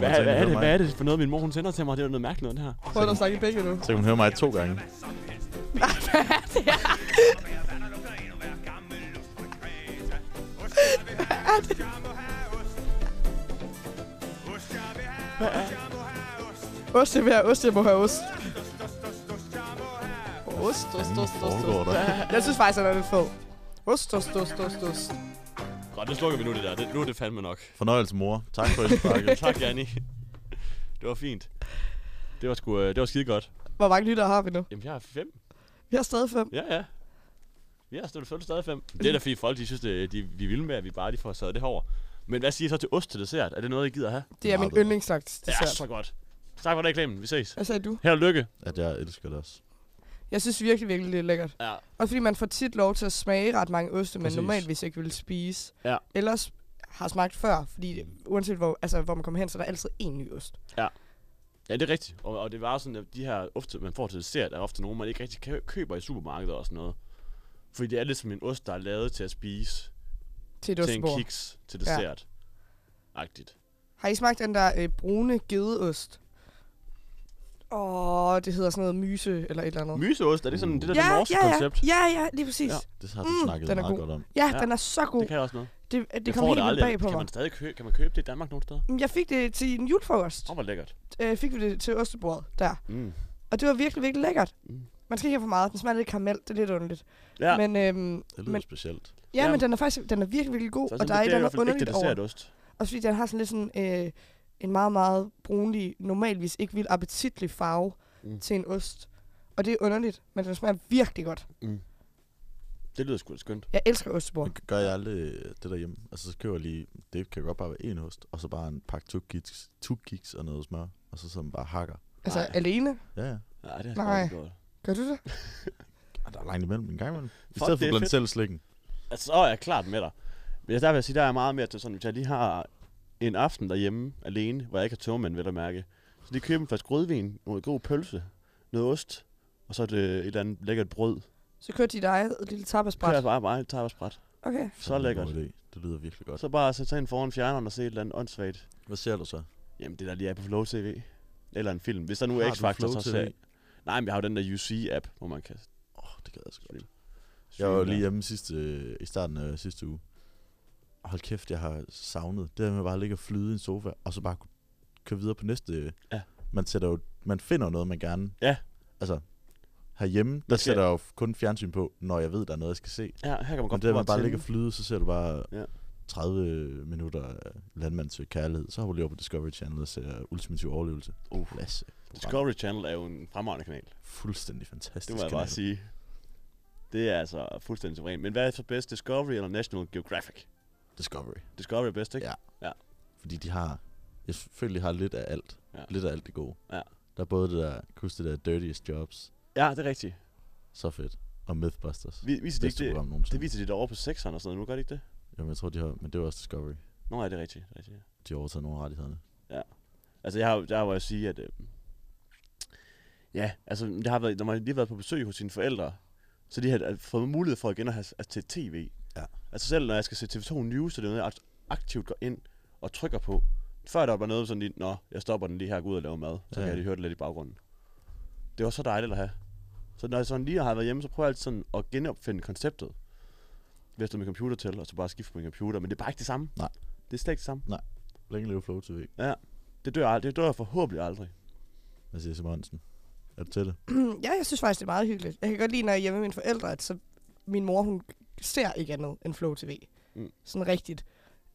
man tænke,
hvad, er
det
det,
var
hvad er det for noget, min mor hun sender til mig? Det er jo noget mærkeligt noget, det her.
Prøv at snakke i begge nu.
Så kan hun høre mig to gange.
Ost, det vil have ost, jeg må have ost. Ost, ost, ost, ost,
foregår
ost.
der?
Jeg synes faktisk, han er lidt fed. Ost, ost, ost, ost, ost.
Godt, det slukker vi nu, det der. Det, nu er det fandme nok.
Fornøjelse, mor. Tak
[laughs]
for indsparket.
tak, Janni. Det var fint. Det var sgu, øh, det var skide godt.
Hvor mange lyttere har vi nu?
Jamen, jeg har fem.
Vi har stadig fem.
Ja, ja. Vi har stadig, stadig fem. Det er da fordi folk, de synes, det, de, de er vilde med, at vi bare lige får sat det herover. Men hvad siger I så til ost til dessert? Er det noget, I gider have?
[laughs] Det er min yndlingsslags
Det er
dessert.
så godt. Tak for det, Clemen. Vi ses.
Hvad sagde du?
Held og lykke.
At jeg elsker det også.
Jeg synes virkelig, virkelig, det er lækkert.
Ja.
Og fordi man får tit lov til at smage ret mange oste, man
Præcis.
normalt hvis ikke vil spise.
Ja.
Ellers har smagt før, fordi uanset hvor, altså, hvor man kommer hen, så er der altid en ny ost.
Ja. Ja, det er rigtigt. Og, og det var sådan, at de her ofte, man får til dessert, er ofte nogen, man ikke rigtig kø- køber i supermarkedet og sådan noget. Fordi det er lidt som en ost, der er lavet til at spise.
Til et
en
ostebord.
kiks til
Ja.
dessert. Ja. Agtigt.
Har I smagt den der øh, brune gedeost? Åh, det hedder sådan noget myse eller et eller andet.
Myseost, er det sådan det der det norske
ja, ja.
koncept?
Ja, ja, lige præcis.
Ja,
Ja,
det har du snakket meget godt om.
Ja, ja, den er så god.
Det kan jeg også noget.
Det, Øh, det
Jeg
kom
får
helt vildt
aldrig.
bag på
kan
mig.
man stadig købe, kan man købe det i Danmark nogle steder?
Jeg fik det til en julefrokost.
Åh, hvor lækkert.
Øh, fik vi det til ostebordet der.
Mm.
Og det var virkelig, virkelig lækkert.
Mm.
Man skal ikke have for meget. Den smager lidt karamel. Det er lidt underligt.
Ja.
Men, øhm,
Det lyder
men,
specielt.
Ja,
Ja.
men den er faktisk den er virkelig, virkelig god.
Så er
og der er et
det er i
eller
hvert
andet
fald ægte
underligt over.
dessertost.
Også fordi den har sådan lidt sådan... Øh, en meget, meget brunlig, normalvis ikke vild appetitlig farve
Mm.
mm. til en ost. Og det er underligt, men den smager virkelig godt.
Mm. Det lyder sgu da skønt.
Jeg elsker ostebord.
Men g- gør jeg aldrig øh, det derhjemme? Altså, så køber jeg lige, det kan godt bare være en ost, og så bare en pakke tukkiks, tukkiks og noget smør, og så sidder man bare og hakker.
Altså, alene?
Ja, ja.
Nej, det
har jeg Nej. sgu aldrig Gør du
[laughs]
det?
Og der er langt imellem en gang imellem. I
Fuck,
stedet
det
for
er
blandt
fedt.
selv slikken.
Altså, så er jeg klart med dig. Men der vil jeg sige, der er meget mere til sådan, hvis jeg lige har en aften derhjemme alene, hvor jeg ikke har tømmermænd, vil jeg mærke. Så lige købe en flaske rødvin, noget god pølse, noget ost, og så er det et eller andet lækkert brød.
Så kører dit eget lille tapasbræt.
Kører bare bare et tapasbræt.
Okay.
Så lækkert.
Det, det lyder virkelig godt.
Så bare sætte sig ind foran fjerneren og se et eller andet åndssvagt.
Hvad ser du så?
Jamen, det der lige er på Flow TV. Eller en film. Hvis der nu
Har
er
du
X-Factor,
Flow
så
TV?
ser jeg... Nej, men jeg har jo den der UC-app, hvor man kan...
Åh, oh, det gad jeg sgu godt. Jeg
streame
var jo
der.
lige hjemme sidste, øh, i starten af sidste uge. Og Hold kæft, jeg har savnet det der med bare at ligge og flyde i en sofa, og så bare kunne køre videre på næste. øh,
Ja.
Man, sætter jo, man finder jo noget, man gerne...
Ja.
Altså, herhjemme, der
skal-
sætter jeg jo kun fjernsyn på, når jeg ved, der er noget, jeg skal se.
Ja, her kan man
Men
godt
det, at
prøve
man
at
bare ligger
tænde.
og flyde, så ser du bare
Ja.
ja. 30 minutter af landmand til kærlighed. Så har du lige over på Discovery Channel og ser Ultimativ Overlevelse.
Uh.
Masse.
Discovery Channel er jo en fremragende kanal.
Fuldstændig fantastisk.
Det må jeg bare
kanal.
sige. Det er altså fuldstændig suverænt. Men hvad er så bedst, Discovery eller National Geographic?
Discovery.
Discovery er bedst, ikke?
Ja.
Ja.
Fordi de har, jeg føler, de har lidt af alt.
Ja.
Ja. Lidt af alt det gode.
Ja.
Der er både det der, kan du huske det der Dirtiest Jobs,
Ja, det er rigtigt.
så fedt. Og Mythbusters.
Vi, viser de
Bedste
ikke
program
det,
nogensinde.
det viser de derovre på 6'eren og sådan noget. Nu gør de ikke det?
Jamen, jeg tror, de har, men det var også Discovery.
Nå, ja, det er rigtigt. Det er rigtigt ja.
De har overtaget nogle af rettighederne.
Ja. Altså, jeg har, jeg har jo at sige, at... Øh, ja, altså, det har været, når man lige har været på besøg hos sine forældre, så de har øh, fået mulighed for igen at have at se tv.
Ja.
Altså selv når jeg skal se TV2 News, så er det noget, jeg akt- aktivt går ind og trykker på. Før der var noget sådan lige, nå, jeg stopper den lige her og går ud og laver mad.
Ja.
Så ja. kan jeg lige høre det lidt i baggrunden. Det var så dejligt at have. Så når jeg sådan lige har været hjemme, så prøver jeg altid sådan at genopfinde konceptet. Ved at stå min computer til, og så bare skifte på min computer. Men det er bare ikke det samme.
Nej.
Det er slet ikke det samme.
Nej. Længe leve Flow TV.
Ja, det dør, ald- det dør forhåbentlig aldrig.
Hvad siger Simonsen? Er du til det?
[clears throat] ja, jeg synes faktisk, det er meget hyggeligt. Jeg kan godt lide, når jeg er hjemme med mine forældre, at så min mor, hun ser ikke andet end Flow TV.
Mm.
Mm. Sådan rigtigt.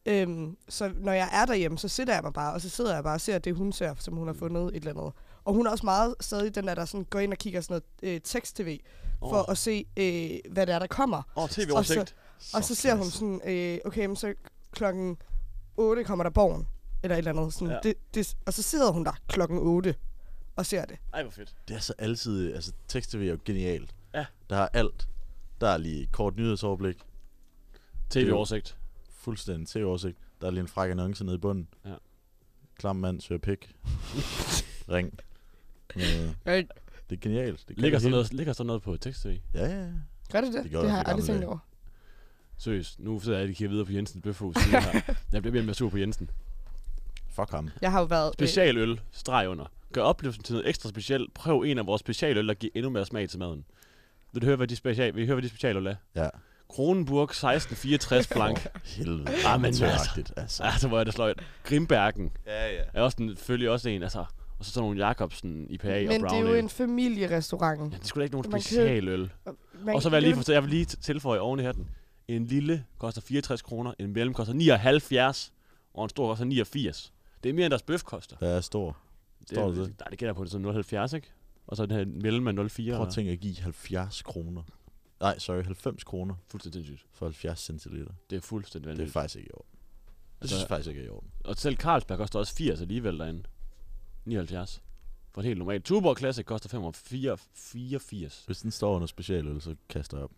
Øhm, så når jeg er derhjemme, så sidder jeg mig bare, og så sidder jeg bare og ser det, hun ser, som
Mm.
hun har fundet et eller andet. Og hun er også meget stadig den der, der sådan går ind og kigger sådan noget øh, tekst-tv, for
Åh.
at se, øh, hvad det er, der kommer.
Åh, TV-oversigt.
Og så, og så ser hun sådan, øh, okay, men så klokken 8 kommer der borgen, eller et eller andet. Sådan,
Ja.
ja. det, det, og så sidder hun der klokken 8 og ser det.
Ej, hvor fedt.
Det er så altid... Altså, tekst-tv er jo genialt.
Ja.
Der er alt. Der er lige et kort nyhedsoverblik.
TV-oversigt.
Det er jo Fuldstændig tv-oversigt. Der er lige en fræk annonce nede i bunden.
Ja.
Klam mand søger
[laughs]
pik. Ring. Øh,
Ring.
Det er genialt. Det kan
Ligger
det
sådan
hele.
noget, ligger sådan noget på tekst -tv?
Ja, ja, ja.
Gør det det?
Det
Det,
gjorde
det
der
har
i
jeg aldrig
gamle
tænkt
dage.
over.
Seriøst, nu sidder jeg og kigger videre på Jensens Bøfhus. siden
[laughs]
her. jeg bliver mere sur på Jensen.
Fuck ham.
Jeg har jo været... øh,
Specialøl, streg under. Gør oplevelsen til noget ekstra specielt. Prøv en af vores specialøl, der giver endnu mere smag til maden. Vil du høre, hvad de, special, vil I høre, hvad de specialøl er?
Ja.
Kronenburg 1664 blank.
helvede.
Ah, men
Amatøragtigt,
altså.
altså.
altså. altså. hvor er det sløjt. Grimbergen.
Ja, ja.
Er også en, følge også en, altså. Og så sådan nogle Jacobsen, IPA og
Men
Brown
det er jo
Ale.
en familierestaurant. Ja,
det skulle da ikke nogen
Man kan jo-
specialøl.
man
Og så vil
kan
jeg lige,
købe-
fortælle, jeg vil lige tilføje oven i hatten. En lille koster 64 kroner, en mellem koster 79, og en stor koster 89. Det er mere end deres bøf koster.
Hvad er stor?
Det,
Står det, det?
Nej, det gælder på det sådan 0,70, ikke? Og så den her mellem er 0,4.
Prøv at tænke at give 70 kroner. Nej, sorry, 90 kroner.
Fuldstændig sindssygt.
For 70 centiliter.
Det er fuldstændig
Det er
vanvittigt.
faktisk ikke i orden. Det synes jeg faktisk ikke er i orden.
Og selv Carlsberg koster også 80 alligevel derinde. 79. For et helt normalt. Tuborg Classic koster 584.
Hvis den står under specialøl, så kaster jeg op.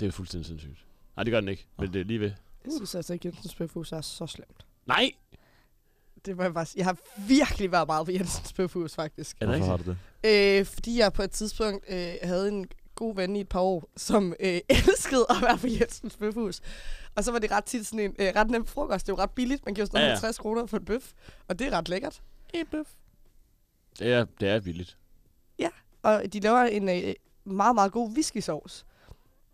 Det er fuldstændig sindssygt. Nej, det gør den ikke.
Ah.
Men det er lige ved.
Jeg synes altså ikke, Jensens Bøfhus er så slemt.
Nej!
Det var jeg bare sige. Jeg har virkelig været meget på Jensens Bøfhus, faktisk.
Hvorfor har du det?
Øh, fordi jeg på et tidspunkt øh, havde en god ven i et par år, som øh, [laughs] elskede at være på Jensens Bøfhus. Og så var det ret tit sådan en øh, ret nem frokost. Det var ret billigt. Man giver sådan
Ja,
ja,
ja.
50 kroner for en bøf, og det er ret lækkert.
En bøf. Det er, det er billigt.
Ja, og de laver en øh, meget, meget god whiskysauce,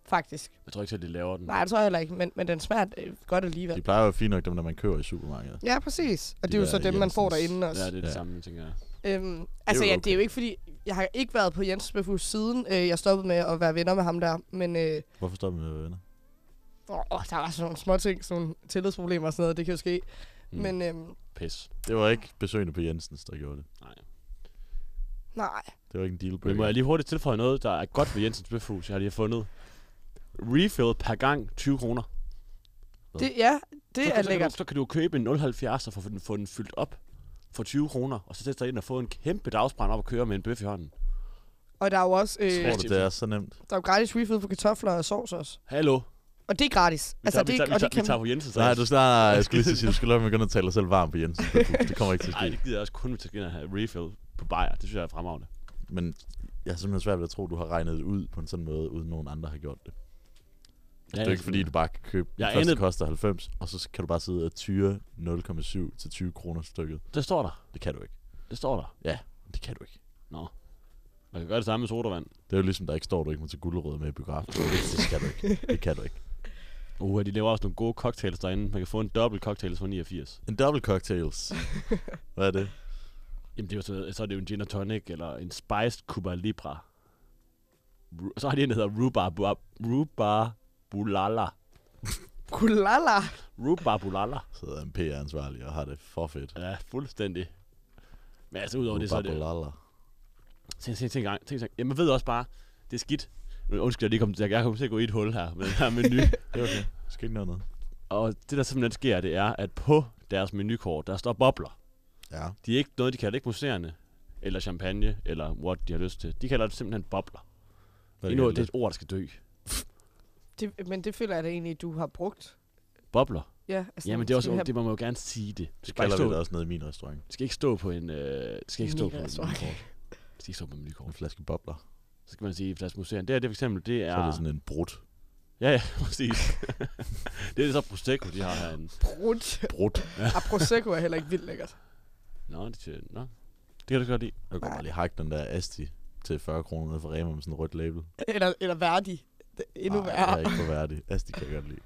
faktisk.
Jeg tror ikke, at de laver den.
Nej, det tror jeg heller ikke, men, men den smager øh, godt alligevel.
Mm. De plejer jo at være fint nok dem, der man køber i supermarkedet.
Ja, præcis. Og
De
det er jo
der
så dem, man får
Jensens.
derinde også.
Ja, det er det samme, tænker jeg.
Øhm, altså,
jo
ja,
okay.
det er jo ikke fordi... Jeg har ikke været på Jens Bøfhus siden øh, jeg stoppede med at være venner med ham der, men... Øh,
Hvorfor står man med at være venner?
åh, åh, der var sådan nogle små ting, sådan nogle tillidsproblemer og sådan noget, det kan jo ske.
Mm.
Mm. Men øhm,
Pis.
Det var ikke besøgende på Jensens, der gjorde det.
Nej.
nej,
Det var ikke en deal
Men må
breaker.
jeg lige hurtigt tilføje noget, der er godt ved Jensens Bøfhus, jeg har lige fundet. Refill per gang 20 kroner.
det, ja, det
så,
er
så, kan du,
lækkert.
så kan du købe en 070 og få den, få den fyldt op for 20 kroner, og så sætte dig ind og få en kæmpe dagsbrand op og køre med en bøf i hånden.
Og der er jo også... Øh,
Tror du, det er så nemt?
der er jo gratis refill på kartofler og sovs også.
Hallo?
Og det er gratis.
Vi tager, vi tager, vi
og
tager, vi
kan-
tager på Jensens.
Nej, du skal, nej,
[laughs]
nej, jeg skulle lige til at sige, du skal lade mig begynde at tale dig selv varm på Jensen.
[laughs]
Det kommer ikke til at
Nej,
ske.
det gider jeg også kun, hvis jeg skal ind og have refill på bajer. Det synes jeg er fremragende.
Men jeg har simpelthen svært ved at tro, du har regnet det ud på en sådan måde, uden nogen andre har gjort det. Ja, det er
jeg
jo ikke fordi,
ved.
du bare kan købe den
Jeg
første
anede-
koster 90, og så kan du bare sidde og tyre 0,7 til 20 kroner stykket.
Det står der.
Det kan du ikke.
Det står der.
Ja, det kan du ikke.
Nå. Man kan gøre det samme med sodavand.
Det er jo ligesom, der ikke står, du ikke må tage gulerødder med i
[laughs]
biografen. det skal du ikke. Det kan du ikke.
Uh, de laver også nogle gode cocktails derinde. Man kan få en dobbelt cocktail for 89.
En double cocktails. Hvad er det?
Jamen, det er jo så, så er det jo en gin and tonic, eller en spiced Cuba Libre. Ru- Så har de en, der hedder Rhubarb... Rhubarb... Bulala.
Kulala!
Rhubarb Bulala.
Sidder en PR-ansvarlig og har det for fedt.
Ja, fuldstændig. Men altså, udover det, så er det...
Rubabalala.
Tænk, tænk, tænk, tænk, tænk. Jamen, man ved også bare, det er skidt. Nu, Undskyld, jeg lige kom, jeg, jeg kom til at gå i et hul her med den her menu.
[laughs] Det er okay. Du skal ikke nå noget.
Og det, der simpelthen sker, det er, at på deres menukort, der står bobler.
Ja.
De er ikke noget, de kalder det ikke museerne, eller champagne, eller what de har lyst til. De kalder det simpelthen bobler.
Hvad
Endnu,
kalder
det er
det?
et ord, der skal dø.
Det, men det føler jeg da egentlig, du har brugt.
Bobler.
Ja,
altså, Jamen, det er også,
skal vi have-
det, man må jo gerne sige det.
Det
bare ikke
kalder vi
stå-
det også nede i min restaurant.
Det skal ikke stå på en... Øh, det skal ikke stå
Min
på en
restaurant.
menukort. Det skal ikke stå på en
En
menukort.
flaske bobler.
Så skal man sige, at museerne, det er det for eksempel, det er...
Så er det sådan en brudt.
Ja, [laughs] ja, præcis. det er det så Prosecco, de har herinde.
Brudt. [laughs]
Brudt.
Ja. Prosecco er heller ikke vildt lækkert.
Nå, det, er- nå. det kan du godt lide.
Jeg kunne bare lige hakke den der Asti til 40 kroner nede fra Rema med sådan en rødt label.
Eller, eller værdig. Det er endnu
Ej,
værre.
Jeg er ikke for værdig. Asti kan jeg godt lide.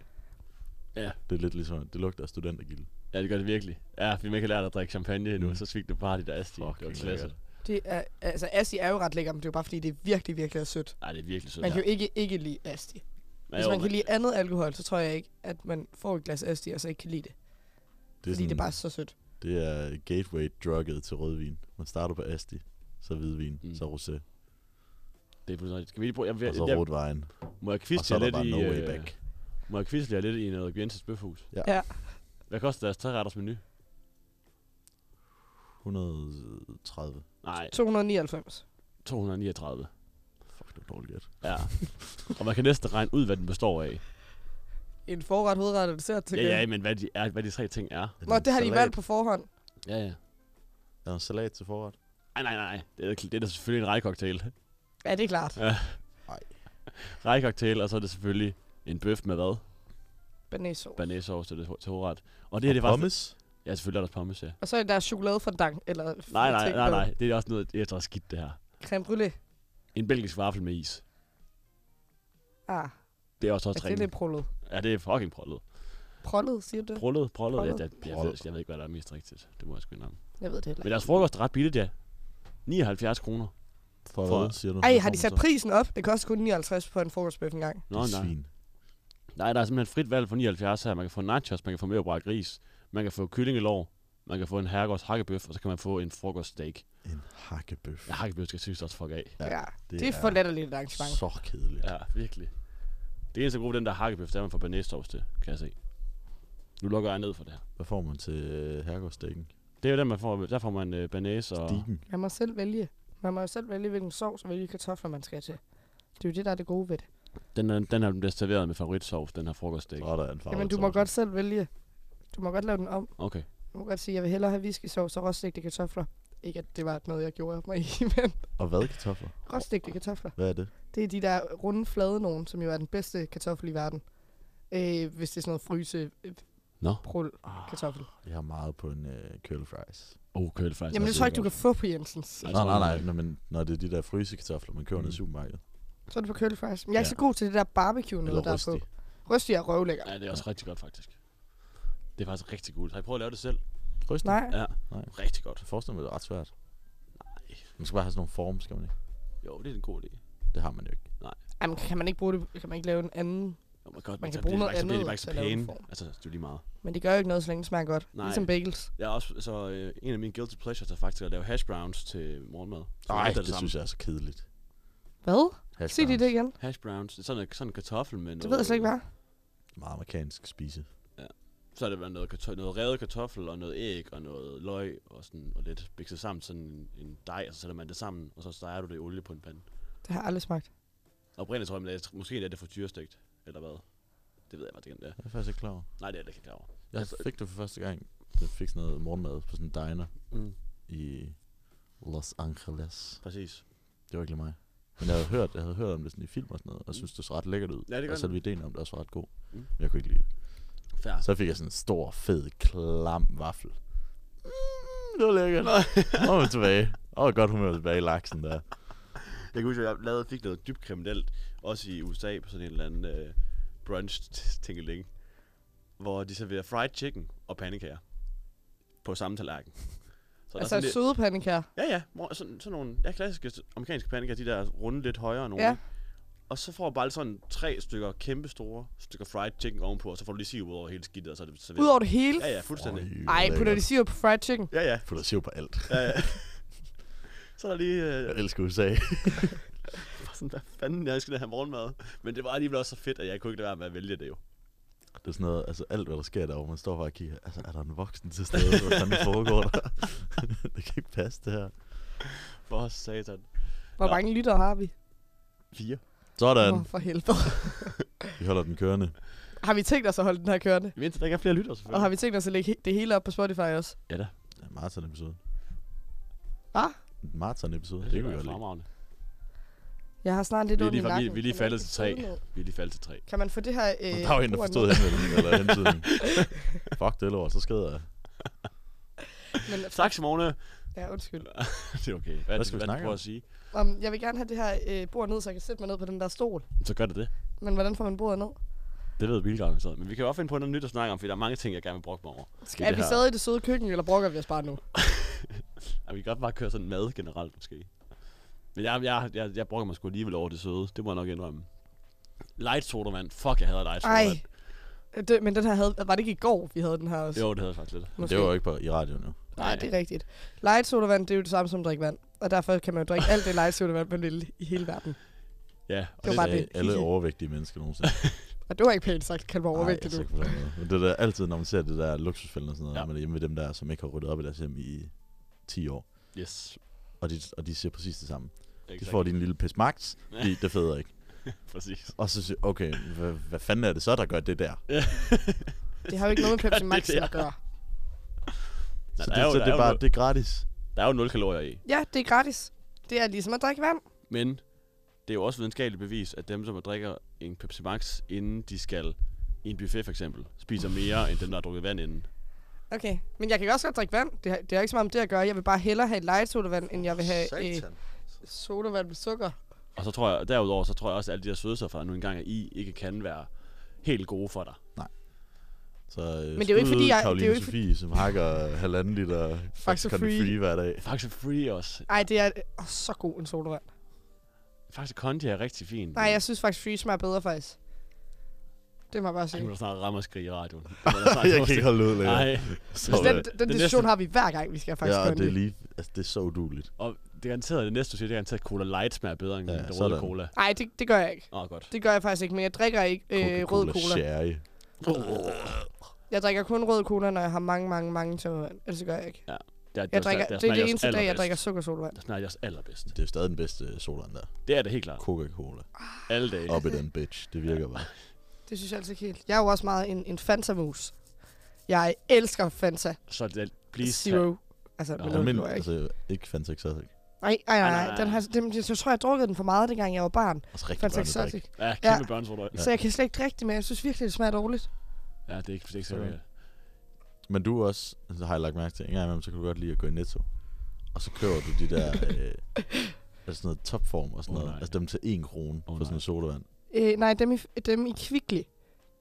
Ja.
Det er lidt ligesom, det lugter af studentergilde.
Ja, det gør det virkelig. Ja, fordi man ikke har lært at drikke champagne endnu, så svigte du bare dit asti. Det var
Mm. Fucking
klasse.
lækkert.
Det er, altså, Asti er jo ret lækker, men det er jo bare, fordi det er virkelig, virkelig er sødt.
Ej, det er virkelig sødt.
Man kan
Ja.
jo ikke, ikke lide Asti.
Ja,
Hvis
jo,
man kan
men-
lide andet alkohol, så tror jeg ikke, at man får et glas Asti, og så ikke kan lide det.
Det er
fordi det
sådan-
er bare så sødt.
Det er gateway-drugget til rødvin. Man starter på Asti, så hvidvin, mm. så rosé,
Det er fuldstændig. Skal vi lige prøve? Jeg, jeg,
og så
jeg,
rødt vejen.
Må
Og
jeg
så
kviste
er der
lidt
bare
i...
no way
øh,
back.
Må jeg kviste jer lidt i noget Jensens Bøfhus?
Ja.
Ja.
Hvad koster deres træretters menu?
130.
Nej.
299.
239.
Fuck, det var dårligt gæt.
Ja. og man kan næsten regne ud, hvad den består af.
En forret, hovedret og dessert til
Ja, ja, men hvad de, er, hvad de tre ting er.
Nå, det har de valgt på forhånd.
Ja, ja.
Er der salat til forret?
Nej, nej, nej. Det er, det er da selvfølgelig en rejkoktail.
Ja, det er klart.
Ja. Nej. Rejkoktail, og så er det selvfølgelig en bøf med hvad?
Banæssauce.
Banæssauce til, det, til hovedret. Og det her,
Og
det er faktisk-
pommes?
Ja, selvfølgelig er der pommes, ja.
Og så er der chokoladefondant, eller...
Nej, nej,
ting
nej,
på.
nej. Det er også noget, jeg tror er skidt, det her.
Creme brulee.
En belgisk vaffel med is.
Ah,
Det er også også
Ja, det er
ringe.
lidt prollet.
Ja, det er fucking prollet.
prollet, siger du det?
Prollet, prollet. Ja,
Prollet.
det, jeg, jeg, jeg, ved ikke, hvad der er mest rigtigt. Det må jeg sgu indrømme.
Jeg ved det heller
Men deres frokost er ret billigt, ja. 79 kroner.
For, hvad, siger du?
Ej, har de sat prisen op? Det koster kun 59 på en frokostbøf engang.
Nå, nej. Nej, der er simpelthen frit valg for 79 her. Man kan få nachos, man kan få mørbrad gris, man kan få kyllingelår, man kan få en herregårds hakkebøf, og så kan man få en frokoststeak.
En hakkebøf.
Ja, hakkebøf skal synes også fuck af.
Ja, det, det er for latterligt et arrangement.
Så kedeligt.
Ja, virkelig. Det eneste gode ved den der hakkebøf, det er, at man får banæstovs til, kan jeg se. Nu lukker jeg ned for det her.
Hvad får man til øh, herregårdsdækken?
Det er jo den, man får. Der får man øh, banæs og...
Stikken.
Man må selv vælge. Man må jo selv vælge, hvilken sovs og hvilke kartofler, man skal til. Det er jo det, der er det gode ved det.
Den, er, den her bliver serveret med favoritsovs, den her frokoststeak.
Så er der en
Jamen, du må godt selv vælge. Du må godt lave den om.
Okay.
Du må godt sige, at jeg vil hellere have whiskysovs og råstegte kartofler. Ikke, at det var noget, jeg gjorde mig i, [laughs] men
Og hvad kartofler?
råstegte kartofler.
Hvad er det?
Det er de der runde, flade nogen, som jo er den bedste kartoffel i verden. Øh, hvis det er sådan noget fryse øh,
Nå.
prul kartoffel.
Jeg har meget på en øh, curly fries.
Oh, curly fries.
Jamen, det tror jeg ikke, du kan få på Jensens.
Nej, nej, nej, nej, men når det er de der frysekartofler, man køber mm. ned i supermarkedet.
Så er det på curly fries. Men jeg er ikke
Ja.
så god til det der barbecue
Eller
noget, der er på.
røstig.
Røstig er røvlækker.
Ja, det er også rigtig godt, faktisk. Det er faktisk rigtig godt. Har I prøvet at lave det selv?
Rysten?
Nej.
Ja,
Nej.
rigtig godt.
Jeg forestiller mig, det er ret svært. Nej. Man skal bare have sådan nogle form, skal man ikke?
Jo, det er en god idé.
Det har man jo ikke.
Nej.
Jamen, kan man ikke bruge det? Kan man ikke lave en anden?
Jo, man, godt,
man kan
så
bruge
bliver
noget
de bare- Så bliver de
andet
bare ikke så
til at lave en
pæne.
form.
Altså, det er jo lige meget.
Men det gør jo ikke noget, så længe det smager godt. Nej. Ligesom bagels.
Jeg er også, så øh, en af mine guilty pleasures er faktisk at lave hash browns til morgenmad. Så
Nej,
lidt af
det, det
samme.
synes jeg er så kedeligt.
Hvad?
Hash
Sig lige det igen.
Hash browns, det er sådan, en- sådan en kartoffel med noget...
Det ved jeg slet ikke, hvad er.
Meget amerikansk spise.
Ja. Så har det været noget, karto- noget revet kartoffel og noget æg og noget løg og, sådan, og lidt bikset sammen sådan en, en dej, og så sætter man det sammen, og så steger du det i olie på en pande.
Det har jeg aldrig smagt.
Oprindeligt tror jeg, men det er, måske det er det frityrestegt, eller hvad? Det ved jeg faktisk ikke, om det er.
Jeg er faktisk ikke klar over.
Nej, det er det ikke klar over.
Jeg fik det for første gang. Jeg fik sådan noget morgenmad på sådan en diner
Mm.
i Los Angeles.
Præcis.
Det var ikke lige mig. Men jeg havde hørt, jeg havde hørt om det sådan i film og sådan noget, og synes det så ret lækkert ud.
Mm. Ja, det gør
og
den.
selve ideen om det også var ret god.
Mm.
Men jeg kunne ikke lide det.
Fair.
Så fik jeg sådan en stor, fed, klam vaffel. Mm, det var [laughs] lækkert. Og var tilbage. Og godt humør tilbage i laksen der.
Jeg kan huske, at jeg lavede, fik noget dybt kriminelt, også i USA på sådan en eller anden øh, brunch [laughs] tingeling hvor de serverer fried chicken og pandekager på samme tallerken. Så der er
Altså
sådan lidt-
søde pandekager.
Ja, ja. Mor- Sådan, sådan nogle ja, klassiske s- amerikanske pandekager, de der runde lidt højere end
Ja.
ja. Og så får du bare sådan tre stykker kæmpe store stykker fried chicken ovenpå, og så får du lige sirup ud over hele skidtet, og så er det serveret.
Udover det hele?
Ja, ja, fuldstændig.
Ej, putter de sirup på fried chicken?
Ja, ja.
Putter sirup på alt.
Ja, ja. Så er der lige... Øh,
Jeg elsker USA.
[laughs] Bare sådan, hvad fanden, jeg skal have morgenmad. Men det var alligevel også så fedt, at jeg kunne ikke lade være med at vælge det jo.
Det er sådan noget, altså alt hvad der sker derovre, man står bare og kigger, altså er der en voksen til stede, hvad fanden foregår der? [laughs] det kan ikke passe det her.
For satan.
Hvor
Nå.
mange lyttere har vi?
Fire.
Sådan.
Åh, for helvede.
[laughs] Vi holder den kørende.
har vi tænkt os at holde den her kørende?
Men der ikke er flere lytter, selvfølgelig.
Og har vi tænkt os at lægge he- det hele op på Spotify også?
Ja da.
Ja, Marathon-episode.
Ah?
Marathon-episode,
Det
det, det kan
var
vi godt lide.
fremragende.
Jeg har snart lidt
vi, er
ondt i
lige, vi,
nakken.
vi er lige
Kan man
faldet
ikke
til tre.
sidde ned?
Vi er lige faldet til tre.
Kan man få det her... Øh,
Der var en, der
bordet
forstod
ned?
henvendelsen, eller
[laughs]
hentiden. Fuck det lort, så skrider jeg.
[laughs]
Men,
Tak, Simone.
ja, undskyld.
det er okay.
Hvad
Hvad,
skal vi
er det, hvad er det,
snakke
du prøver
om?
at sige?
Om, jeg vil gerne have det her øh, bord ned, så jeg kan sætte mig ned på den der stol.
Så gør det det.
Men hvordan får man bordet ned?
Det ved Bilgarden så. Men vi kan jo også finde på noget nyt at snakke om, for der er mange ting, jeg gerne vil brokke mig over.
Skal er vi stadig i det søde køkken, eller brokker vi os bare nu?
Ja, vi kan godt bare køre sådan mad generelt, måske. Men jeg, jeg, jeg, jeg brokker mig sgu alligevel over det søde. Det må jeg nok indrømme. Light sodavand. Fuck, jeg hader light
Ej.
sodavand.
Det, men den her havde, var det ikke i går, vi havde den her også?
Jo, det havde jeg faktisk lidt.
Men det var jo ikke på, i radioen nu.
Nej, det er rigtigt. Light sodavand, det er jo det samme som at drikke vand. Og derfor kan man jo drikke alt det light sodavand, man vil i hele verden.
Ja,
Det var bare
sagde
det.
Alle overvægtige mennesker nogensinde.
[laughs] Og det var ikke pænt sagt, kan du
Ej,
overvægte
altså,
du.
ikke på den måde. Men det er da altid, når man ser det der luksusfælden og sådan noget, ja. man er hjemme ved dem der, som ikke har ryddet op i deres hjem i 10 år.
Yes.
Og de, og de siger præcis det samme.
Exakt.
De får din lille pis max, fordi det federe ikke.
Præcis.
Og så siger okay, hvad, hvad fanden er det så, der gør det der?
Det har jo ikke noget
[laughs]
med Pepsi Max at gøre.
Nej,
Så
der
det-
jo-
så
der
det er
jo
bare-
nul-
det er gratis.
Der er jo 0 kalorier i.
Ja, det er gratis. Det er ligesom at drikke vand.
Men det er jo også videnskabeligt bevis, at dem, som drikker en Pepsi Max, inden de skal i en buffet for eksempel, spiser mere end dem, der har drukket vand inden.
Okay, men jeg kan også godt drikke vand. Det har, det har ikke så meget med det at gøre. Jeg vil bare hellere have et light sodavand, end jeg vil have øh,
Satan.
sodavand med sukker.
Og så tror jeg, derudover, så tror jeg også, at alle de der sødestoffer, der nu engang er i, ikke kan være helt gode for dig.
Nej. Så, øh,
Men det er jo ikke,
skud
fordi jeg-
Caroline
det er jo ikke
Sofie, som hakker halvanden liter Faxe
Free.
Free. Free hver dag.
Faxe Free også.
Ej, det er oh, så god en sodavand.
Faxe Kondi er rigtig fint.
Nej, jeg synes faktisk, Free smager bedre faktisk. Det må jeg bare
Nu
sige.
må du snart ramme og skrige i
[laughs]
radioen. Det må du snart
jeg kan
forestille-
ikke holde ud længere.
Nej.
[laughs] Så,
Altså, den,
øh,
den, den diskussion har vi hver gang, vi skal faktisk
Ja,
gøre
og det er lige, altså, det er så uduligt.
Og det er garanteret, det næste, du siger, det er garanteret, at Cola Light smager bedre end ja, den røde
sådan.
cola.
Nej, det, det gør jeg ikke.
Åh, oh, godt.
Det gør jeg faktisk ikke, men jeg drikker ikke øh, rød cola.
Sherry.
Jeg drikker kun rød cola, når jeg har mange, mange, mange tømmervand. Ellers det gør jeg ikke.
Ja.
Det er, jeg drikker, det, er det eneste dag, jeg drikker sukkersodavand.
Der smager jeg også allerbedst.
Det er jo stadig den bedste øh, sodavand der.
Det er det helt klart.
Coca-Cola.
Alle dage.
Op i den bitch. Det virker bare.
Det synes jeg altså ikke helt. Jeg er jo også meget en, en Fanta-mus. Jeg elsker Fanta.
Så det, please.
Zero. Altså,
Nå,
men
men,
det
men
går ikke.
altså, ikke Fanta Exotic.
Nej, nej,
Ej, nej,
nej.
nej.
Den har, den, jeg tror, jeg drukkede den for meget, dengang jeg var barn.
Altså, rigtig
Fanta
børnedrik.
Exotic.
Ja, kæmpe børnesodavand.
Så jeg kan slet ikke drikke det, men jeg synes virkelig, det smager dårligt.
Ja, det er ikke, det er ikke så
Sådan.
godt.
Men du er også, altså, har jeg lagt mærke til, en gang imellem, så kan du godt lide at gå i Netto. Og så køber du de
[laughs]
der, øh, altså sådan noget topform og sådan
Åh,
noget.
nej.
Altså dem til 1 krone oh, for sådan en sodavand.
Øh, nej, dem i, dem i Kvickly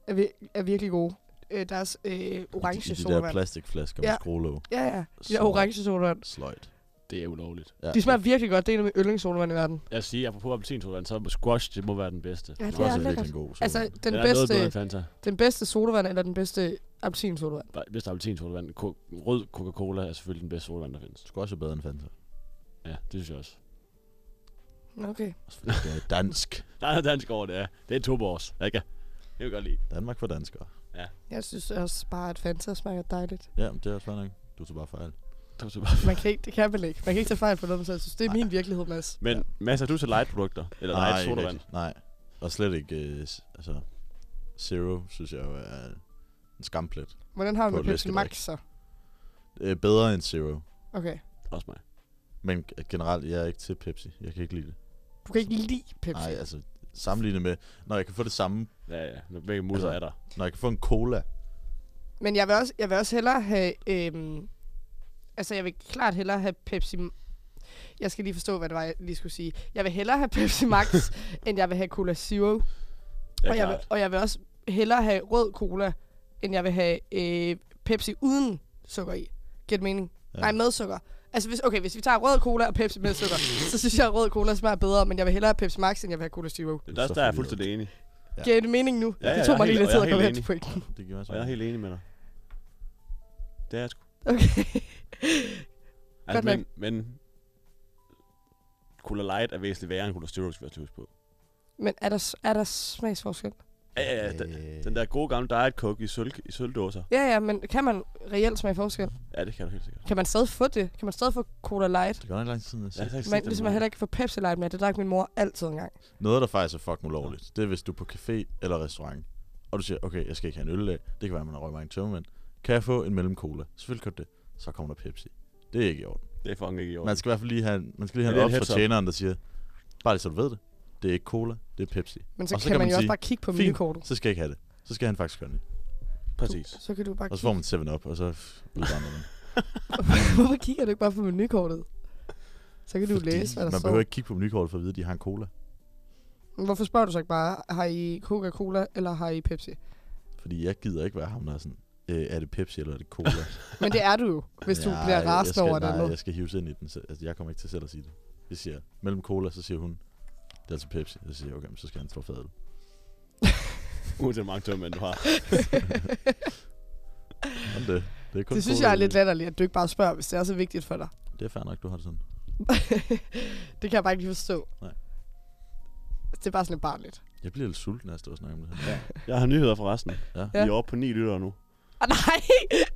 er, vir- er virkelig gode. Øh, deres øh, orange
I de
sodavand.
der plastikflasker med skruelåg.
Ja, ja. De der
Så
orange sodavand.
Sløjt.
Det er ulovligt.
Ja.
De smager virkelig godt. Det er en af mine yndlingssodavand i verden.
Jeg vil sige, apropos appelsinsodavand, så må squash, det må være den bedste.
Ja, det er lækkert. altså, den,
den er noget bedre end
bedste,
Fanta.
den bedste sodavand eller den bedste appelsinsodavand.
Bare- Bedste appelsinsodavand. Co- rød Coca-Cola er selvfølgelig den bedste sodavand, der findes.
Squash er bedre end Fanta.
Ja, det synes jeg også.
Okay.
Også fordi det er dansk.
[laughs] Der er dansk over det, ja. Det er Tuborgs. Ikke? Det vil jeg godt lide.
Danmark for danskere.
Ja.
Jeg synes også bare, at Fanta smager dejligt.
Ja, men det er også fair nok. Du tog bare fejl.
Du tog
[laughs]
bare
Man kan ikke, det kan man ikke. Man kan ikke tage fejl på noget, man selv synes. Det er min virkelighed, Mads.
Men masser du til light-produkter? Eller
Nej,
light
ikke
sodavand?
rigtigt. Nej, og slet ikke, øh, s- altså, Zero, synes jeg jo er en skamplet.
Hvordan har
på
du med
et
Pepsi
læskedrik.
Max så?
Øh, bedre end Zero,
Okay.
Også mig.
men g- generelt, jeg er ikke til Pepsi. Jeg kan ikke lide det.
Du kan ikke lide Pepsi.
Nej, altså, sammenlignet med, når jeg kan få det samme. Altså,
Ja, ja. Når begge musser er der.
Når jeg kan få en cola.
Men jeg vil også, jeg vil også hellere have... Øhm, altså, jeg vil klart hellere have Pepsi... Jeg skal lige forstå, hvad det var, jeg lige skulle sige. Jeg vil hellere have Pepsi Max, end jeg vil have Cola Zero.
Ja,
og, jeg vil,
klart.
og jeg vil også hellere have rød cola, end jeg vil have øh, Pepsi uden sukker i. Giver det mening? Ja. Nej, med sukker. Altså, hvis, okay, hvis vi tager rød cola og Pepsi med sukker, så synes jeg, at rød cola smager bedre, men jeg vil hellere have Pepsi Max, end jeg vil have Cola Zero.
Det er også der, jeg er fuldstændig enig.
Ja. Giver det mening nu? det tog
jeg er
mig lige
helt-
lidt
og jeg
tid at
er
komme hen
helt
til
enig.
pointen.
Det giver mig så
Og jeg er helt enig med dig. Det er jeg sgu.
Okay. [laughs]
Altså, men, men Cola Light er væsentligt værre end Cola Zero, skal vi også huske på.
Men er der, er der smagsforskel?
Ja, ja, ja.
Øh.
Den, den der gode gamle Diet Coke i, sølv, i sølvdåser.
Ja, ja, men kan man reelt smage forskel?
Ja, det kan du helt sikkert.
Kan man stadig få det? Kan man stadig få Cola Light?
Det går ikke lang tid siden, jeg har set det.
Men ligesom man heller ikke får Pepsi Light med, det drak min mor altid engang. [laughs]
Noget, der faktisk er fucking ulovligt, det er, hvis du er på café eller restaurant, og du siger, okay, jeg skal ikke have en øl i dag. Det kan være, man har røget mange tømmermænd. Kan jeg få en mellem cola? Selvfølgelig kan du det. Så kommer der Pepsi. Det er ikke i orden.
Det er fucking ikke i orden.
Man skal i hvert fald lige have, en- man skal lige
Ja,
have
det
ja,
er
en
et
op fra
heads up.
tjeneren, der siger, bare lige så du ved det. Det er ikke cola, det er Pepsi.
Men så
Og
kan man jo også
sige,
bare kigge på
"Fint,
menukortet."
Så skal jeg ikke have det. Så skal han faktisk gøre det.
Præcis.
så kan du bare
Og så får man 7 op, og så udvandrer man.
Hvorfor kigger du ikke bare på menukortet? Så kan du Fordi læse, hvad der
man
står.
behøver ikke kigge på menukortet for at vide, at de har en cola.
Men Hvorfor spørger du så ikke bare, har I Coca-Cola eller har I Pepsi?
Fordi jeg gider ikke være ham, der er sådan, øh, er det Pepsi eller er det cola?
[laughs] Men det er du jo, hvis du
Nej,
bliver
jeg
rasende
skal-
over det.
Nej,
eller
jeg skal hives ind i den. så- Altså, jeg kommer ikke til selv at sige det. Jeg siger, mellem cola, så siger hun, det er altså Pepsi. Så siger jeg, okay, men så skal han stå fadel.
[laughs] Uanset hvor mange tømmermænd du
[laughs]
har.
Om det. Det, er kun
Det synes
cola,
jeg er lidt latterligt, at du ikke bare spørger, hvis det er så vigtigt for dig.
Det er fair nok, du har det sådan.
Det kan jeg bare ikke lige forstå.
Nej.
Det er bare sådan lidt barnligt.
Jeg bliver lidt sulten af at stå og snakke om det her.
Jeg har nyheder for resten.
Ja.
Vi er oppe på ni lyttere nu.
Ah, nej!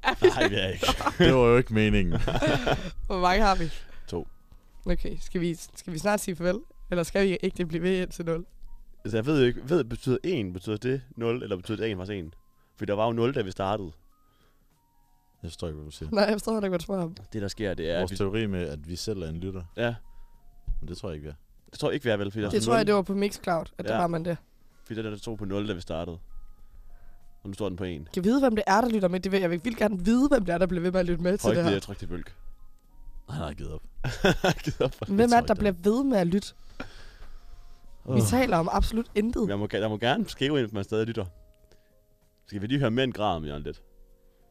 Er
[laughs] Nej, vi er ikke.
Det var jo ikke meningen.
[laughs]
Hvor mange har vi?
To.
Okay, skal vi, skal vi snart sige farvel? Eller skal vi ikke det blive ved indtil 0?
Altså, jeg ved ikke, ved betyder 1, betyder det 0, eller betyder det 1 faktisk 1? For der var jo 0, da vi startede.
Jeg forstår ikke, hvad du siger.
[laughs] Nej, jeg forstår heller ikke, hvad du spørger om.
Det, der sker, det er...
Vores
at vi-
teori med, at vi selv er en lytter.
Ja.
Men det tror jeg ikke, vi er.
Det tror jeg ikke, vi er vel, fordi der
Det
står
tror jeg,
0.
det var på Mixcloud, at ja. der
Ja.
var man det.
Fordi der, der stod på 0, da vi startede. Og nu står den på 1.
Kan vide, hvem det er, der lytter med? Det vil jeg vil vildt gerne vide, hvem det er, der bliver ved med at lytte med til
Højt
det
ned,
her.
jeg trykker til bølg.
Han har
[laughs]
givet op.
givet op.
Hvem er det, der bliver ved med at lytte? Vi taler om absolut intet.
Jeg må, ga- jeg må gerne skrive ind, hvis man stadig lytter. Skal vi lige høre mænd græde om Jørgen lidt?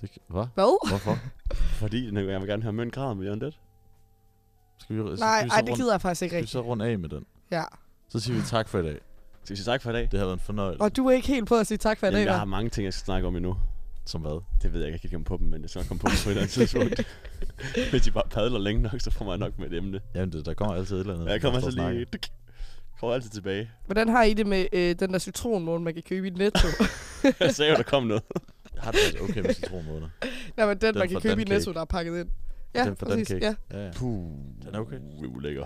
Det, hvad?
Hvad?
Hvorfor?
[laughs] Fordi jeg vil gerne høre mænd græde om Jørgen lidt.
Skal vi,
Nej, ej, det gider jeg faktisk ikke
Skal vi så runde af med den?
Ja.
Så siger vi tak for i dag.
Skal vi sige tak for i dag?
Det har været en fornøjelse.
Og du er ikke helt på at sige tak for i dag,
Jamen, jeg har
hva'?
mange ting, jeg skal snakke om endnu.
Som hvad?
Det ved jeg ikke, jeg kan ikke komme på dem, men det skal nok komme på dem på et eller andet tidspunkt.
[laughs]
Hvis de bare padler længe nok, så får man nok med et emne.
Jamen, det, der kommer altid et eller andet.
Ja, jeg kommer
man
altså
får
lige...
snakket.
Kommer altid tilbage.
Hvordan har I det med øh, den der citronmåne, man kan købe i Netto?
[laughs] Jeg sagde jo, der kom noget.
Jeg har det faktisk okay med citronmåner.
[laughs] Nej, men den,
Den
den man kan
fra
købe i
Dancake.
Netto, der er pakket ind. Ja,
den fra
præcis.
Dancake.
Ja.
Ja, ja.
Puh.
Den er okay.
Uh, ulækker.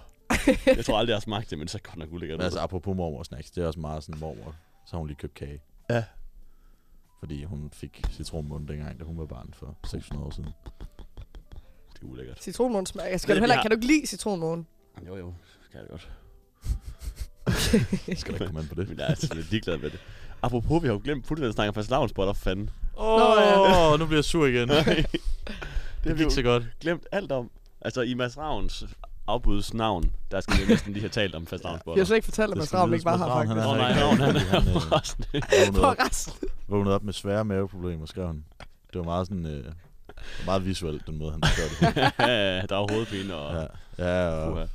Jeg tror aldrig, jeg har smagt det, men så er godt nok ulækkert.
Men altså, apropos mormor snacks, det er også meget sådan mormor. Så har hun lige købt kage.
Ja.
Fordi hun fik citronmund dengang, da hun var barn for 600 år siden.
Det er ulækkert.
Citronmåne smager. Jeg skal
Det-
du heller,
jeg-
Kan du ikke lide citronmåne?
Jo, jo. Kan jeg godt.
Skal der ikke komme an på det?
[laughs] Men jeg er altså lidt ligeglad med det. Apropos, vi har jo glemt fuldstændig at snakke om fast lavnsbotter, for fanden.
Åh, oh, nu bliver jeg sur igen.
Nej.
det, det gik så godt.
Glemt alt om. Altså, i Mads Ravns afbuds navn, der skal vi næsten lige have talt om fast lavnsbotter.
Jeg har slet ikke fortalt, at
Det
Mads
skal
Ravn
lyde,
ikke var her,
Mads Ravn,
faktisk.
han
Nå, nej,
ikke
Ravn, han
rigtig,
er
øh,
forresten.
For
vågnede op-
resten.
Vågnede op med svære maveproblemer, skrev han. Det var meget sådan... Øh, meget visuelt, den måde, han skrev det på.
[laughs] Ja, der er hovedpine og...
Ja, ja, og,
Puha.
ja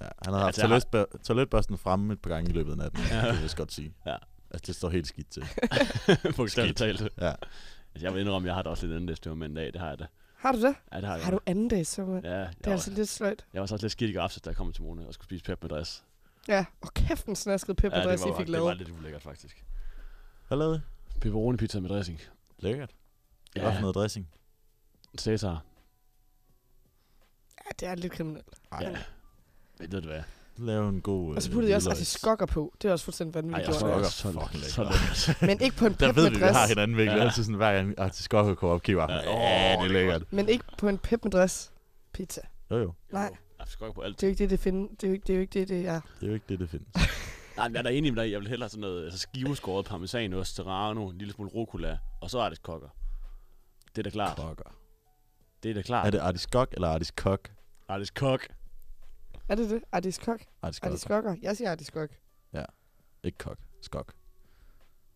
han havde haft
Altså, jeg har-
toiletbør- toiletbørsten fremme et par gange i løbet af natten. Ja. Det kan jeg vist godt sige.
Ja.
Altså, det står helt skidt til.
[laughs] Bogstaveligt
Skidt.
talt.
Ja.
Altså, jeg vil indrømme, jeg har da også lidt anden det støv med en dag. Det har jeg da.
Har du det?
Ja, det har jeg
Har du
godt.
anden dag, så
Ja, jeg,
Det er altså lidt sløjt.
jeg var så også lidt skidt i går aftes, da jeg kom til Mona og skulle spise pepperdress.
Ja, og kæft en snasket pepperdress,
det,
I
var,
fik
det var
lavet.
lidt ulækkert, faktisk.
Hvad lavede I?
Pepperoni pizza med dressing.
Lækkert. Ja. Hvad for
Ja,
noget dressing?
Cæsar.
Ja, det er lidt kriminelt.
Ja. Ved du hvad?
Lave en god...
Og så
øh,
puttede jeg også
hvidløgs.
artiskokker på. Det er også fuldstændig vanvittigt.
Ej, jeg
det.
smager
gjort.
så
Fucking
lækkert.
lækkert.
Så lækkert.
Men ikke på en
Der ved vi, vi
pepmadress.
har hinanden væk.
Ja.
Ja. Altid sådan, hver gang artiskokker kommer op, kigger bare,
Ja.
ja, det er lækkert.
Men ikke på en pepmadress pizza.
Jo jo,
Nej,
Jeg skal godt på alt.
det er jo ikke det, det findes. Det er jo ikke det, er jo ikke det, det er.
det er jo ikke det, det findes.
[laughs] Nej, men jeg er da enig med dig. Jeg vil hellere have sådan noget altså skiveskåret parmesanost, serrano, en lille smule rucola, og så er det kokker. Det er da klart.
Kokker.
Det er da klart.
Er det artiskok eller artiskok?
Er det Ah. kok?
Er det det? Artiskok?
Artiskok.
Artiskokker? Jeg siger artiskok.
Ikke kok. Skok.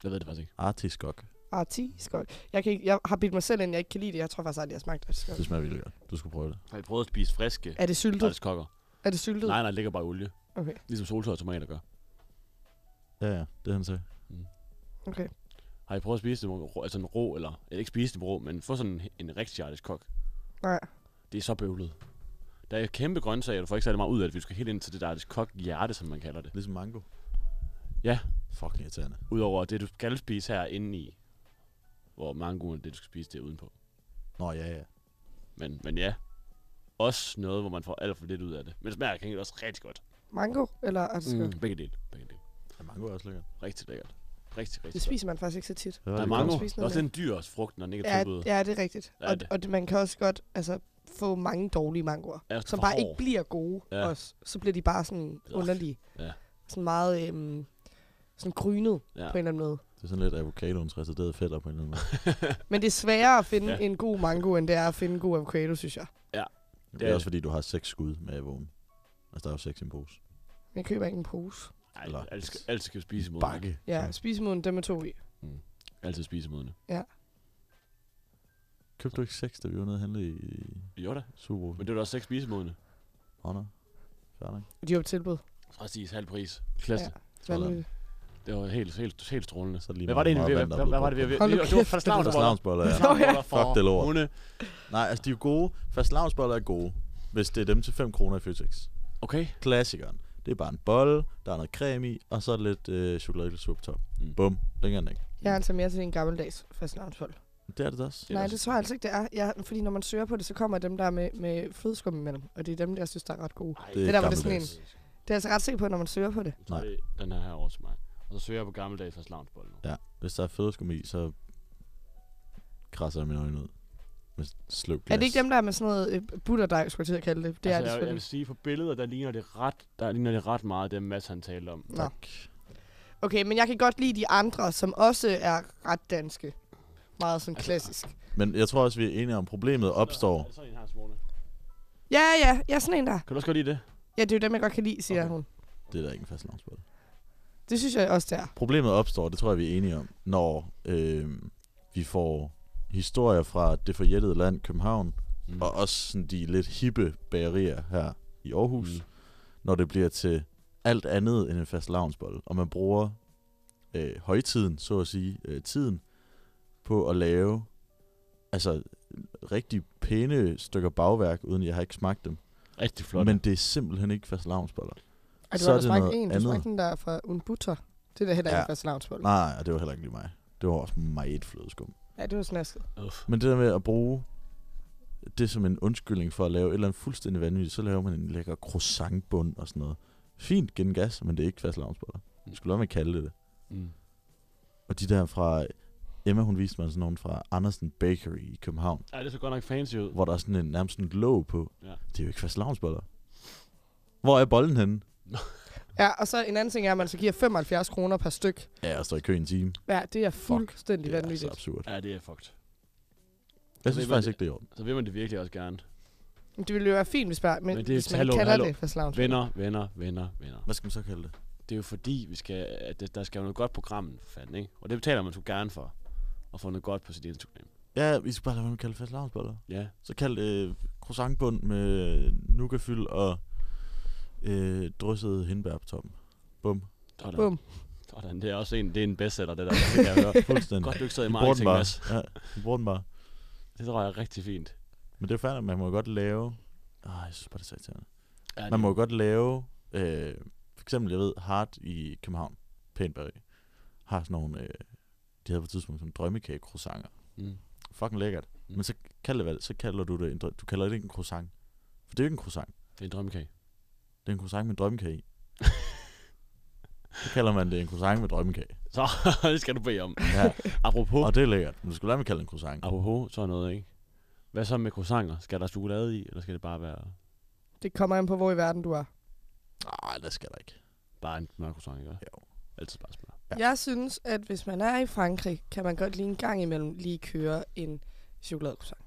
Jeg ved det faktisk ikke.
Artiskok.
Ah, Artiskok. Jeg, kan ikke, jeg har bildt mig selv ind, jeg ikke kan lide det. Jeg tror faktisk aldrig, jeg har smagt artiskok.
Det smager virkelig godt. Du skulle prøve det.
Har I prøvet at spise friske
Er det syltet?
artiskokker?
Er det syltet?
Nej, nej, det ligger bare i olie.
Okay.
Ligesom soltøj og tomater gør.
Ja, ja. Det han sagde.
okay.
Har I prøvet at spise dem rå, altså en rå, eller eller ikke spise dem rå, men få sådan en, en rigtig artiskok?
Nej.
Det er så bøvlet. Der er kæmpe grøntsager, du får ikke særlig meget ud af det, for du skal helt ind til det der artiskok hjerte, som man kalder det.
Ligesom mango.
Ja.
Fucking irriterende.
Udover det, du skal spise her inde i, hvor mangoen, det du skal spise, det er udenpå.
Nå, ja, ja.
Men, men ja, også noget, hvor man får alt for lidt ud af det. Men det smager kan også rigtig godt.
Mango eller artiskok? Mm.
Begge dele. Begge dele.
ja mango er også lækkert.
Rigtig lækkert. Rigtig,
Det
rigtig godt.
spiser man faktisk ikke så tit.
Hvad var
Der er
det,
mango.
kom?
spise
Det er også
noget
en dyr også frugt, når den ikke er
Ja,
tilbudt.
ja, det er rigtigt.
Ja,
og,
det-
og det, man kan også godt altså, få mange dårlige mangoer,
Ja, også
som
for
bare
hård.
ikke bliver gode
Ja.
ja. også. Så bliver de bare sådan
Ugh.
underlige.
Ja.
Sådan meget øhm, sådan grynet
Ja.
ja. på en eller anden måde.
Det er sådan lidt avocadoens retarderede fætter på en eller anden måde.
[laughs] Men det er sværere at finde
Ja.
ja. en god mango, end det er at finde en god avocado, synes jeg.
Det
Det
er
er
også fordi, du har seks skud med avoen. Altså, der er jo seks i en pose.
Jeg køber ikke en pose.
Ej,
Eller
alt, skal, alt skal spise imod.
Bakke.
Ja, ja. spisemoden, dem er to i.
Altid spise imod.
Købte du ikke seks, da vi var nede og handle i
Jo da.
Super?
Men det er da også seks spisemodende.
Åh, nå. Fair nok.
De har jo tilbud.
Præcis, halv pris. Klasse.
Ja.
Ja.
Sådan.
Vanvittigt.
Det var helt, helt, helt strålende.
Så er det lige
Hvad var det
meget- meget
egentlig? Hvad,
vand, der
hvad,
er blevet
hvad, var det, vi var
Hold nu
Det var
kæft,
fast
det var
Fast lavnsboller, ja. Fuck det lort.
Hunde.
Nej, altså de er jo gode. Fast lavnsboller er gode, hvis det er dem til 5 kroner i Føtex.
Okay.
Klassikeren. Det er bare en bolle, der er noget creme i, og så lidt øh, chokoladeglasur på top.
Mm.
Mm. Bum. Længere end ikke.
Jeg er altså mere til en gammeldags fastnavnsfold.
Det er det da også.
Nej, det tror jeg altså ikke, det er. Ja, fordi når man søger på det, så kommer dem der med, med flødeskum imellem. Og det er dem, der jeg synes, der er ret gode.
er
det der, hvor det er sådan en...
gammeldags.
Det er jeg altså ret sikker på, når man søger på det.
Nej. Den her her over til mig. Og så søger jeg på gammeldags hos Loungebold nu.
Ja, hvis der er fødeskum i, så krasser jeg mine øjne ud. Med sluk
Er det ikke dem, der er med sådan noget øh, butterdej, skulle jeg til at kalde det? Det altså, er
jeg,
det
jeg vil
selvfølgelig.
sige, på billeder, der ligner det ret, der ligner det ret meget, det Mads han talte om.
Nå. Okay, men jeg kan godt lide de andre, som også er ret danske. Meget
Altså,
sådan klassisk.
Men jeg tror også, vi er enige om, problemet opstår.
Sådan en her, Simone.
Ja, ja, ja, sådan en der.
Kan du også godt lide det?
Ja, det er jo dem, jeg godt kan lide, siger okay. hun.
Det er der ikke en fast loungebold.
Det synes jeg også, der.
Problemet opstår, det tror jeg, vi er enige om, når øh, vi får historier fra det forjættede land, København, mm. og også sådan de lidt hippe bagerier her i Aarhus, mm. når det bliver til alt andet end en fast lavnsbold, og man bruger øh, højtiden, så at sige, øh, tiden, på at lave altså rigtig pæne stykker bagværk, uden jeg har ikke smagt dem.
Rigtig flot.
Men det er simpelthen ikke fast lavnsboller.
Ej, du har da smagt en. Du smagte den der fra Un Butter. Det er da heller ikke ja. fast lavnsbold.
Nej, og det var heller ikke lige mig. Det var også meget flødeskum.
Ja, det var snasket.
Men det der med at bruge det som en undskyldning for at lave et eller andet fuldstændig vanvittigt, så laver man en lækker croissantbund og sådan noget. Fint gennem gas, men det er ikke fast lavnsboller. Vi skulle lade med at kalde det det.
Mm.
Og de der fra... Emma, hun viste mig sådan nogle fra Andersen Bakery i København,
Ej, det så godt nok fancy ud.
hvor der er sådan en, nærmest sådan et låg på.
Ja.
Det er jo ikke fast lavnsboller. Hvor er bolden henne?
Ja, og så en anden ting er, at man så giver 75 kroner per styk.
Ja, jeg står i kø i en time.
Ja, det er altså fuldstændig
det er
vanvittigt.
så absurd.
Ja, Altså, det er fucked.
Jeg synes
vil man
faktisk ikke, det er i orden.
Så vil man det virkelig også gerne.
Men Det ville jo være fint, hvis, bare, men,
Men det er
hvis man
hallo,
kalder
hallo.
det fast lavnsbold.
Venner, venner, venner, venner.
Hvad skal man så kalde det?
Det er jo fordi, vi skal, at det- der skal jo noget godt på programmet, for fanden, ikke? Og det betaler man sgu gerne for. At få noget godt på sit Instagram.
Ja, vi skal bare lade være med at kalde det fast lavnsboller.
Ja.
Så kald det øh, croissantbund med nougatfyld og øh, drysset hindbær på toppen. Bum.
Sådan.
Bum.
Sådan. Det er også en, det er en
[laughs]
bestseller, det der. Det kan jeg høre.
Fuldstændig.
Godt, du ikke sad i
Vi bruger den
marketing,
bare.
Mads.
Ja, vi bruger den bare.
Det tror jeg er rigtig fint.
Men det er færdigt, man må godt lave... Ah, jeg synes bare, det er så irriterende.
Ja,
Ja,
det-
man må godt lave... Øh, for eksempel, jeg ved, Hart i København, pænt bageri, har sådan nogle... Øh, de havde på et tidspunkt sådan drømmekage croissanter.
Mm.
Fucking lækkert. Mm. Men så, kald det, hvad det- så kalder du det en, drø- Du kalder det ikke en croissant. For det er jo ikke en croissant.
Det er en drømmekage.
Det er en croissant med drømmekage i. så kalder man det en croissant med
[laughs]
drømmekage.
Så det skal du bede om.
Ja.
Apropos.
Og det er lækkert. Men du skulle lade mig kalde det en croissant.
Apropos, så er noget, ikke? Hvad så med croissanter? Skal der chokolade i, eller skal det bare være
Det kommer an på, hvor i verden du er.
Nej, det skal der ikke.
bare en mørk croissant, ikke? Jo. Altid bare smør.
Ja. Jeg synes, at hvis man er i Frankrig, kan man godt lige en gang imellem lige køre en chokoladecroissant.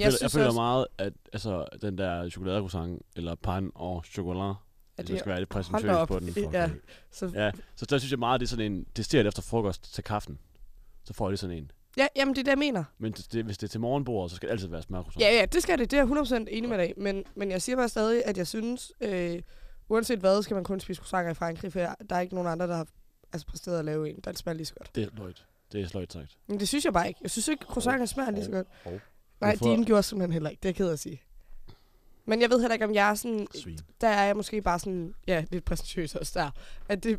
jeg,
jeg,
føler, jeg
synes
føler
også,
meget, at altså, den der chokoladecroissant, eller pan og chocolat, at det
det-
skal være lidt
hold da
præsentøst
op.
på den.
Øh, ja.
Så,
Så-
ja, så der synes jeg meget, at det er sådan en, det stiger efter frokost til kaffen. Så får jeg lige sådan en.
ja, jamen det er det, jeg mener.
Men det, det, hvis det er til morgenbordet, så skal det altid være smørkrosant.
Ja, ja, det skal det. Det er jeg 100% enig med dig. i. Men, men jeg siger bare stadig, at jeg synes, øh, uanset hvad, skal man kun spise croissanter i Frankrig, for jeg, der er ikke nogen andre, der har altså, præsteret at lave en. Den smager lige så godt.
Det er løjt. Det er sløjt sagt.
Men det synes jeg bare ikke. Jeg synes ikke, croissanter smager lige så godt.
hov.
Nej,
Hvorfor-
din gjorde simpelthen heller ikke. Det er jeg ked af at sige. Men jeg ved heller ikke, om jeg er sådan...
Svin.
Der er jeg måske bare sådan... Ja, lidt præsentøs også der. At det...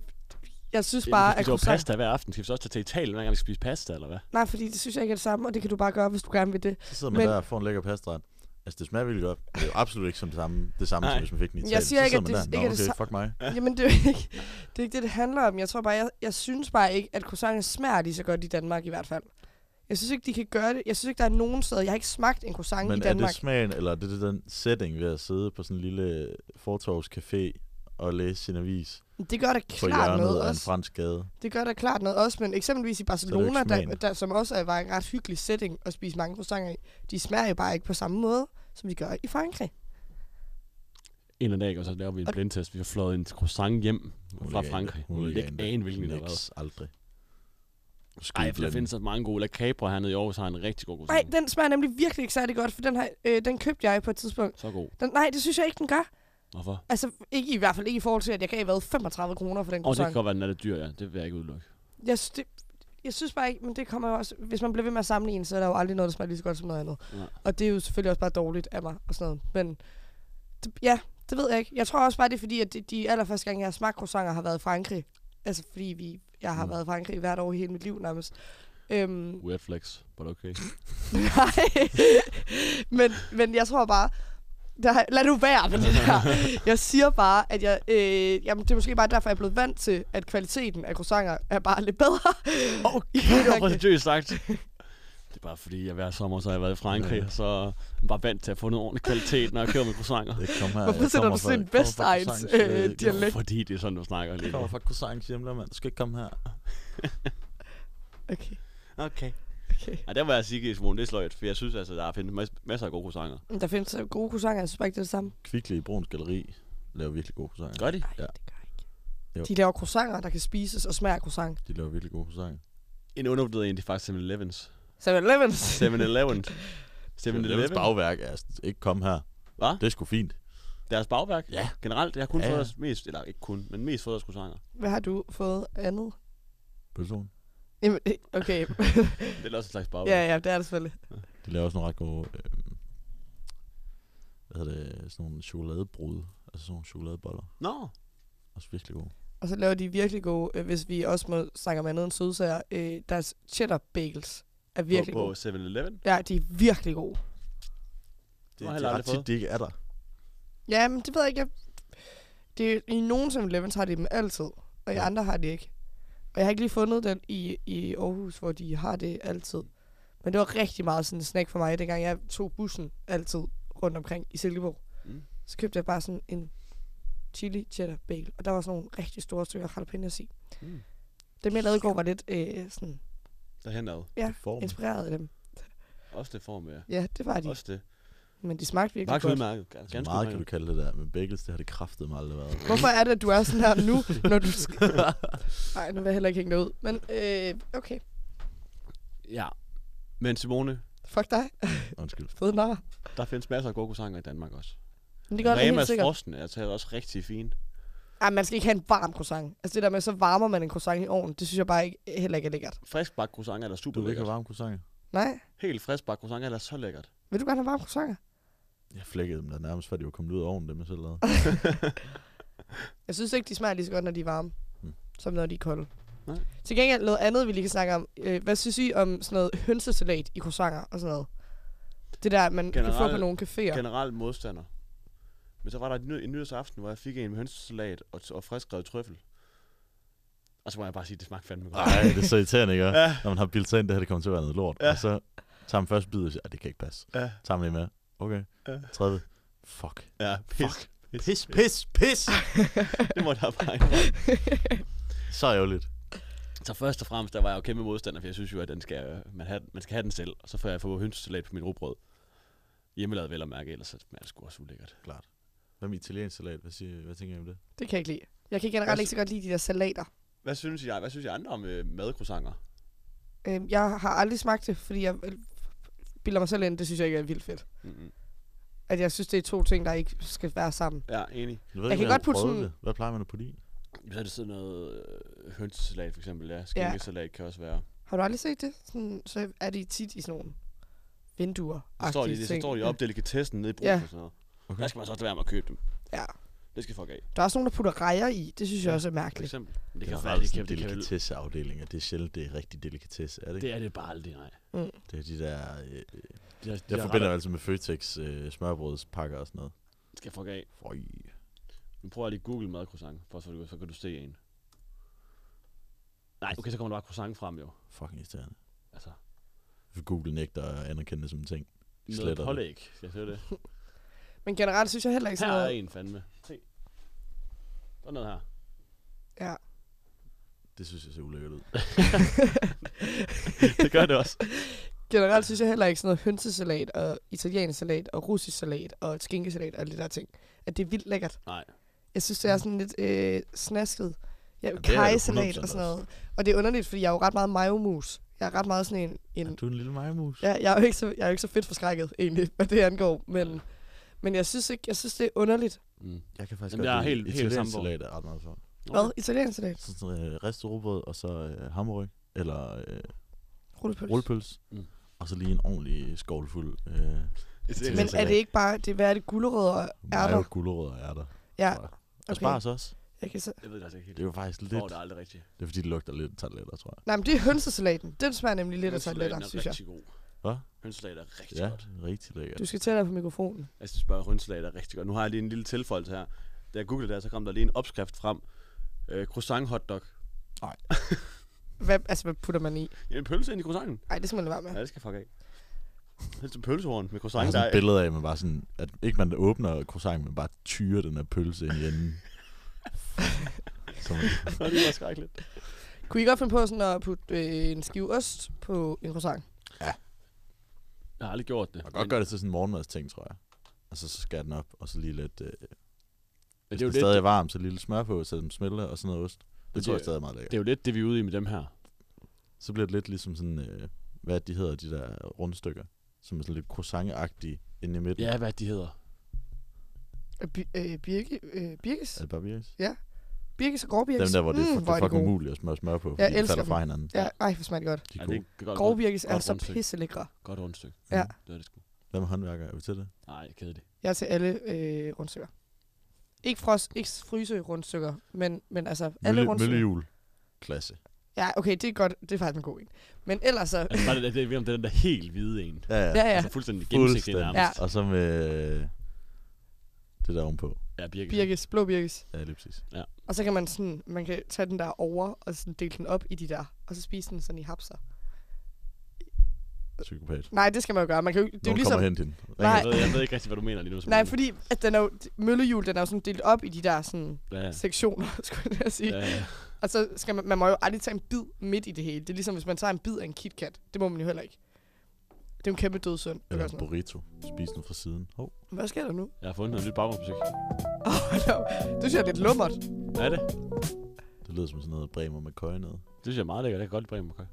Jeg synes
Jamen,
bare,
vi
at
spiser jo
croissant-
pasta hver aften. Skal vi så også tage til Italien, hver gang vi skal spise pasta, eller hvad?
Nej, fordi det synes jeg ikke er det samme, og det kan du bare gøre, hvis du gerne vil det.
Så sidder man men... der og får en lækker pastaret. Altså, det smager virkelig godt. men Det er jo absolut ikke som det samme, det samme
Nej.
som Altså, hvis man fik den i
Jeg
Italien.
siger
så
ikke,
sidder
at
man
det
der,
ikke er
"Nå,
det
okay,
sa-
fuck mig.
[laughs] Jamen, det er jo ikke det, er ikke det, det handler om. Jeg tror bare, jeg, jeg synes bare ikke, at croissanter smager lige så godt i Danmark i hvert fald. Jeg synes ikke, de kan gøre det. Jeg synes ikke, der er nogen steder. Jeg har ikke smagt en croissant i
Men er
Danmark.
det smagen, eller er det, det den setting ved at sidde på sådan en lille øh, fortorvscafé og læse sin avis?
Det gør da
på
klart
hjørnet
noget
af en
også.
fransk gade.
Det gør da klart noget også, men eksempelvis i
Så
Barcelona,
er det jo ikke
der, der, som også er- var en ret hyggelig setting at spise mange croissanter i, de smager jo bare ikke på samme måde, som de gør i Frankrig.
En eller anden dag, og så laver vi en
Og-
blindtest. Vi har flået en croissant hjem fra
Huligane.
Frankrig. Hun vil ikke
Huligane.
ane, hvilken
Hun
det har
ikke
været.
aldrig.
Ej, for der
blande.
findes så mange gode. La Capra hernede i Aarhus har en rigtig god croissant.
Nej, den smager nemlig virkelig ikke særlig godt, for den, her, øh, den købte jeg på et tidspunkt.
Så god.
Den, nej, det synes jeg ikke, den gør.
Hvorfor?
Altså, ikke, i hvert fald ikke i forhold til, at jeg gav hvad, 35 kroner for den
Og det kan
croissant.
godt være, den er lidt dyr, ja. Det vil jeg ikke udelukke.
Jeg, sy- det, jeg synes bare ikke, men det kommer jo også... Hvis man bliver ved med at sammenligne, så er der jo aldrig noget, der smager lige så godt som noget andet.
Nej.
Og det er jo selvfølgelig også bare dårligt af mig og sådan noget. Men det, ja, det ved jeg ikke. Jeg tror også bare, det er fordi, at de, de allerførste gange, jeg har
Mm.
smagt croissanter, har været i Frankrig. Altså fordi vi, jeg har været i Frankrig hvert år i hele mit liv nærmest. Øhm,
Weird flex, but okay.
[laughs] Nej. men, men jeg tror bare... Der, lad nu være med det der. Jeg siger bare, at jeg... Øh, jamen, det er måske bare derfor, jeg er blevet vant til, at kvaliteten af croissanter er bare lidt bedre.
Okay, det var præsentøst sagt. Det er bare fordi, jeg hver sommer, så har jeg været i Frankrig, ja. så er jeg bare vant til at få noget ordentlig kvalitet, når jeg kører med croissanter.
Det kommer,
Hvorfor jeg sætter kommer du fra- sådan en jeg kommer fra Vestegns, croissants, øh, øh, dialekt?
Fordi det er sådan, du snakker lige.
Jeg kommer fra croissants hjemme, mand. Du skal ikke komme her.
okay.
Okay.
okay.
Ja, der var jeg sige, Simon, det er sløjt, for jeg synes altså, der findes mas- masser af gode croissanter.
Men Der findes øh, gode croissanter, jeg synes bare ikke, det er det samme.
Kvickly i Bruns Galeri laver virkelig gode croissanter.
Gør de?
Ja. det
gør
ikke. Jo,
De laver croissanter, der kan spises og smager af croissant.
de laver virkelig gode croissanter.
En undervurderet en, det er faktisk 7-Elevens.
7-Elevens. [laughs]
7-Eleven.
7-Elevens
7-Eleven.
bagværk er sådan, ikke kom her.
Hvad?
Det er sgu fint.
Deres bagværk? Ja. Generelt, jeg har kun
Ja,
ja,
ja.
fået deres mest, eller ikke kun, men mest fået deres croissanter.
Hvad har du fået andet?
Pølsehorn.
Jamen, øh, okay.
[laughs] Det er også en slags bagværk.
ja, ja, det er det selvfølgelig.
De laver også nogle ret gode... Øh, hvad hedder det? Sådan nogle chokoladebrud. Altså sådan nogle chokoladeboller.
Nå.
Også virkelig gode.
Og så laver de virkelig gode, øh, hvis vi også må snakke om andet end sødsager, øh, deres cheddar bagels er virkelig
på, på
gode.
7-Eleven.
Ja, de er virkelig gode.
Det
er
har jeg aldrig
ret tit,
fået.
de ikke er der.
Ja, men det ved jeg ikke. Jeg... Det, I nogen som Levens har de dem altid, og i andre har de ikke. Og jeg har ikke lige fundet den i, i Aarhus, hvor de har det altid. Men det var rigtig meget sådan en snack for mig, dengang jeg tog bussen altid rundt omkring i Silkeborg.
Mm.
Mm. Så købte jeg bare sådan en chili cheddar bagel, og der var sådan nogle rigtig store stykker jalapenos i.
Mm.
Mm. Dem, jeg lavede i går, var lidt øh, sådan,
Derhen ad.
ja,
Det får man.
inspireret af dem.
Også det form, ja.
Ja, det var de.
Også det.
Men de smagte virkelig
Max
godt.
udmærket. Gans-
Så
Ganske
meget kan du
udmærket.
kalde det der, men bagels, det har det kraftet mig aldrig været.
Hvorfor er det, at du er sådan her nu, når du... Nej, nu vil jeg heller ikke hænge dig ud. Men øh, okay,
Ja. Men Simone,
fuck dig.
Undskyld.
[laughs] Fed nar.
der findes masser af gode croissanter i Danmark også.
Men det gør der helt
Remas
sikkert.
frosne er taget også rigtig fine.
Ej, man skal ikke have en varm croissant. Altså det der med, så varmer man en croissant i ovnen, det synes jeg bare ikke, heller ikke er lækkert.
Frisk bagt croissanter er da super
Du vil ikke
lækkert.
have varme croissanter?
Nej,
Helt frisk bagt croissanter er da så lækkert.
vil du gerne have varme croissanter?
[laughs] Jeg flækkede dem der nærmest, før de var kommet ud af ovnen, dem jeg selv lavede.
Jeg synes ikke, de smager lige så godt, når de er varme,
Mm.
mm. som når de er kolde.
Nej.
Til gengæld noget andet, vi lige kan snakke om. Øh, Hvad synes I om sådan noget hønsesalat i croissanter og sådan noget? Det der, man Generelt, kan få
Generelt-
på nogle caféer.
Generelt modstander. Men så var der en, ny- en nyårsaften, hvor jeg fik en med hønsesalat og, og friskrevet trøffel. Og så må jeg bare sige, at det smagte fandme godt.
Nej, det er så irriterende, ikke?
Ja.
Når man har bildt sig ind, det her det kommer til at være noget lort.
Ja.
Og så tager man først bid og siger, "Ej, det kan ikke passe.
Ja.
Tager man lige med. Okay.
Ja.
30. Fuck.
Ja, pis.
Pis, pis, pis!
[laughs] Det måtte jeg bare indrømme.
[laughs] så ærgerligt.
Så først og fremmest, der var jeg jo kæmpe modstander, for jeg synes jo, at den skal, øh, man, have, man skal have den selv. Og så får jeg få hønsesalat på mit rugbrød. Hjemmelavet vel at mærke, ellers så er det sgu også ulækkert.
Klart. Hvad med italiensk salat? Hvad, siger, hvad tænker I om det?
Det kan jeg ikke lide. Jeg kan generelt ikke så godt lide de der salater.
Hvad synes jeg, hvad synes jeg andre om øh, madcroissanter?
Øhm, jeg har aldrig smagt det, fordi jeg øh, bilder mig selv ind, det synes jeg ikke er vildt fedt.
Mm-hmm.
At jeg synes, det er to ting, der ikke skal være sammen.
Ja, enig.
Jeg,
Jeg
ikke,
kan
om har
godt putte
prøvet
sådan-
det. Hvad plejer man at putte i?
Så er det sådan noget øh, hønsesalat for eksempel, ja. Skinkesalat ja. kan også være.
Har du aldrig set det? Sådan, så er de tit i sådan nogle vinduer.
Så står de, så står de op delikatessen nede i brusen
Ja.
ja. og sådan noget. Okay. Der skal man så også lade være med at købe dem.
Ja.
Det skal folk af.
Der er også nogen, der putter rejer i. Det synes jeg også er
For
mærkeligt.
eksempel. Men
Det
det kan
er
være, det
faktisk
kan,
en
det kan vel-
delikatesseafdeling, og det er sjældent, det er rigtig delikatesse, er det ikke?
det er det bare aldrig, nej.
Mm.
Det er de der... Øh, øh,
De har, de
jeg
har
forbinder
retter.
altså med Føtex øh, smørbrødspakker og sådan noget.
Det skal folk af.
Føj.
Nu prøver jeg lige at google madcroissant, for så, du- så kan du se en. Nej, okay, så kommer der bare croissant frem jo.
Fucking irriterende.
Altså,
Google nægter at anerkende det som en ting. De
noget
sletter det.
pålæg. Skal jeg se det?
[laughs] Men generelt synes jeg heller ikke
Her
sådan
er
noget.
en fandme. Se. Der er noget her.
Ja.
Det synes jeg ser ulækkert
[laughs]
ud.
det gør det også.
Generelt synes jeg heller ikke sådan noget hønsesalat og italiensk salat og russisk salat og skinkesalat og alle de der ting. At det er vildt lækkert.
Nej.
Jeg synes, det er sådan lidt øh, snasket. Ja,
Jamen, det er det
kajsalat
100%
og sådan noget. Og det er underligt, fordi jeg er jo ret meget majomus. Jeg er ret meget sådan en... en
Er du en lille majmus?
Ja, jeg er jo ikke så, jeg er jo ikke så fedt forskrækket, egentlig, hvad det angår. Men, men jeg synes ikke, jeg synes, det er underligt.
Mm.
Jeg kan faktisk
Jamen, jeg er helt- helt
italiensk
samme
salat er ret meget for.
Hvad? Italiensk salat?
Sådan sådan øh, ristet rugbrød, og så øh, hammerryg, eller øh,
Rullepølse.
rullepøls.
Mm.
Og så lige en ordentlig skovl fuld. Øh,
Italiensk
Men er det ikke bare, det, hvad er det, gulerødder og
Mayo,
ærter?
gulerødder og ærter.
Ja,
Og spars også.
Jeg Jeg kan så...
Jeg ved det altså ikke helt.
Det er jo faktisk lidt...
Åh, det er aldrig rigtigt.
Det er fordi, det lugter lidt af tarteletter, tror jeg.
Nej, men det er hønsesalaten. Den smager nemlig lidt af tarteletter, synes
er
jeg.
rigtig god.
Hvad?
Hønsesalat er rigtig
Ja,
godt.
rigtig lækkert.
Du skal tættere på mikrofonen.
Jeg synes bare, at hønsesalat er rigtig godt. Nu har jeg lige en lille tilføjelse her. Da jeg googlede det her, så kom der lige en opskrift frem. Øh, croissant hotdog.
Nej.
[laughs] Hvad, altså, hvad putter man i?
en pølse ind i croissanten.
Nej, det skal man lade være med.
Ja, det skal fuck af. Helst en pølsehorn med
Jeg har
croissant.
sådan et
der er-
billede af, man bare sådan, at ikke man åbner croissant, men bare tyrer den her pølse ind i enden. Som,
Nå, det var skrækkeligt.
Kunne I godt finde på sådan at putte øh, en skive ost på en croissant?
[laughs] Jeg har aldrig gjort det.
man kan godt gøre det til sådan en morgenmadsting, tror jeg. Og så, så skal den op, og så lige lidt... Øh, hvis
Men det er jo
den
lidt-
stadig er varm, så lige lidt smør på, så den smelter, og sådan noget ost. Det,
Men
tror jeg stadig er meget lækkert.
Det er jo lidt det, vi er ude i med dem her.
Så bliver det lidt ligesom sådan, øh, hvad de hedder, de der rundstykker, som er sådan lidt croissant-agtige inde i midten.
Ja, hvad de hedder.
Øh, bi- øh, birke, øh, birkes?
Er det bare virkelig?
Ja. Birkes og gråbirkes.
Dem der, hvor det, mm, det
hvor
er fucking
gode.
umuligt at smøre smør på, fordi
Jeg
de
elsker
falder
dem.
fra hinanden.
Ja, ej, hvor smager det godt.
De er gode.
det godt-
Gråbirkes er
godt
så
rundstykke.
pisselækre.
Godt rundstykke.
Ja.
Det er det sgu.
Hvad med håndværkere? Er vi til det?
Nej, kedeligt.
Jeg er til alle øh, rundstykker. Ikke frost, ikke fryse rundstykker, men, men altså alle
Mølle,
rundstykker.
møllehjul. Klasse.
Ja, okay, det er godt. Det er faktisk en god en. Men ellers så...
Altså, [laughs] bare det, det, det, det er den der helt hvide en.
Ja, ja.
Ja, ja.
Altså fuldstændig gennemsigtig
Fuldstændig.
nærmest.
Og så med øh, det der ovenpå.
Ja, birkes.
[laughs] Birkes, blå birkes.
Ja, lige præcis.
Ja.
Og så kan man sådan, man kan tage den der over, og sådan dele den op i de der, og så spise den sådan i hapser.
Psykopat.
Nej, det skal man jo gøre. Man kan jo, det er jo
Nogen
ligesom...
kommer og henter hende.
Nej.
Jeg ved, jeg ved ikke rigtig, hvad du mener lige nu. Simone.
Nej, fordi at den er jo, møllehjul, den er jo sådan delt op i de der sådan
Ja, ja.
ja. sektioner, [laughs] skulle jeg til at sige.
Ja, ja.
Og så skal man, man må jo aldrig tage en bid midt i det hele. Det er ligesom, hvis man tager en bid af en KitKat. Det må man jo heller ikke. Det er jo en kæmpe dødsund. at
Eller
gøre
en
sådan noget.
burrito. Spis den fra siden. Hov.
Hvad sker der nu?
Jeg har fundet noget nyt baggrundsmusik.
[laughs] Det synes jeg er lidt lummert.
Er det?
Det lyder som sådan noget bremer med køje ned.
Det synes jeg er meget lækkert. Jeg kan godt lide Bremen Mokka.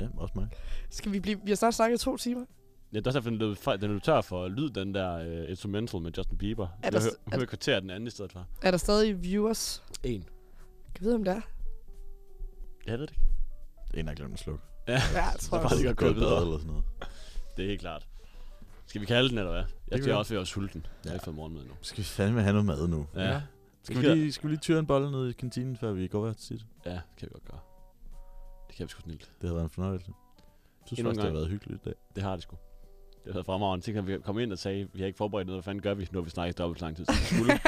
Ja, også mig.
Skal vi blive... Vi har snart snakket i to timer.
Ja, det er også derfor, den løb, fra- den løb tør for lyd, den der uh, instrumental med Justin Bieber.
Er
Er
der
der,
s-
jeg
er
hører hører kvarter den anden i stedet for.
Er der stadig viewers?
En.
Kan vi vide, om der er?
Jeg ved det ikke.
En har glemt at slukke. [laughs]
Ja, ja
jeg
så
tror
er bare lige
også.
godt gået
Gået i bad
videre.
eller sådan noget.
Det er helt klart. Skal vi kalde den, eller hvad? Jeg
kan
skal
vi.
også ved at være sulten. Jeg har ikke fået morgenmad nu.
Skal vi fandme have noget mad nu?
Ja. ja.
Skal vi, lige, skal vi lige tyre en bolle ned i kantinen, før vi går hver til sit?
Ja, det kan vi godt gøre. Det kan vi sgu snilt.
Det har været en fornøjelse. Jeg synes
Endnu
faktisk,
en
det
gang.
har været hyggeligt i dag.
Det har det sgu. Det har været fremragende. Tænk, at vi kom ind og sagde, vi har ikke forberedt noget. Hvad fanden gør vi? Nu har vi snakket dobbelt så lang tid, som vi
[laughs]
skulle.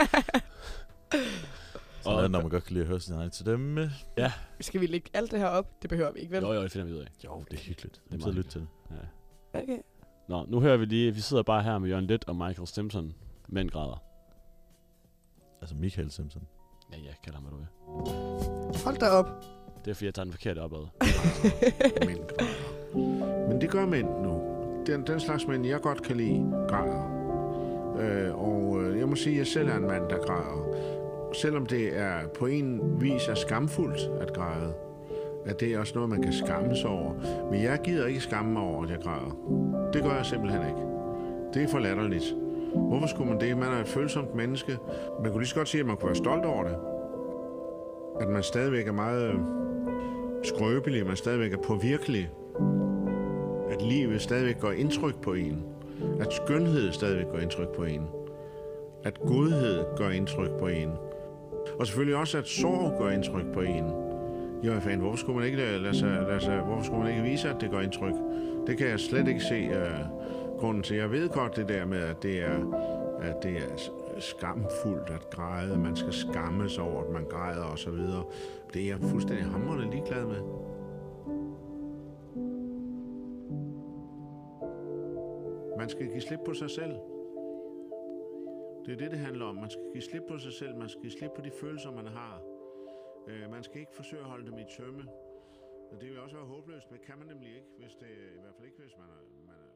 Sådan er det, når man godt kan lide at høre sin egen til dem. øh,
Ja,
Skal vi lægge alt det her op? Det behøver vi ikke, vel?
jo, jo, det finder vi ud af.
Jo, det er hyggeligt. Det er
meget
meget lytte til det.
Ja.
Okay.
Nå, nu hører vi lige, vi sidder bare her med Jørgen Lett og Michael Stimson. Mænd græder.
Altså Michael Simpson.
Ja, ja, kald ham, hvad du vil.
Hold da op.
Det er fordi, jeg tager den forkerte opad.
mænd græder. Men det gør mænd nu. Den, den slags mænd, jeg godt kan lide, græder. Øh, og øh, jeg må sige, at jeg selv er en mand, der græder. Selvom det er på en vis er skamfuldt at græde, at det er også noget, man kan skamme sig over. Men jeg gider ikke skamme mig over, at jeg græder. Det gør jeg simpelthen ikke. Det er for latterligt. Hvorfor skulle man det? Man er et følsomt menneske. Man kunne lige så godt sige, at man kunne være stolt over det. At man stadigvæk er meget... Øh, skrøbelig, man stadigvæk er påvirkelig. At livet stadigvæk gør indtryk på en. At skønhed stadigvæk gør indtryk på en. At godhed gør indtryk på en. Og selvfølgelig også, at sorg gør indtryk på en. Jo, hvad fanden, hvorfor skulle man ikke lade, lade, sig, lade sig, hvorfor skulle man ikke vise, at det gør indtryk? Det kan jeg slet ikke se øh, grunden til. Jeg ved godt det der med, at det er, at det er s- skamfuldt at græde, man skal skammes over, at man græder osv. Det er jeg fuldstændig hamrende ligeglad med. Man skal give slip på sig selv. Det er det, det handler om. Man skal give slip på sig selv. Man skal give slip på de følelser, man har. Øh, man skal ikke forsøge at holde dem i tømme. Og det vil også være håbløst, men det kan man nemlig ikke, hvis det, i hvert fald ikke, hvis man er, man er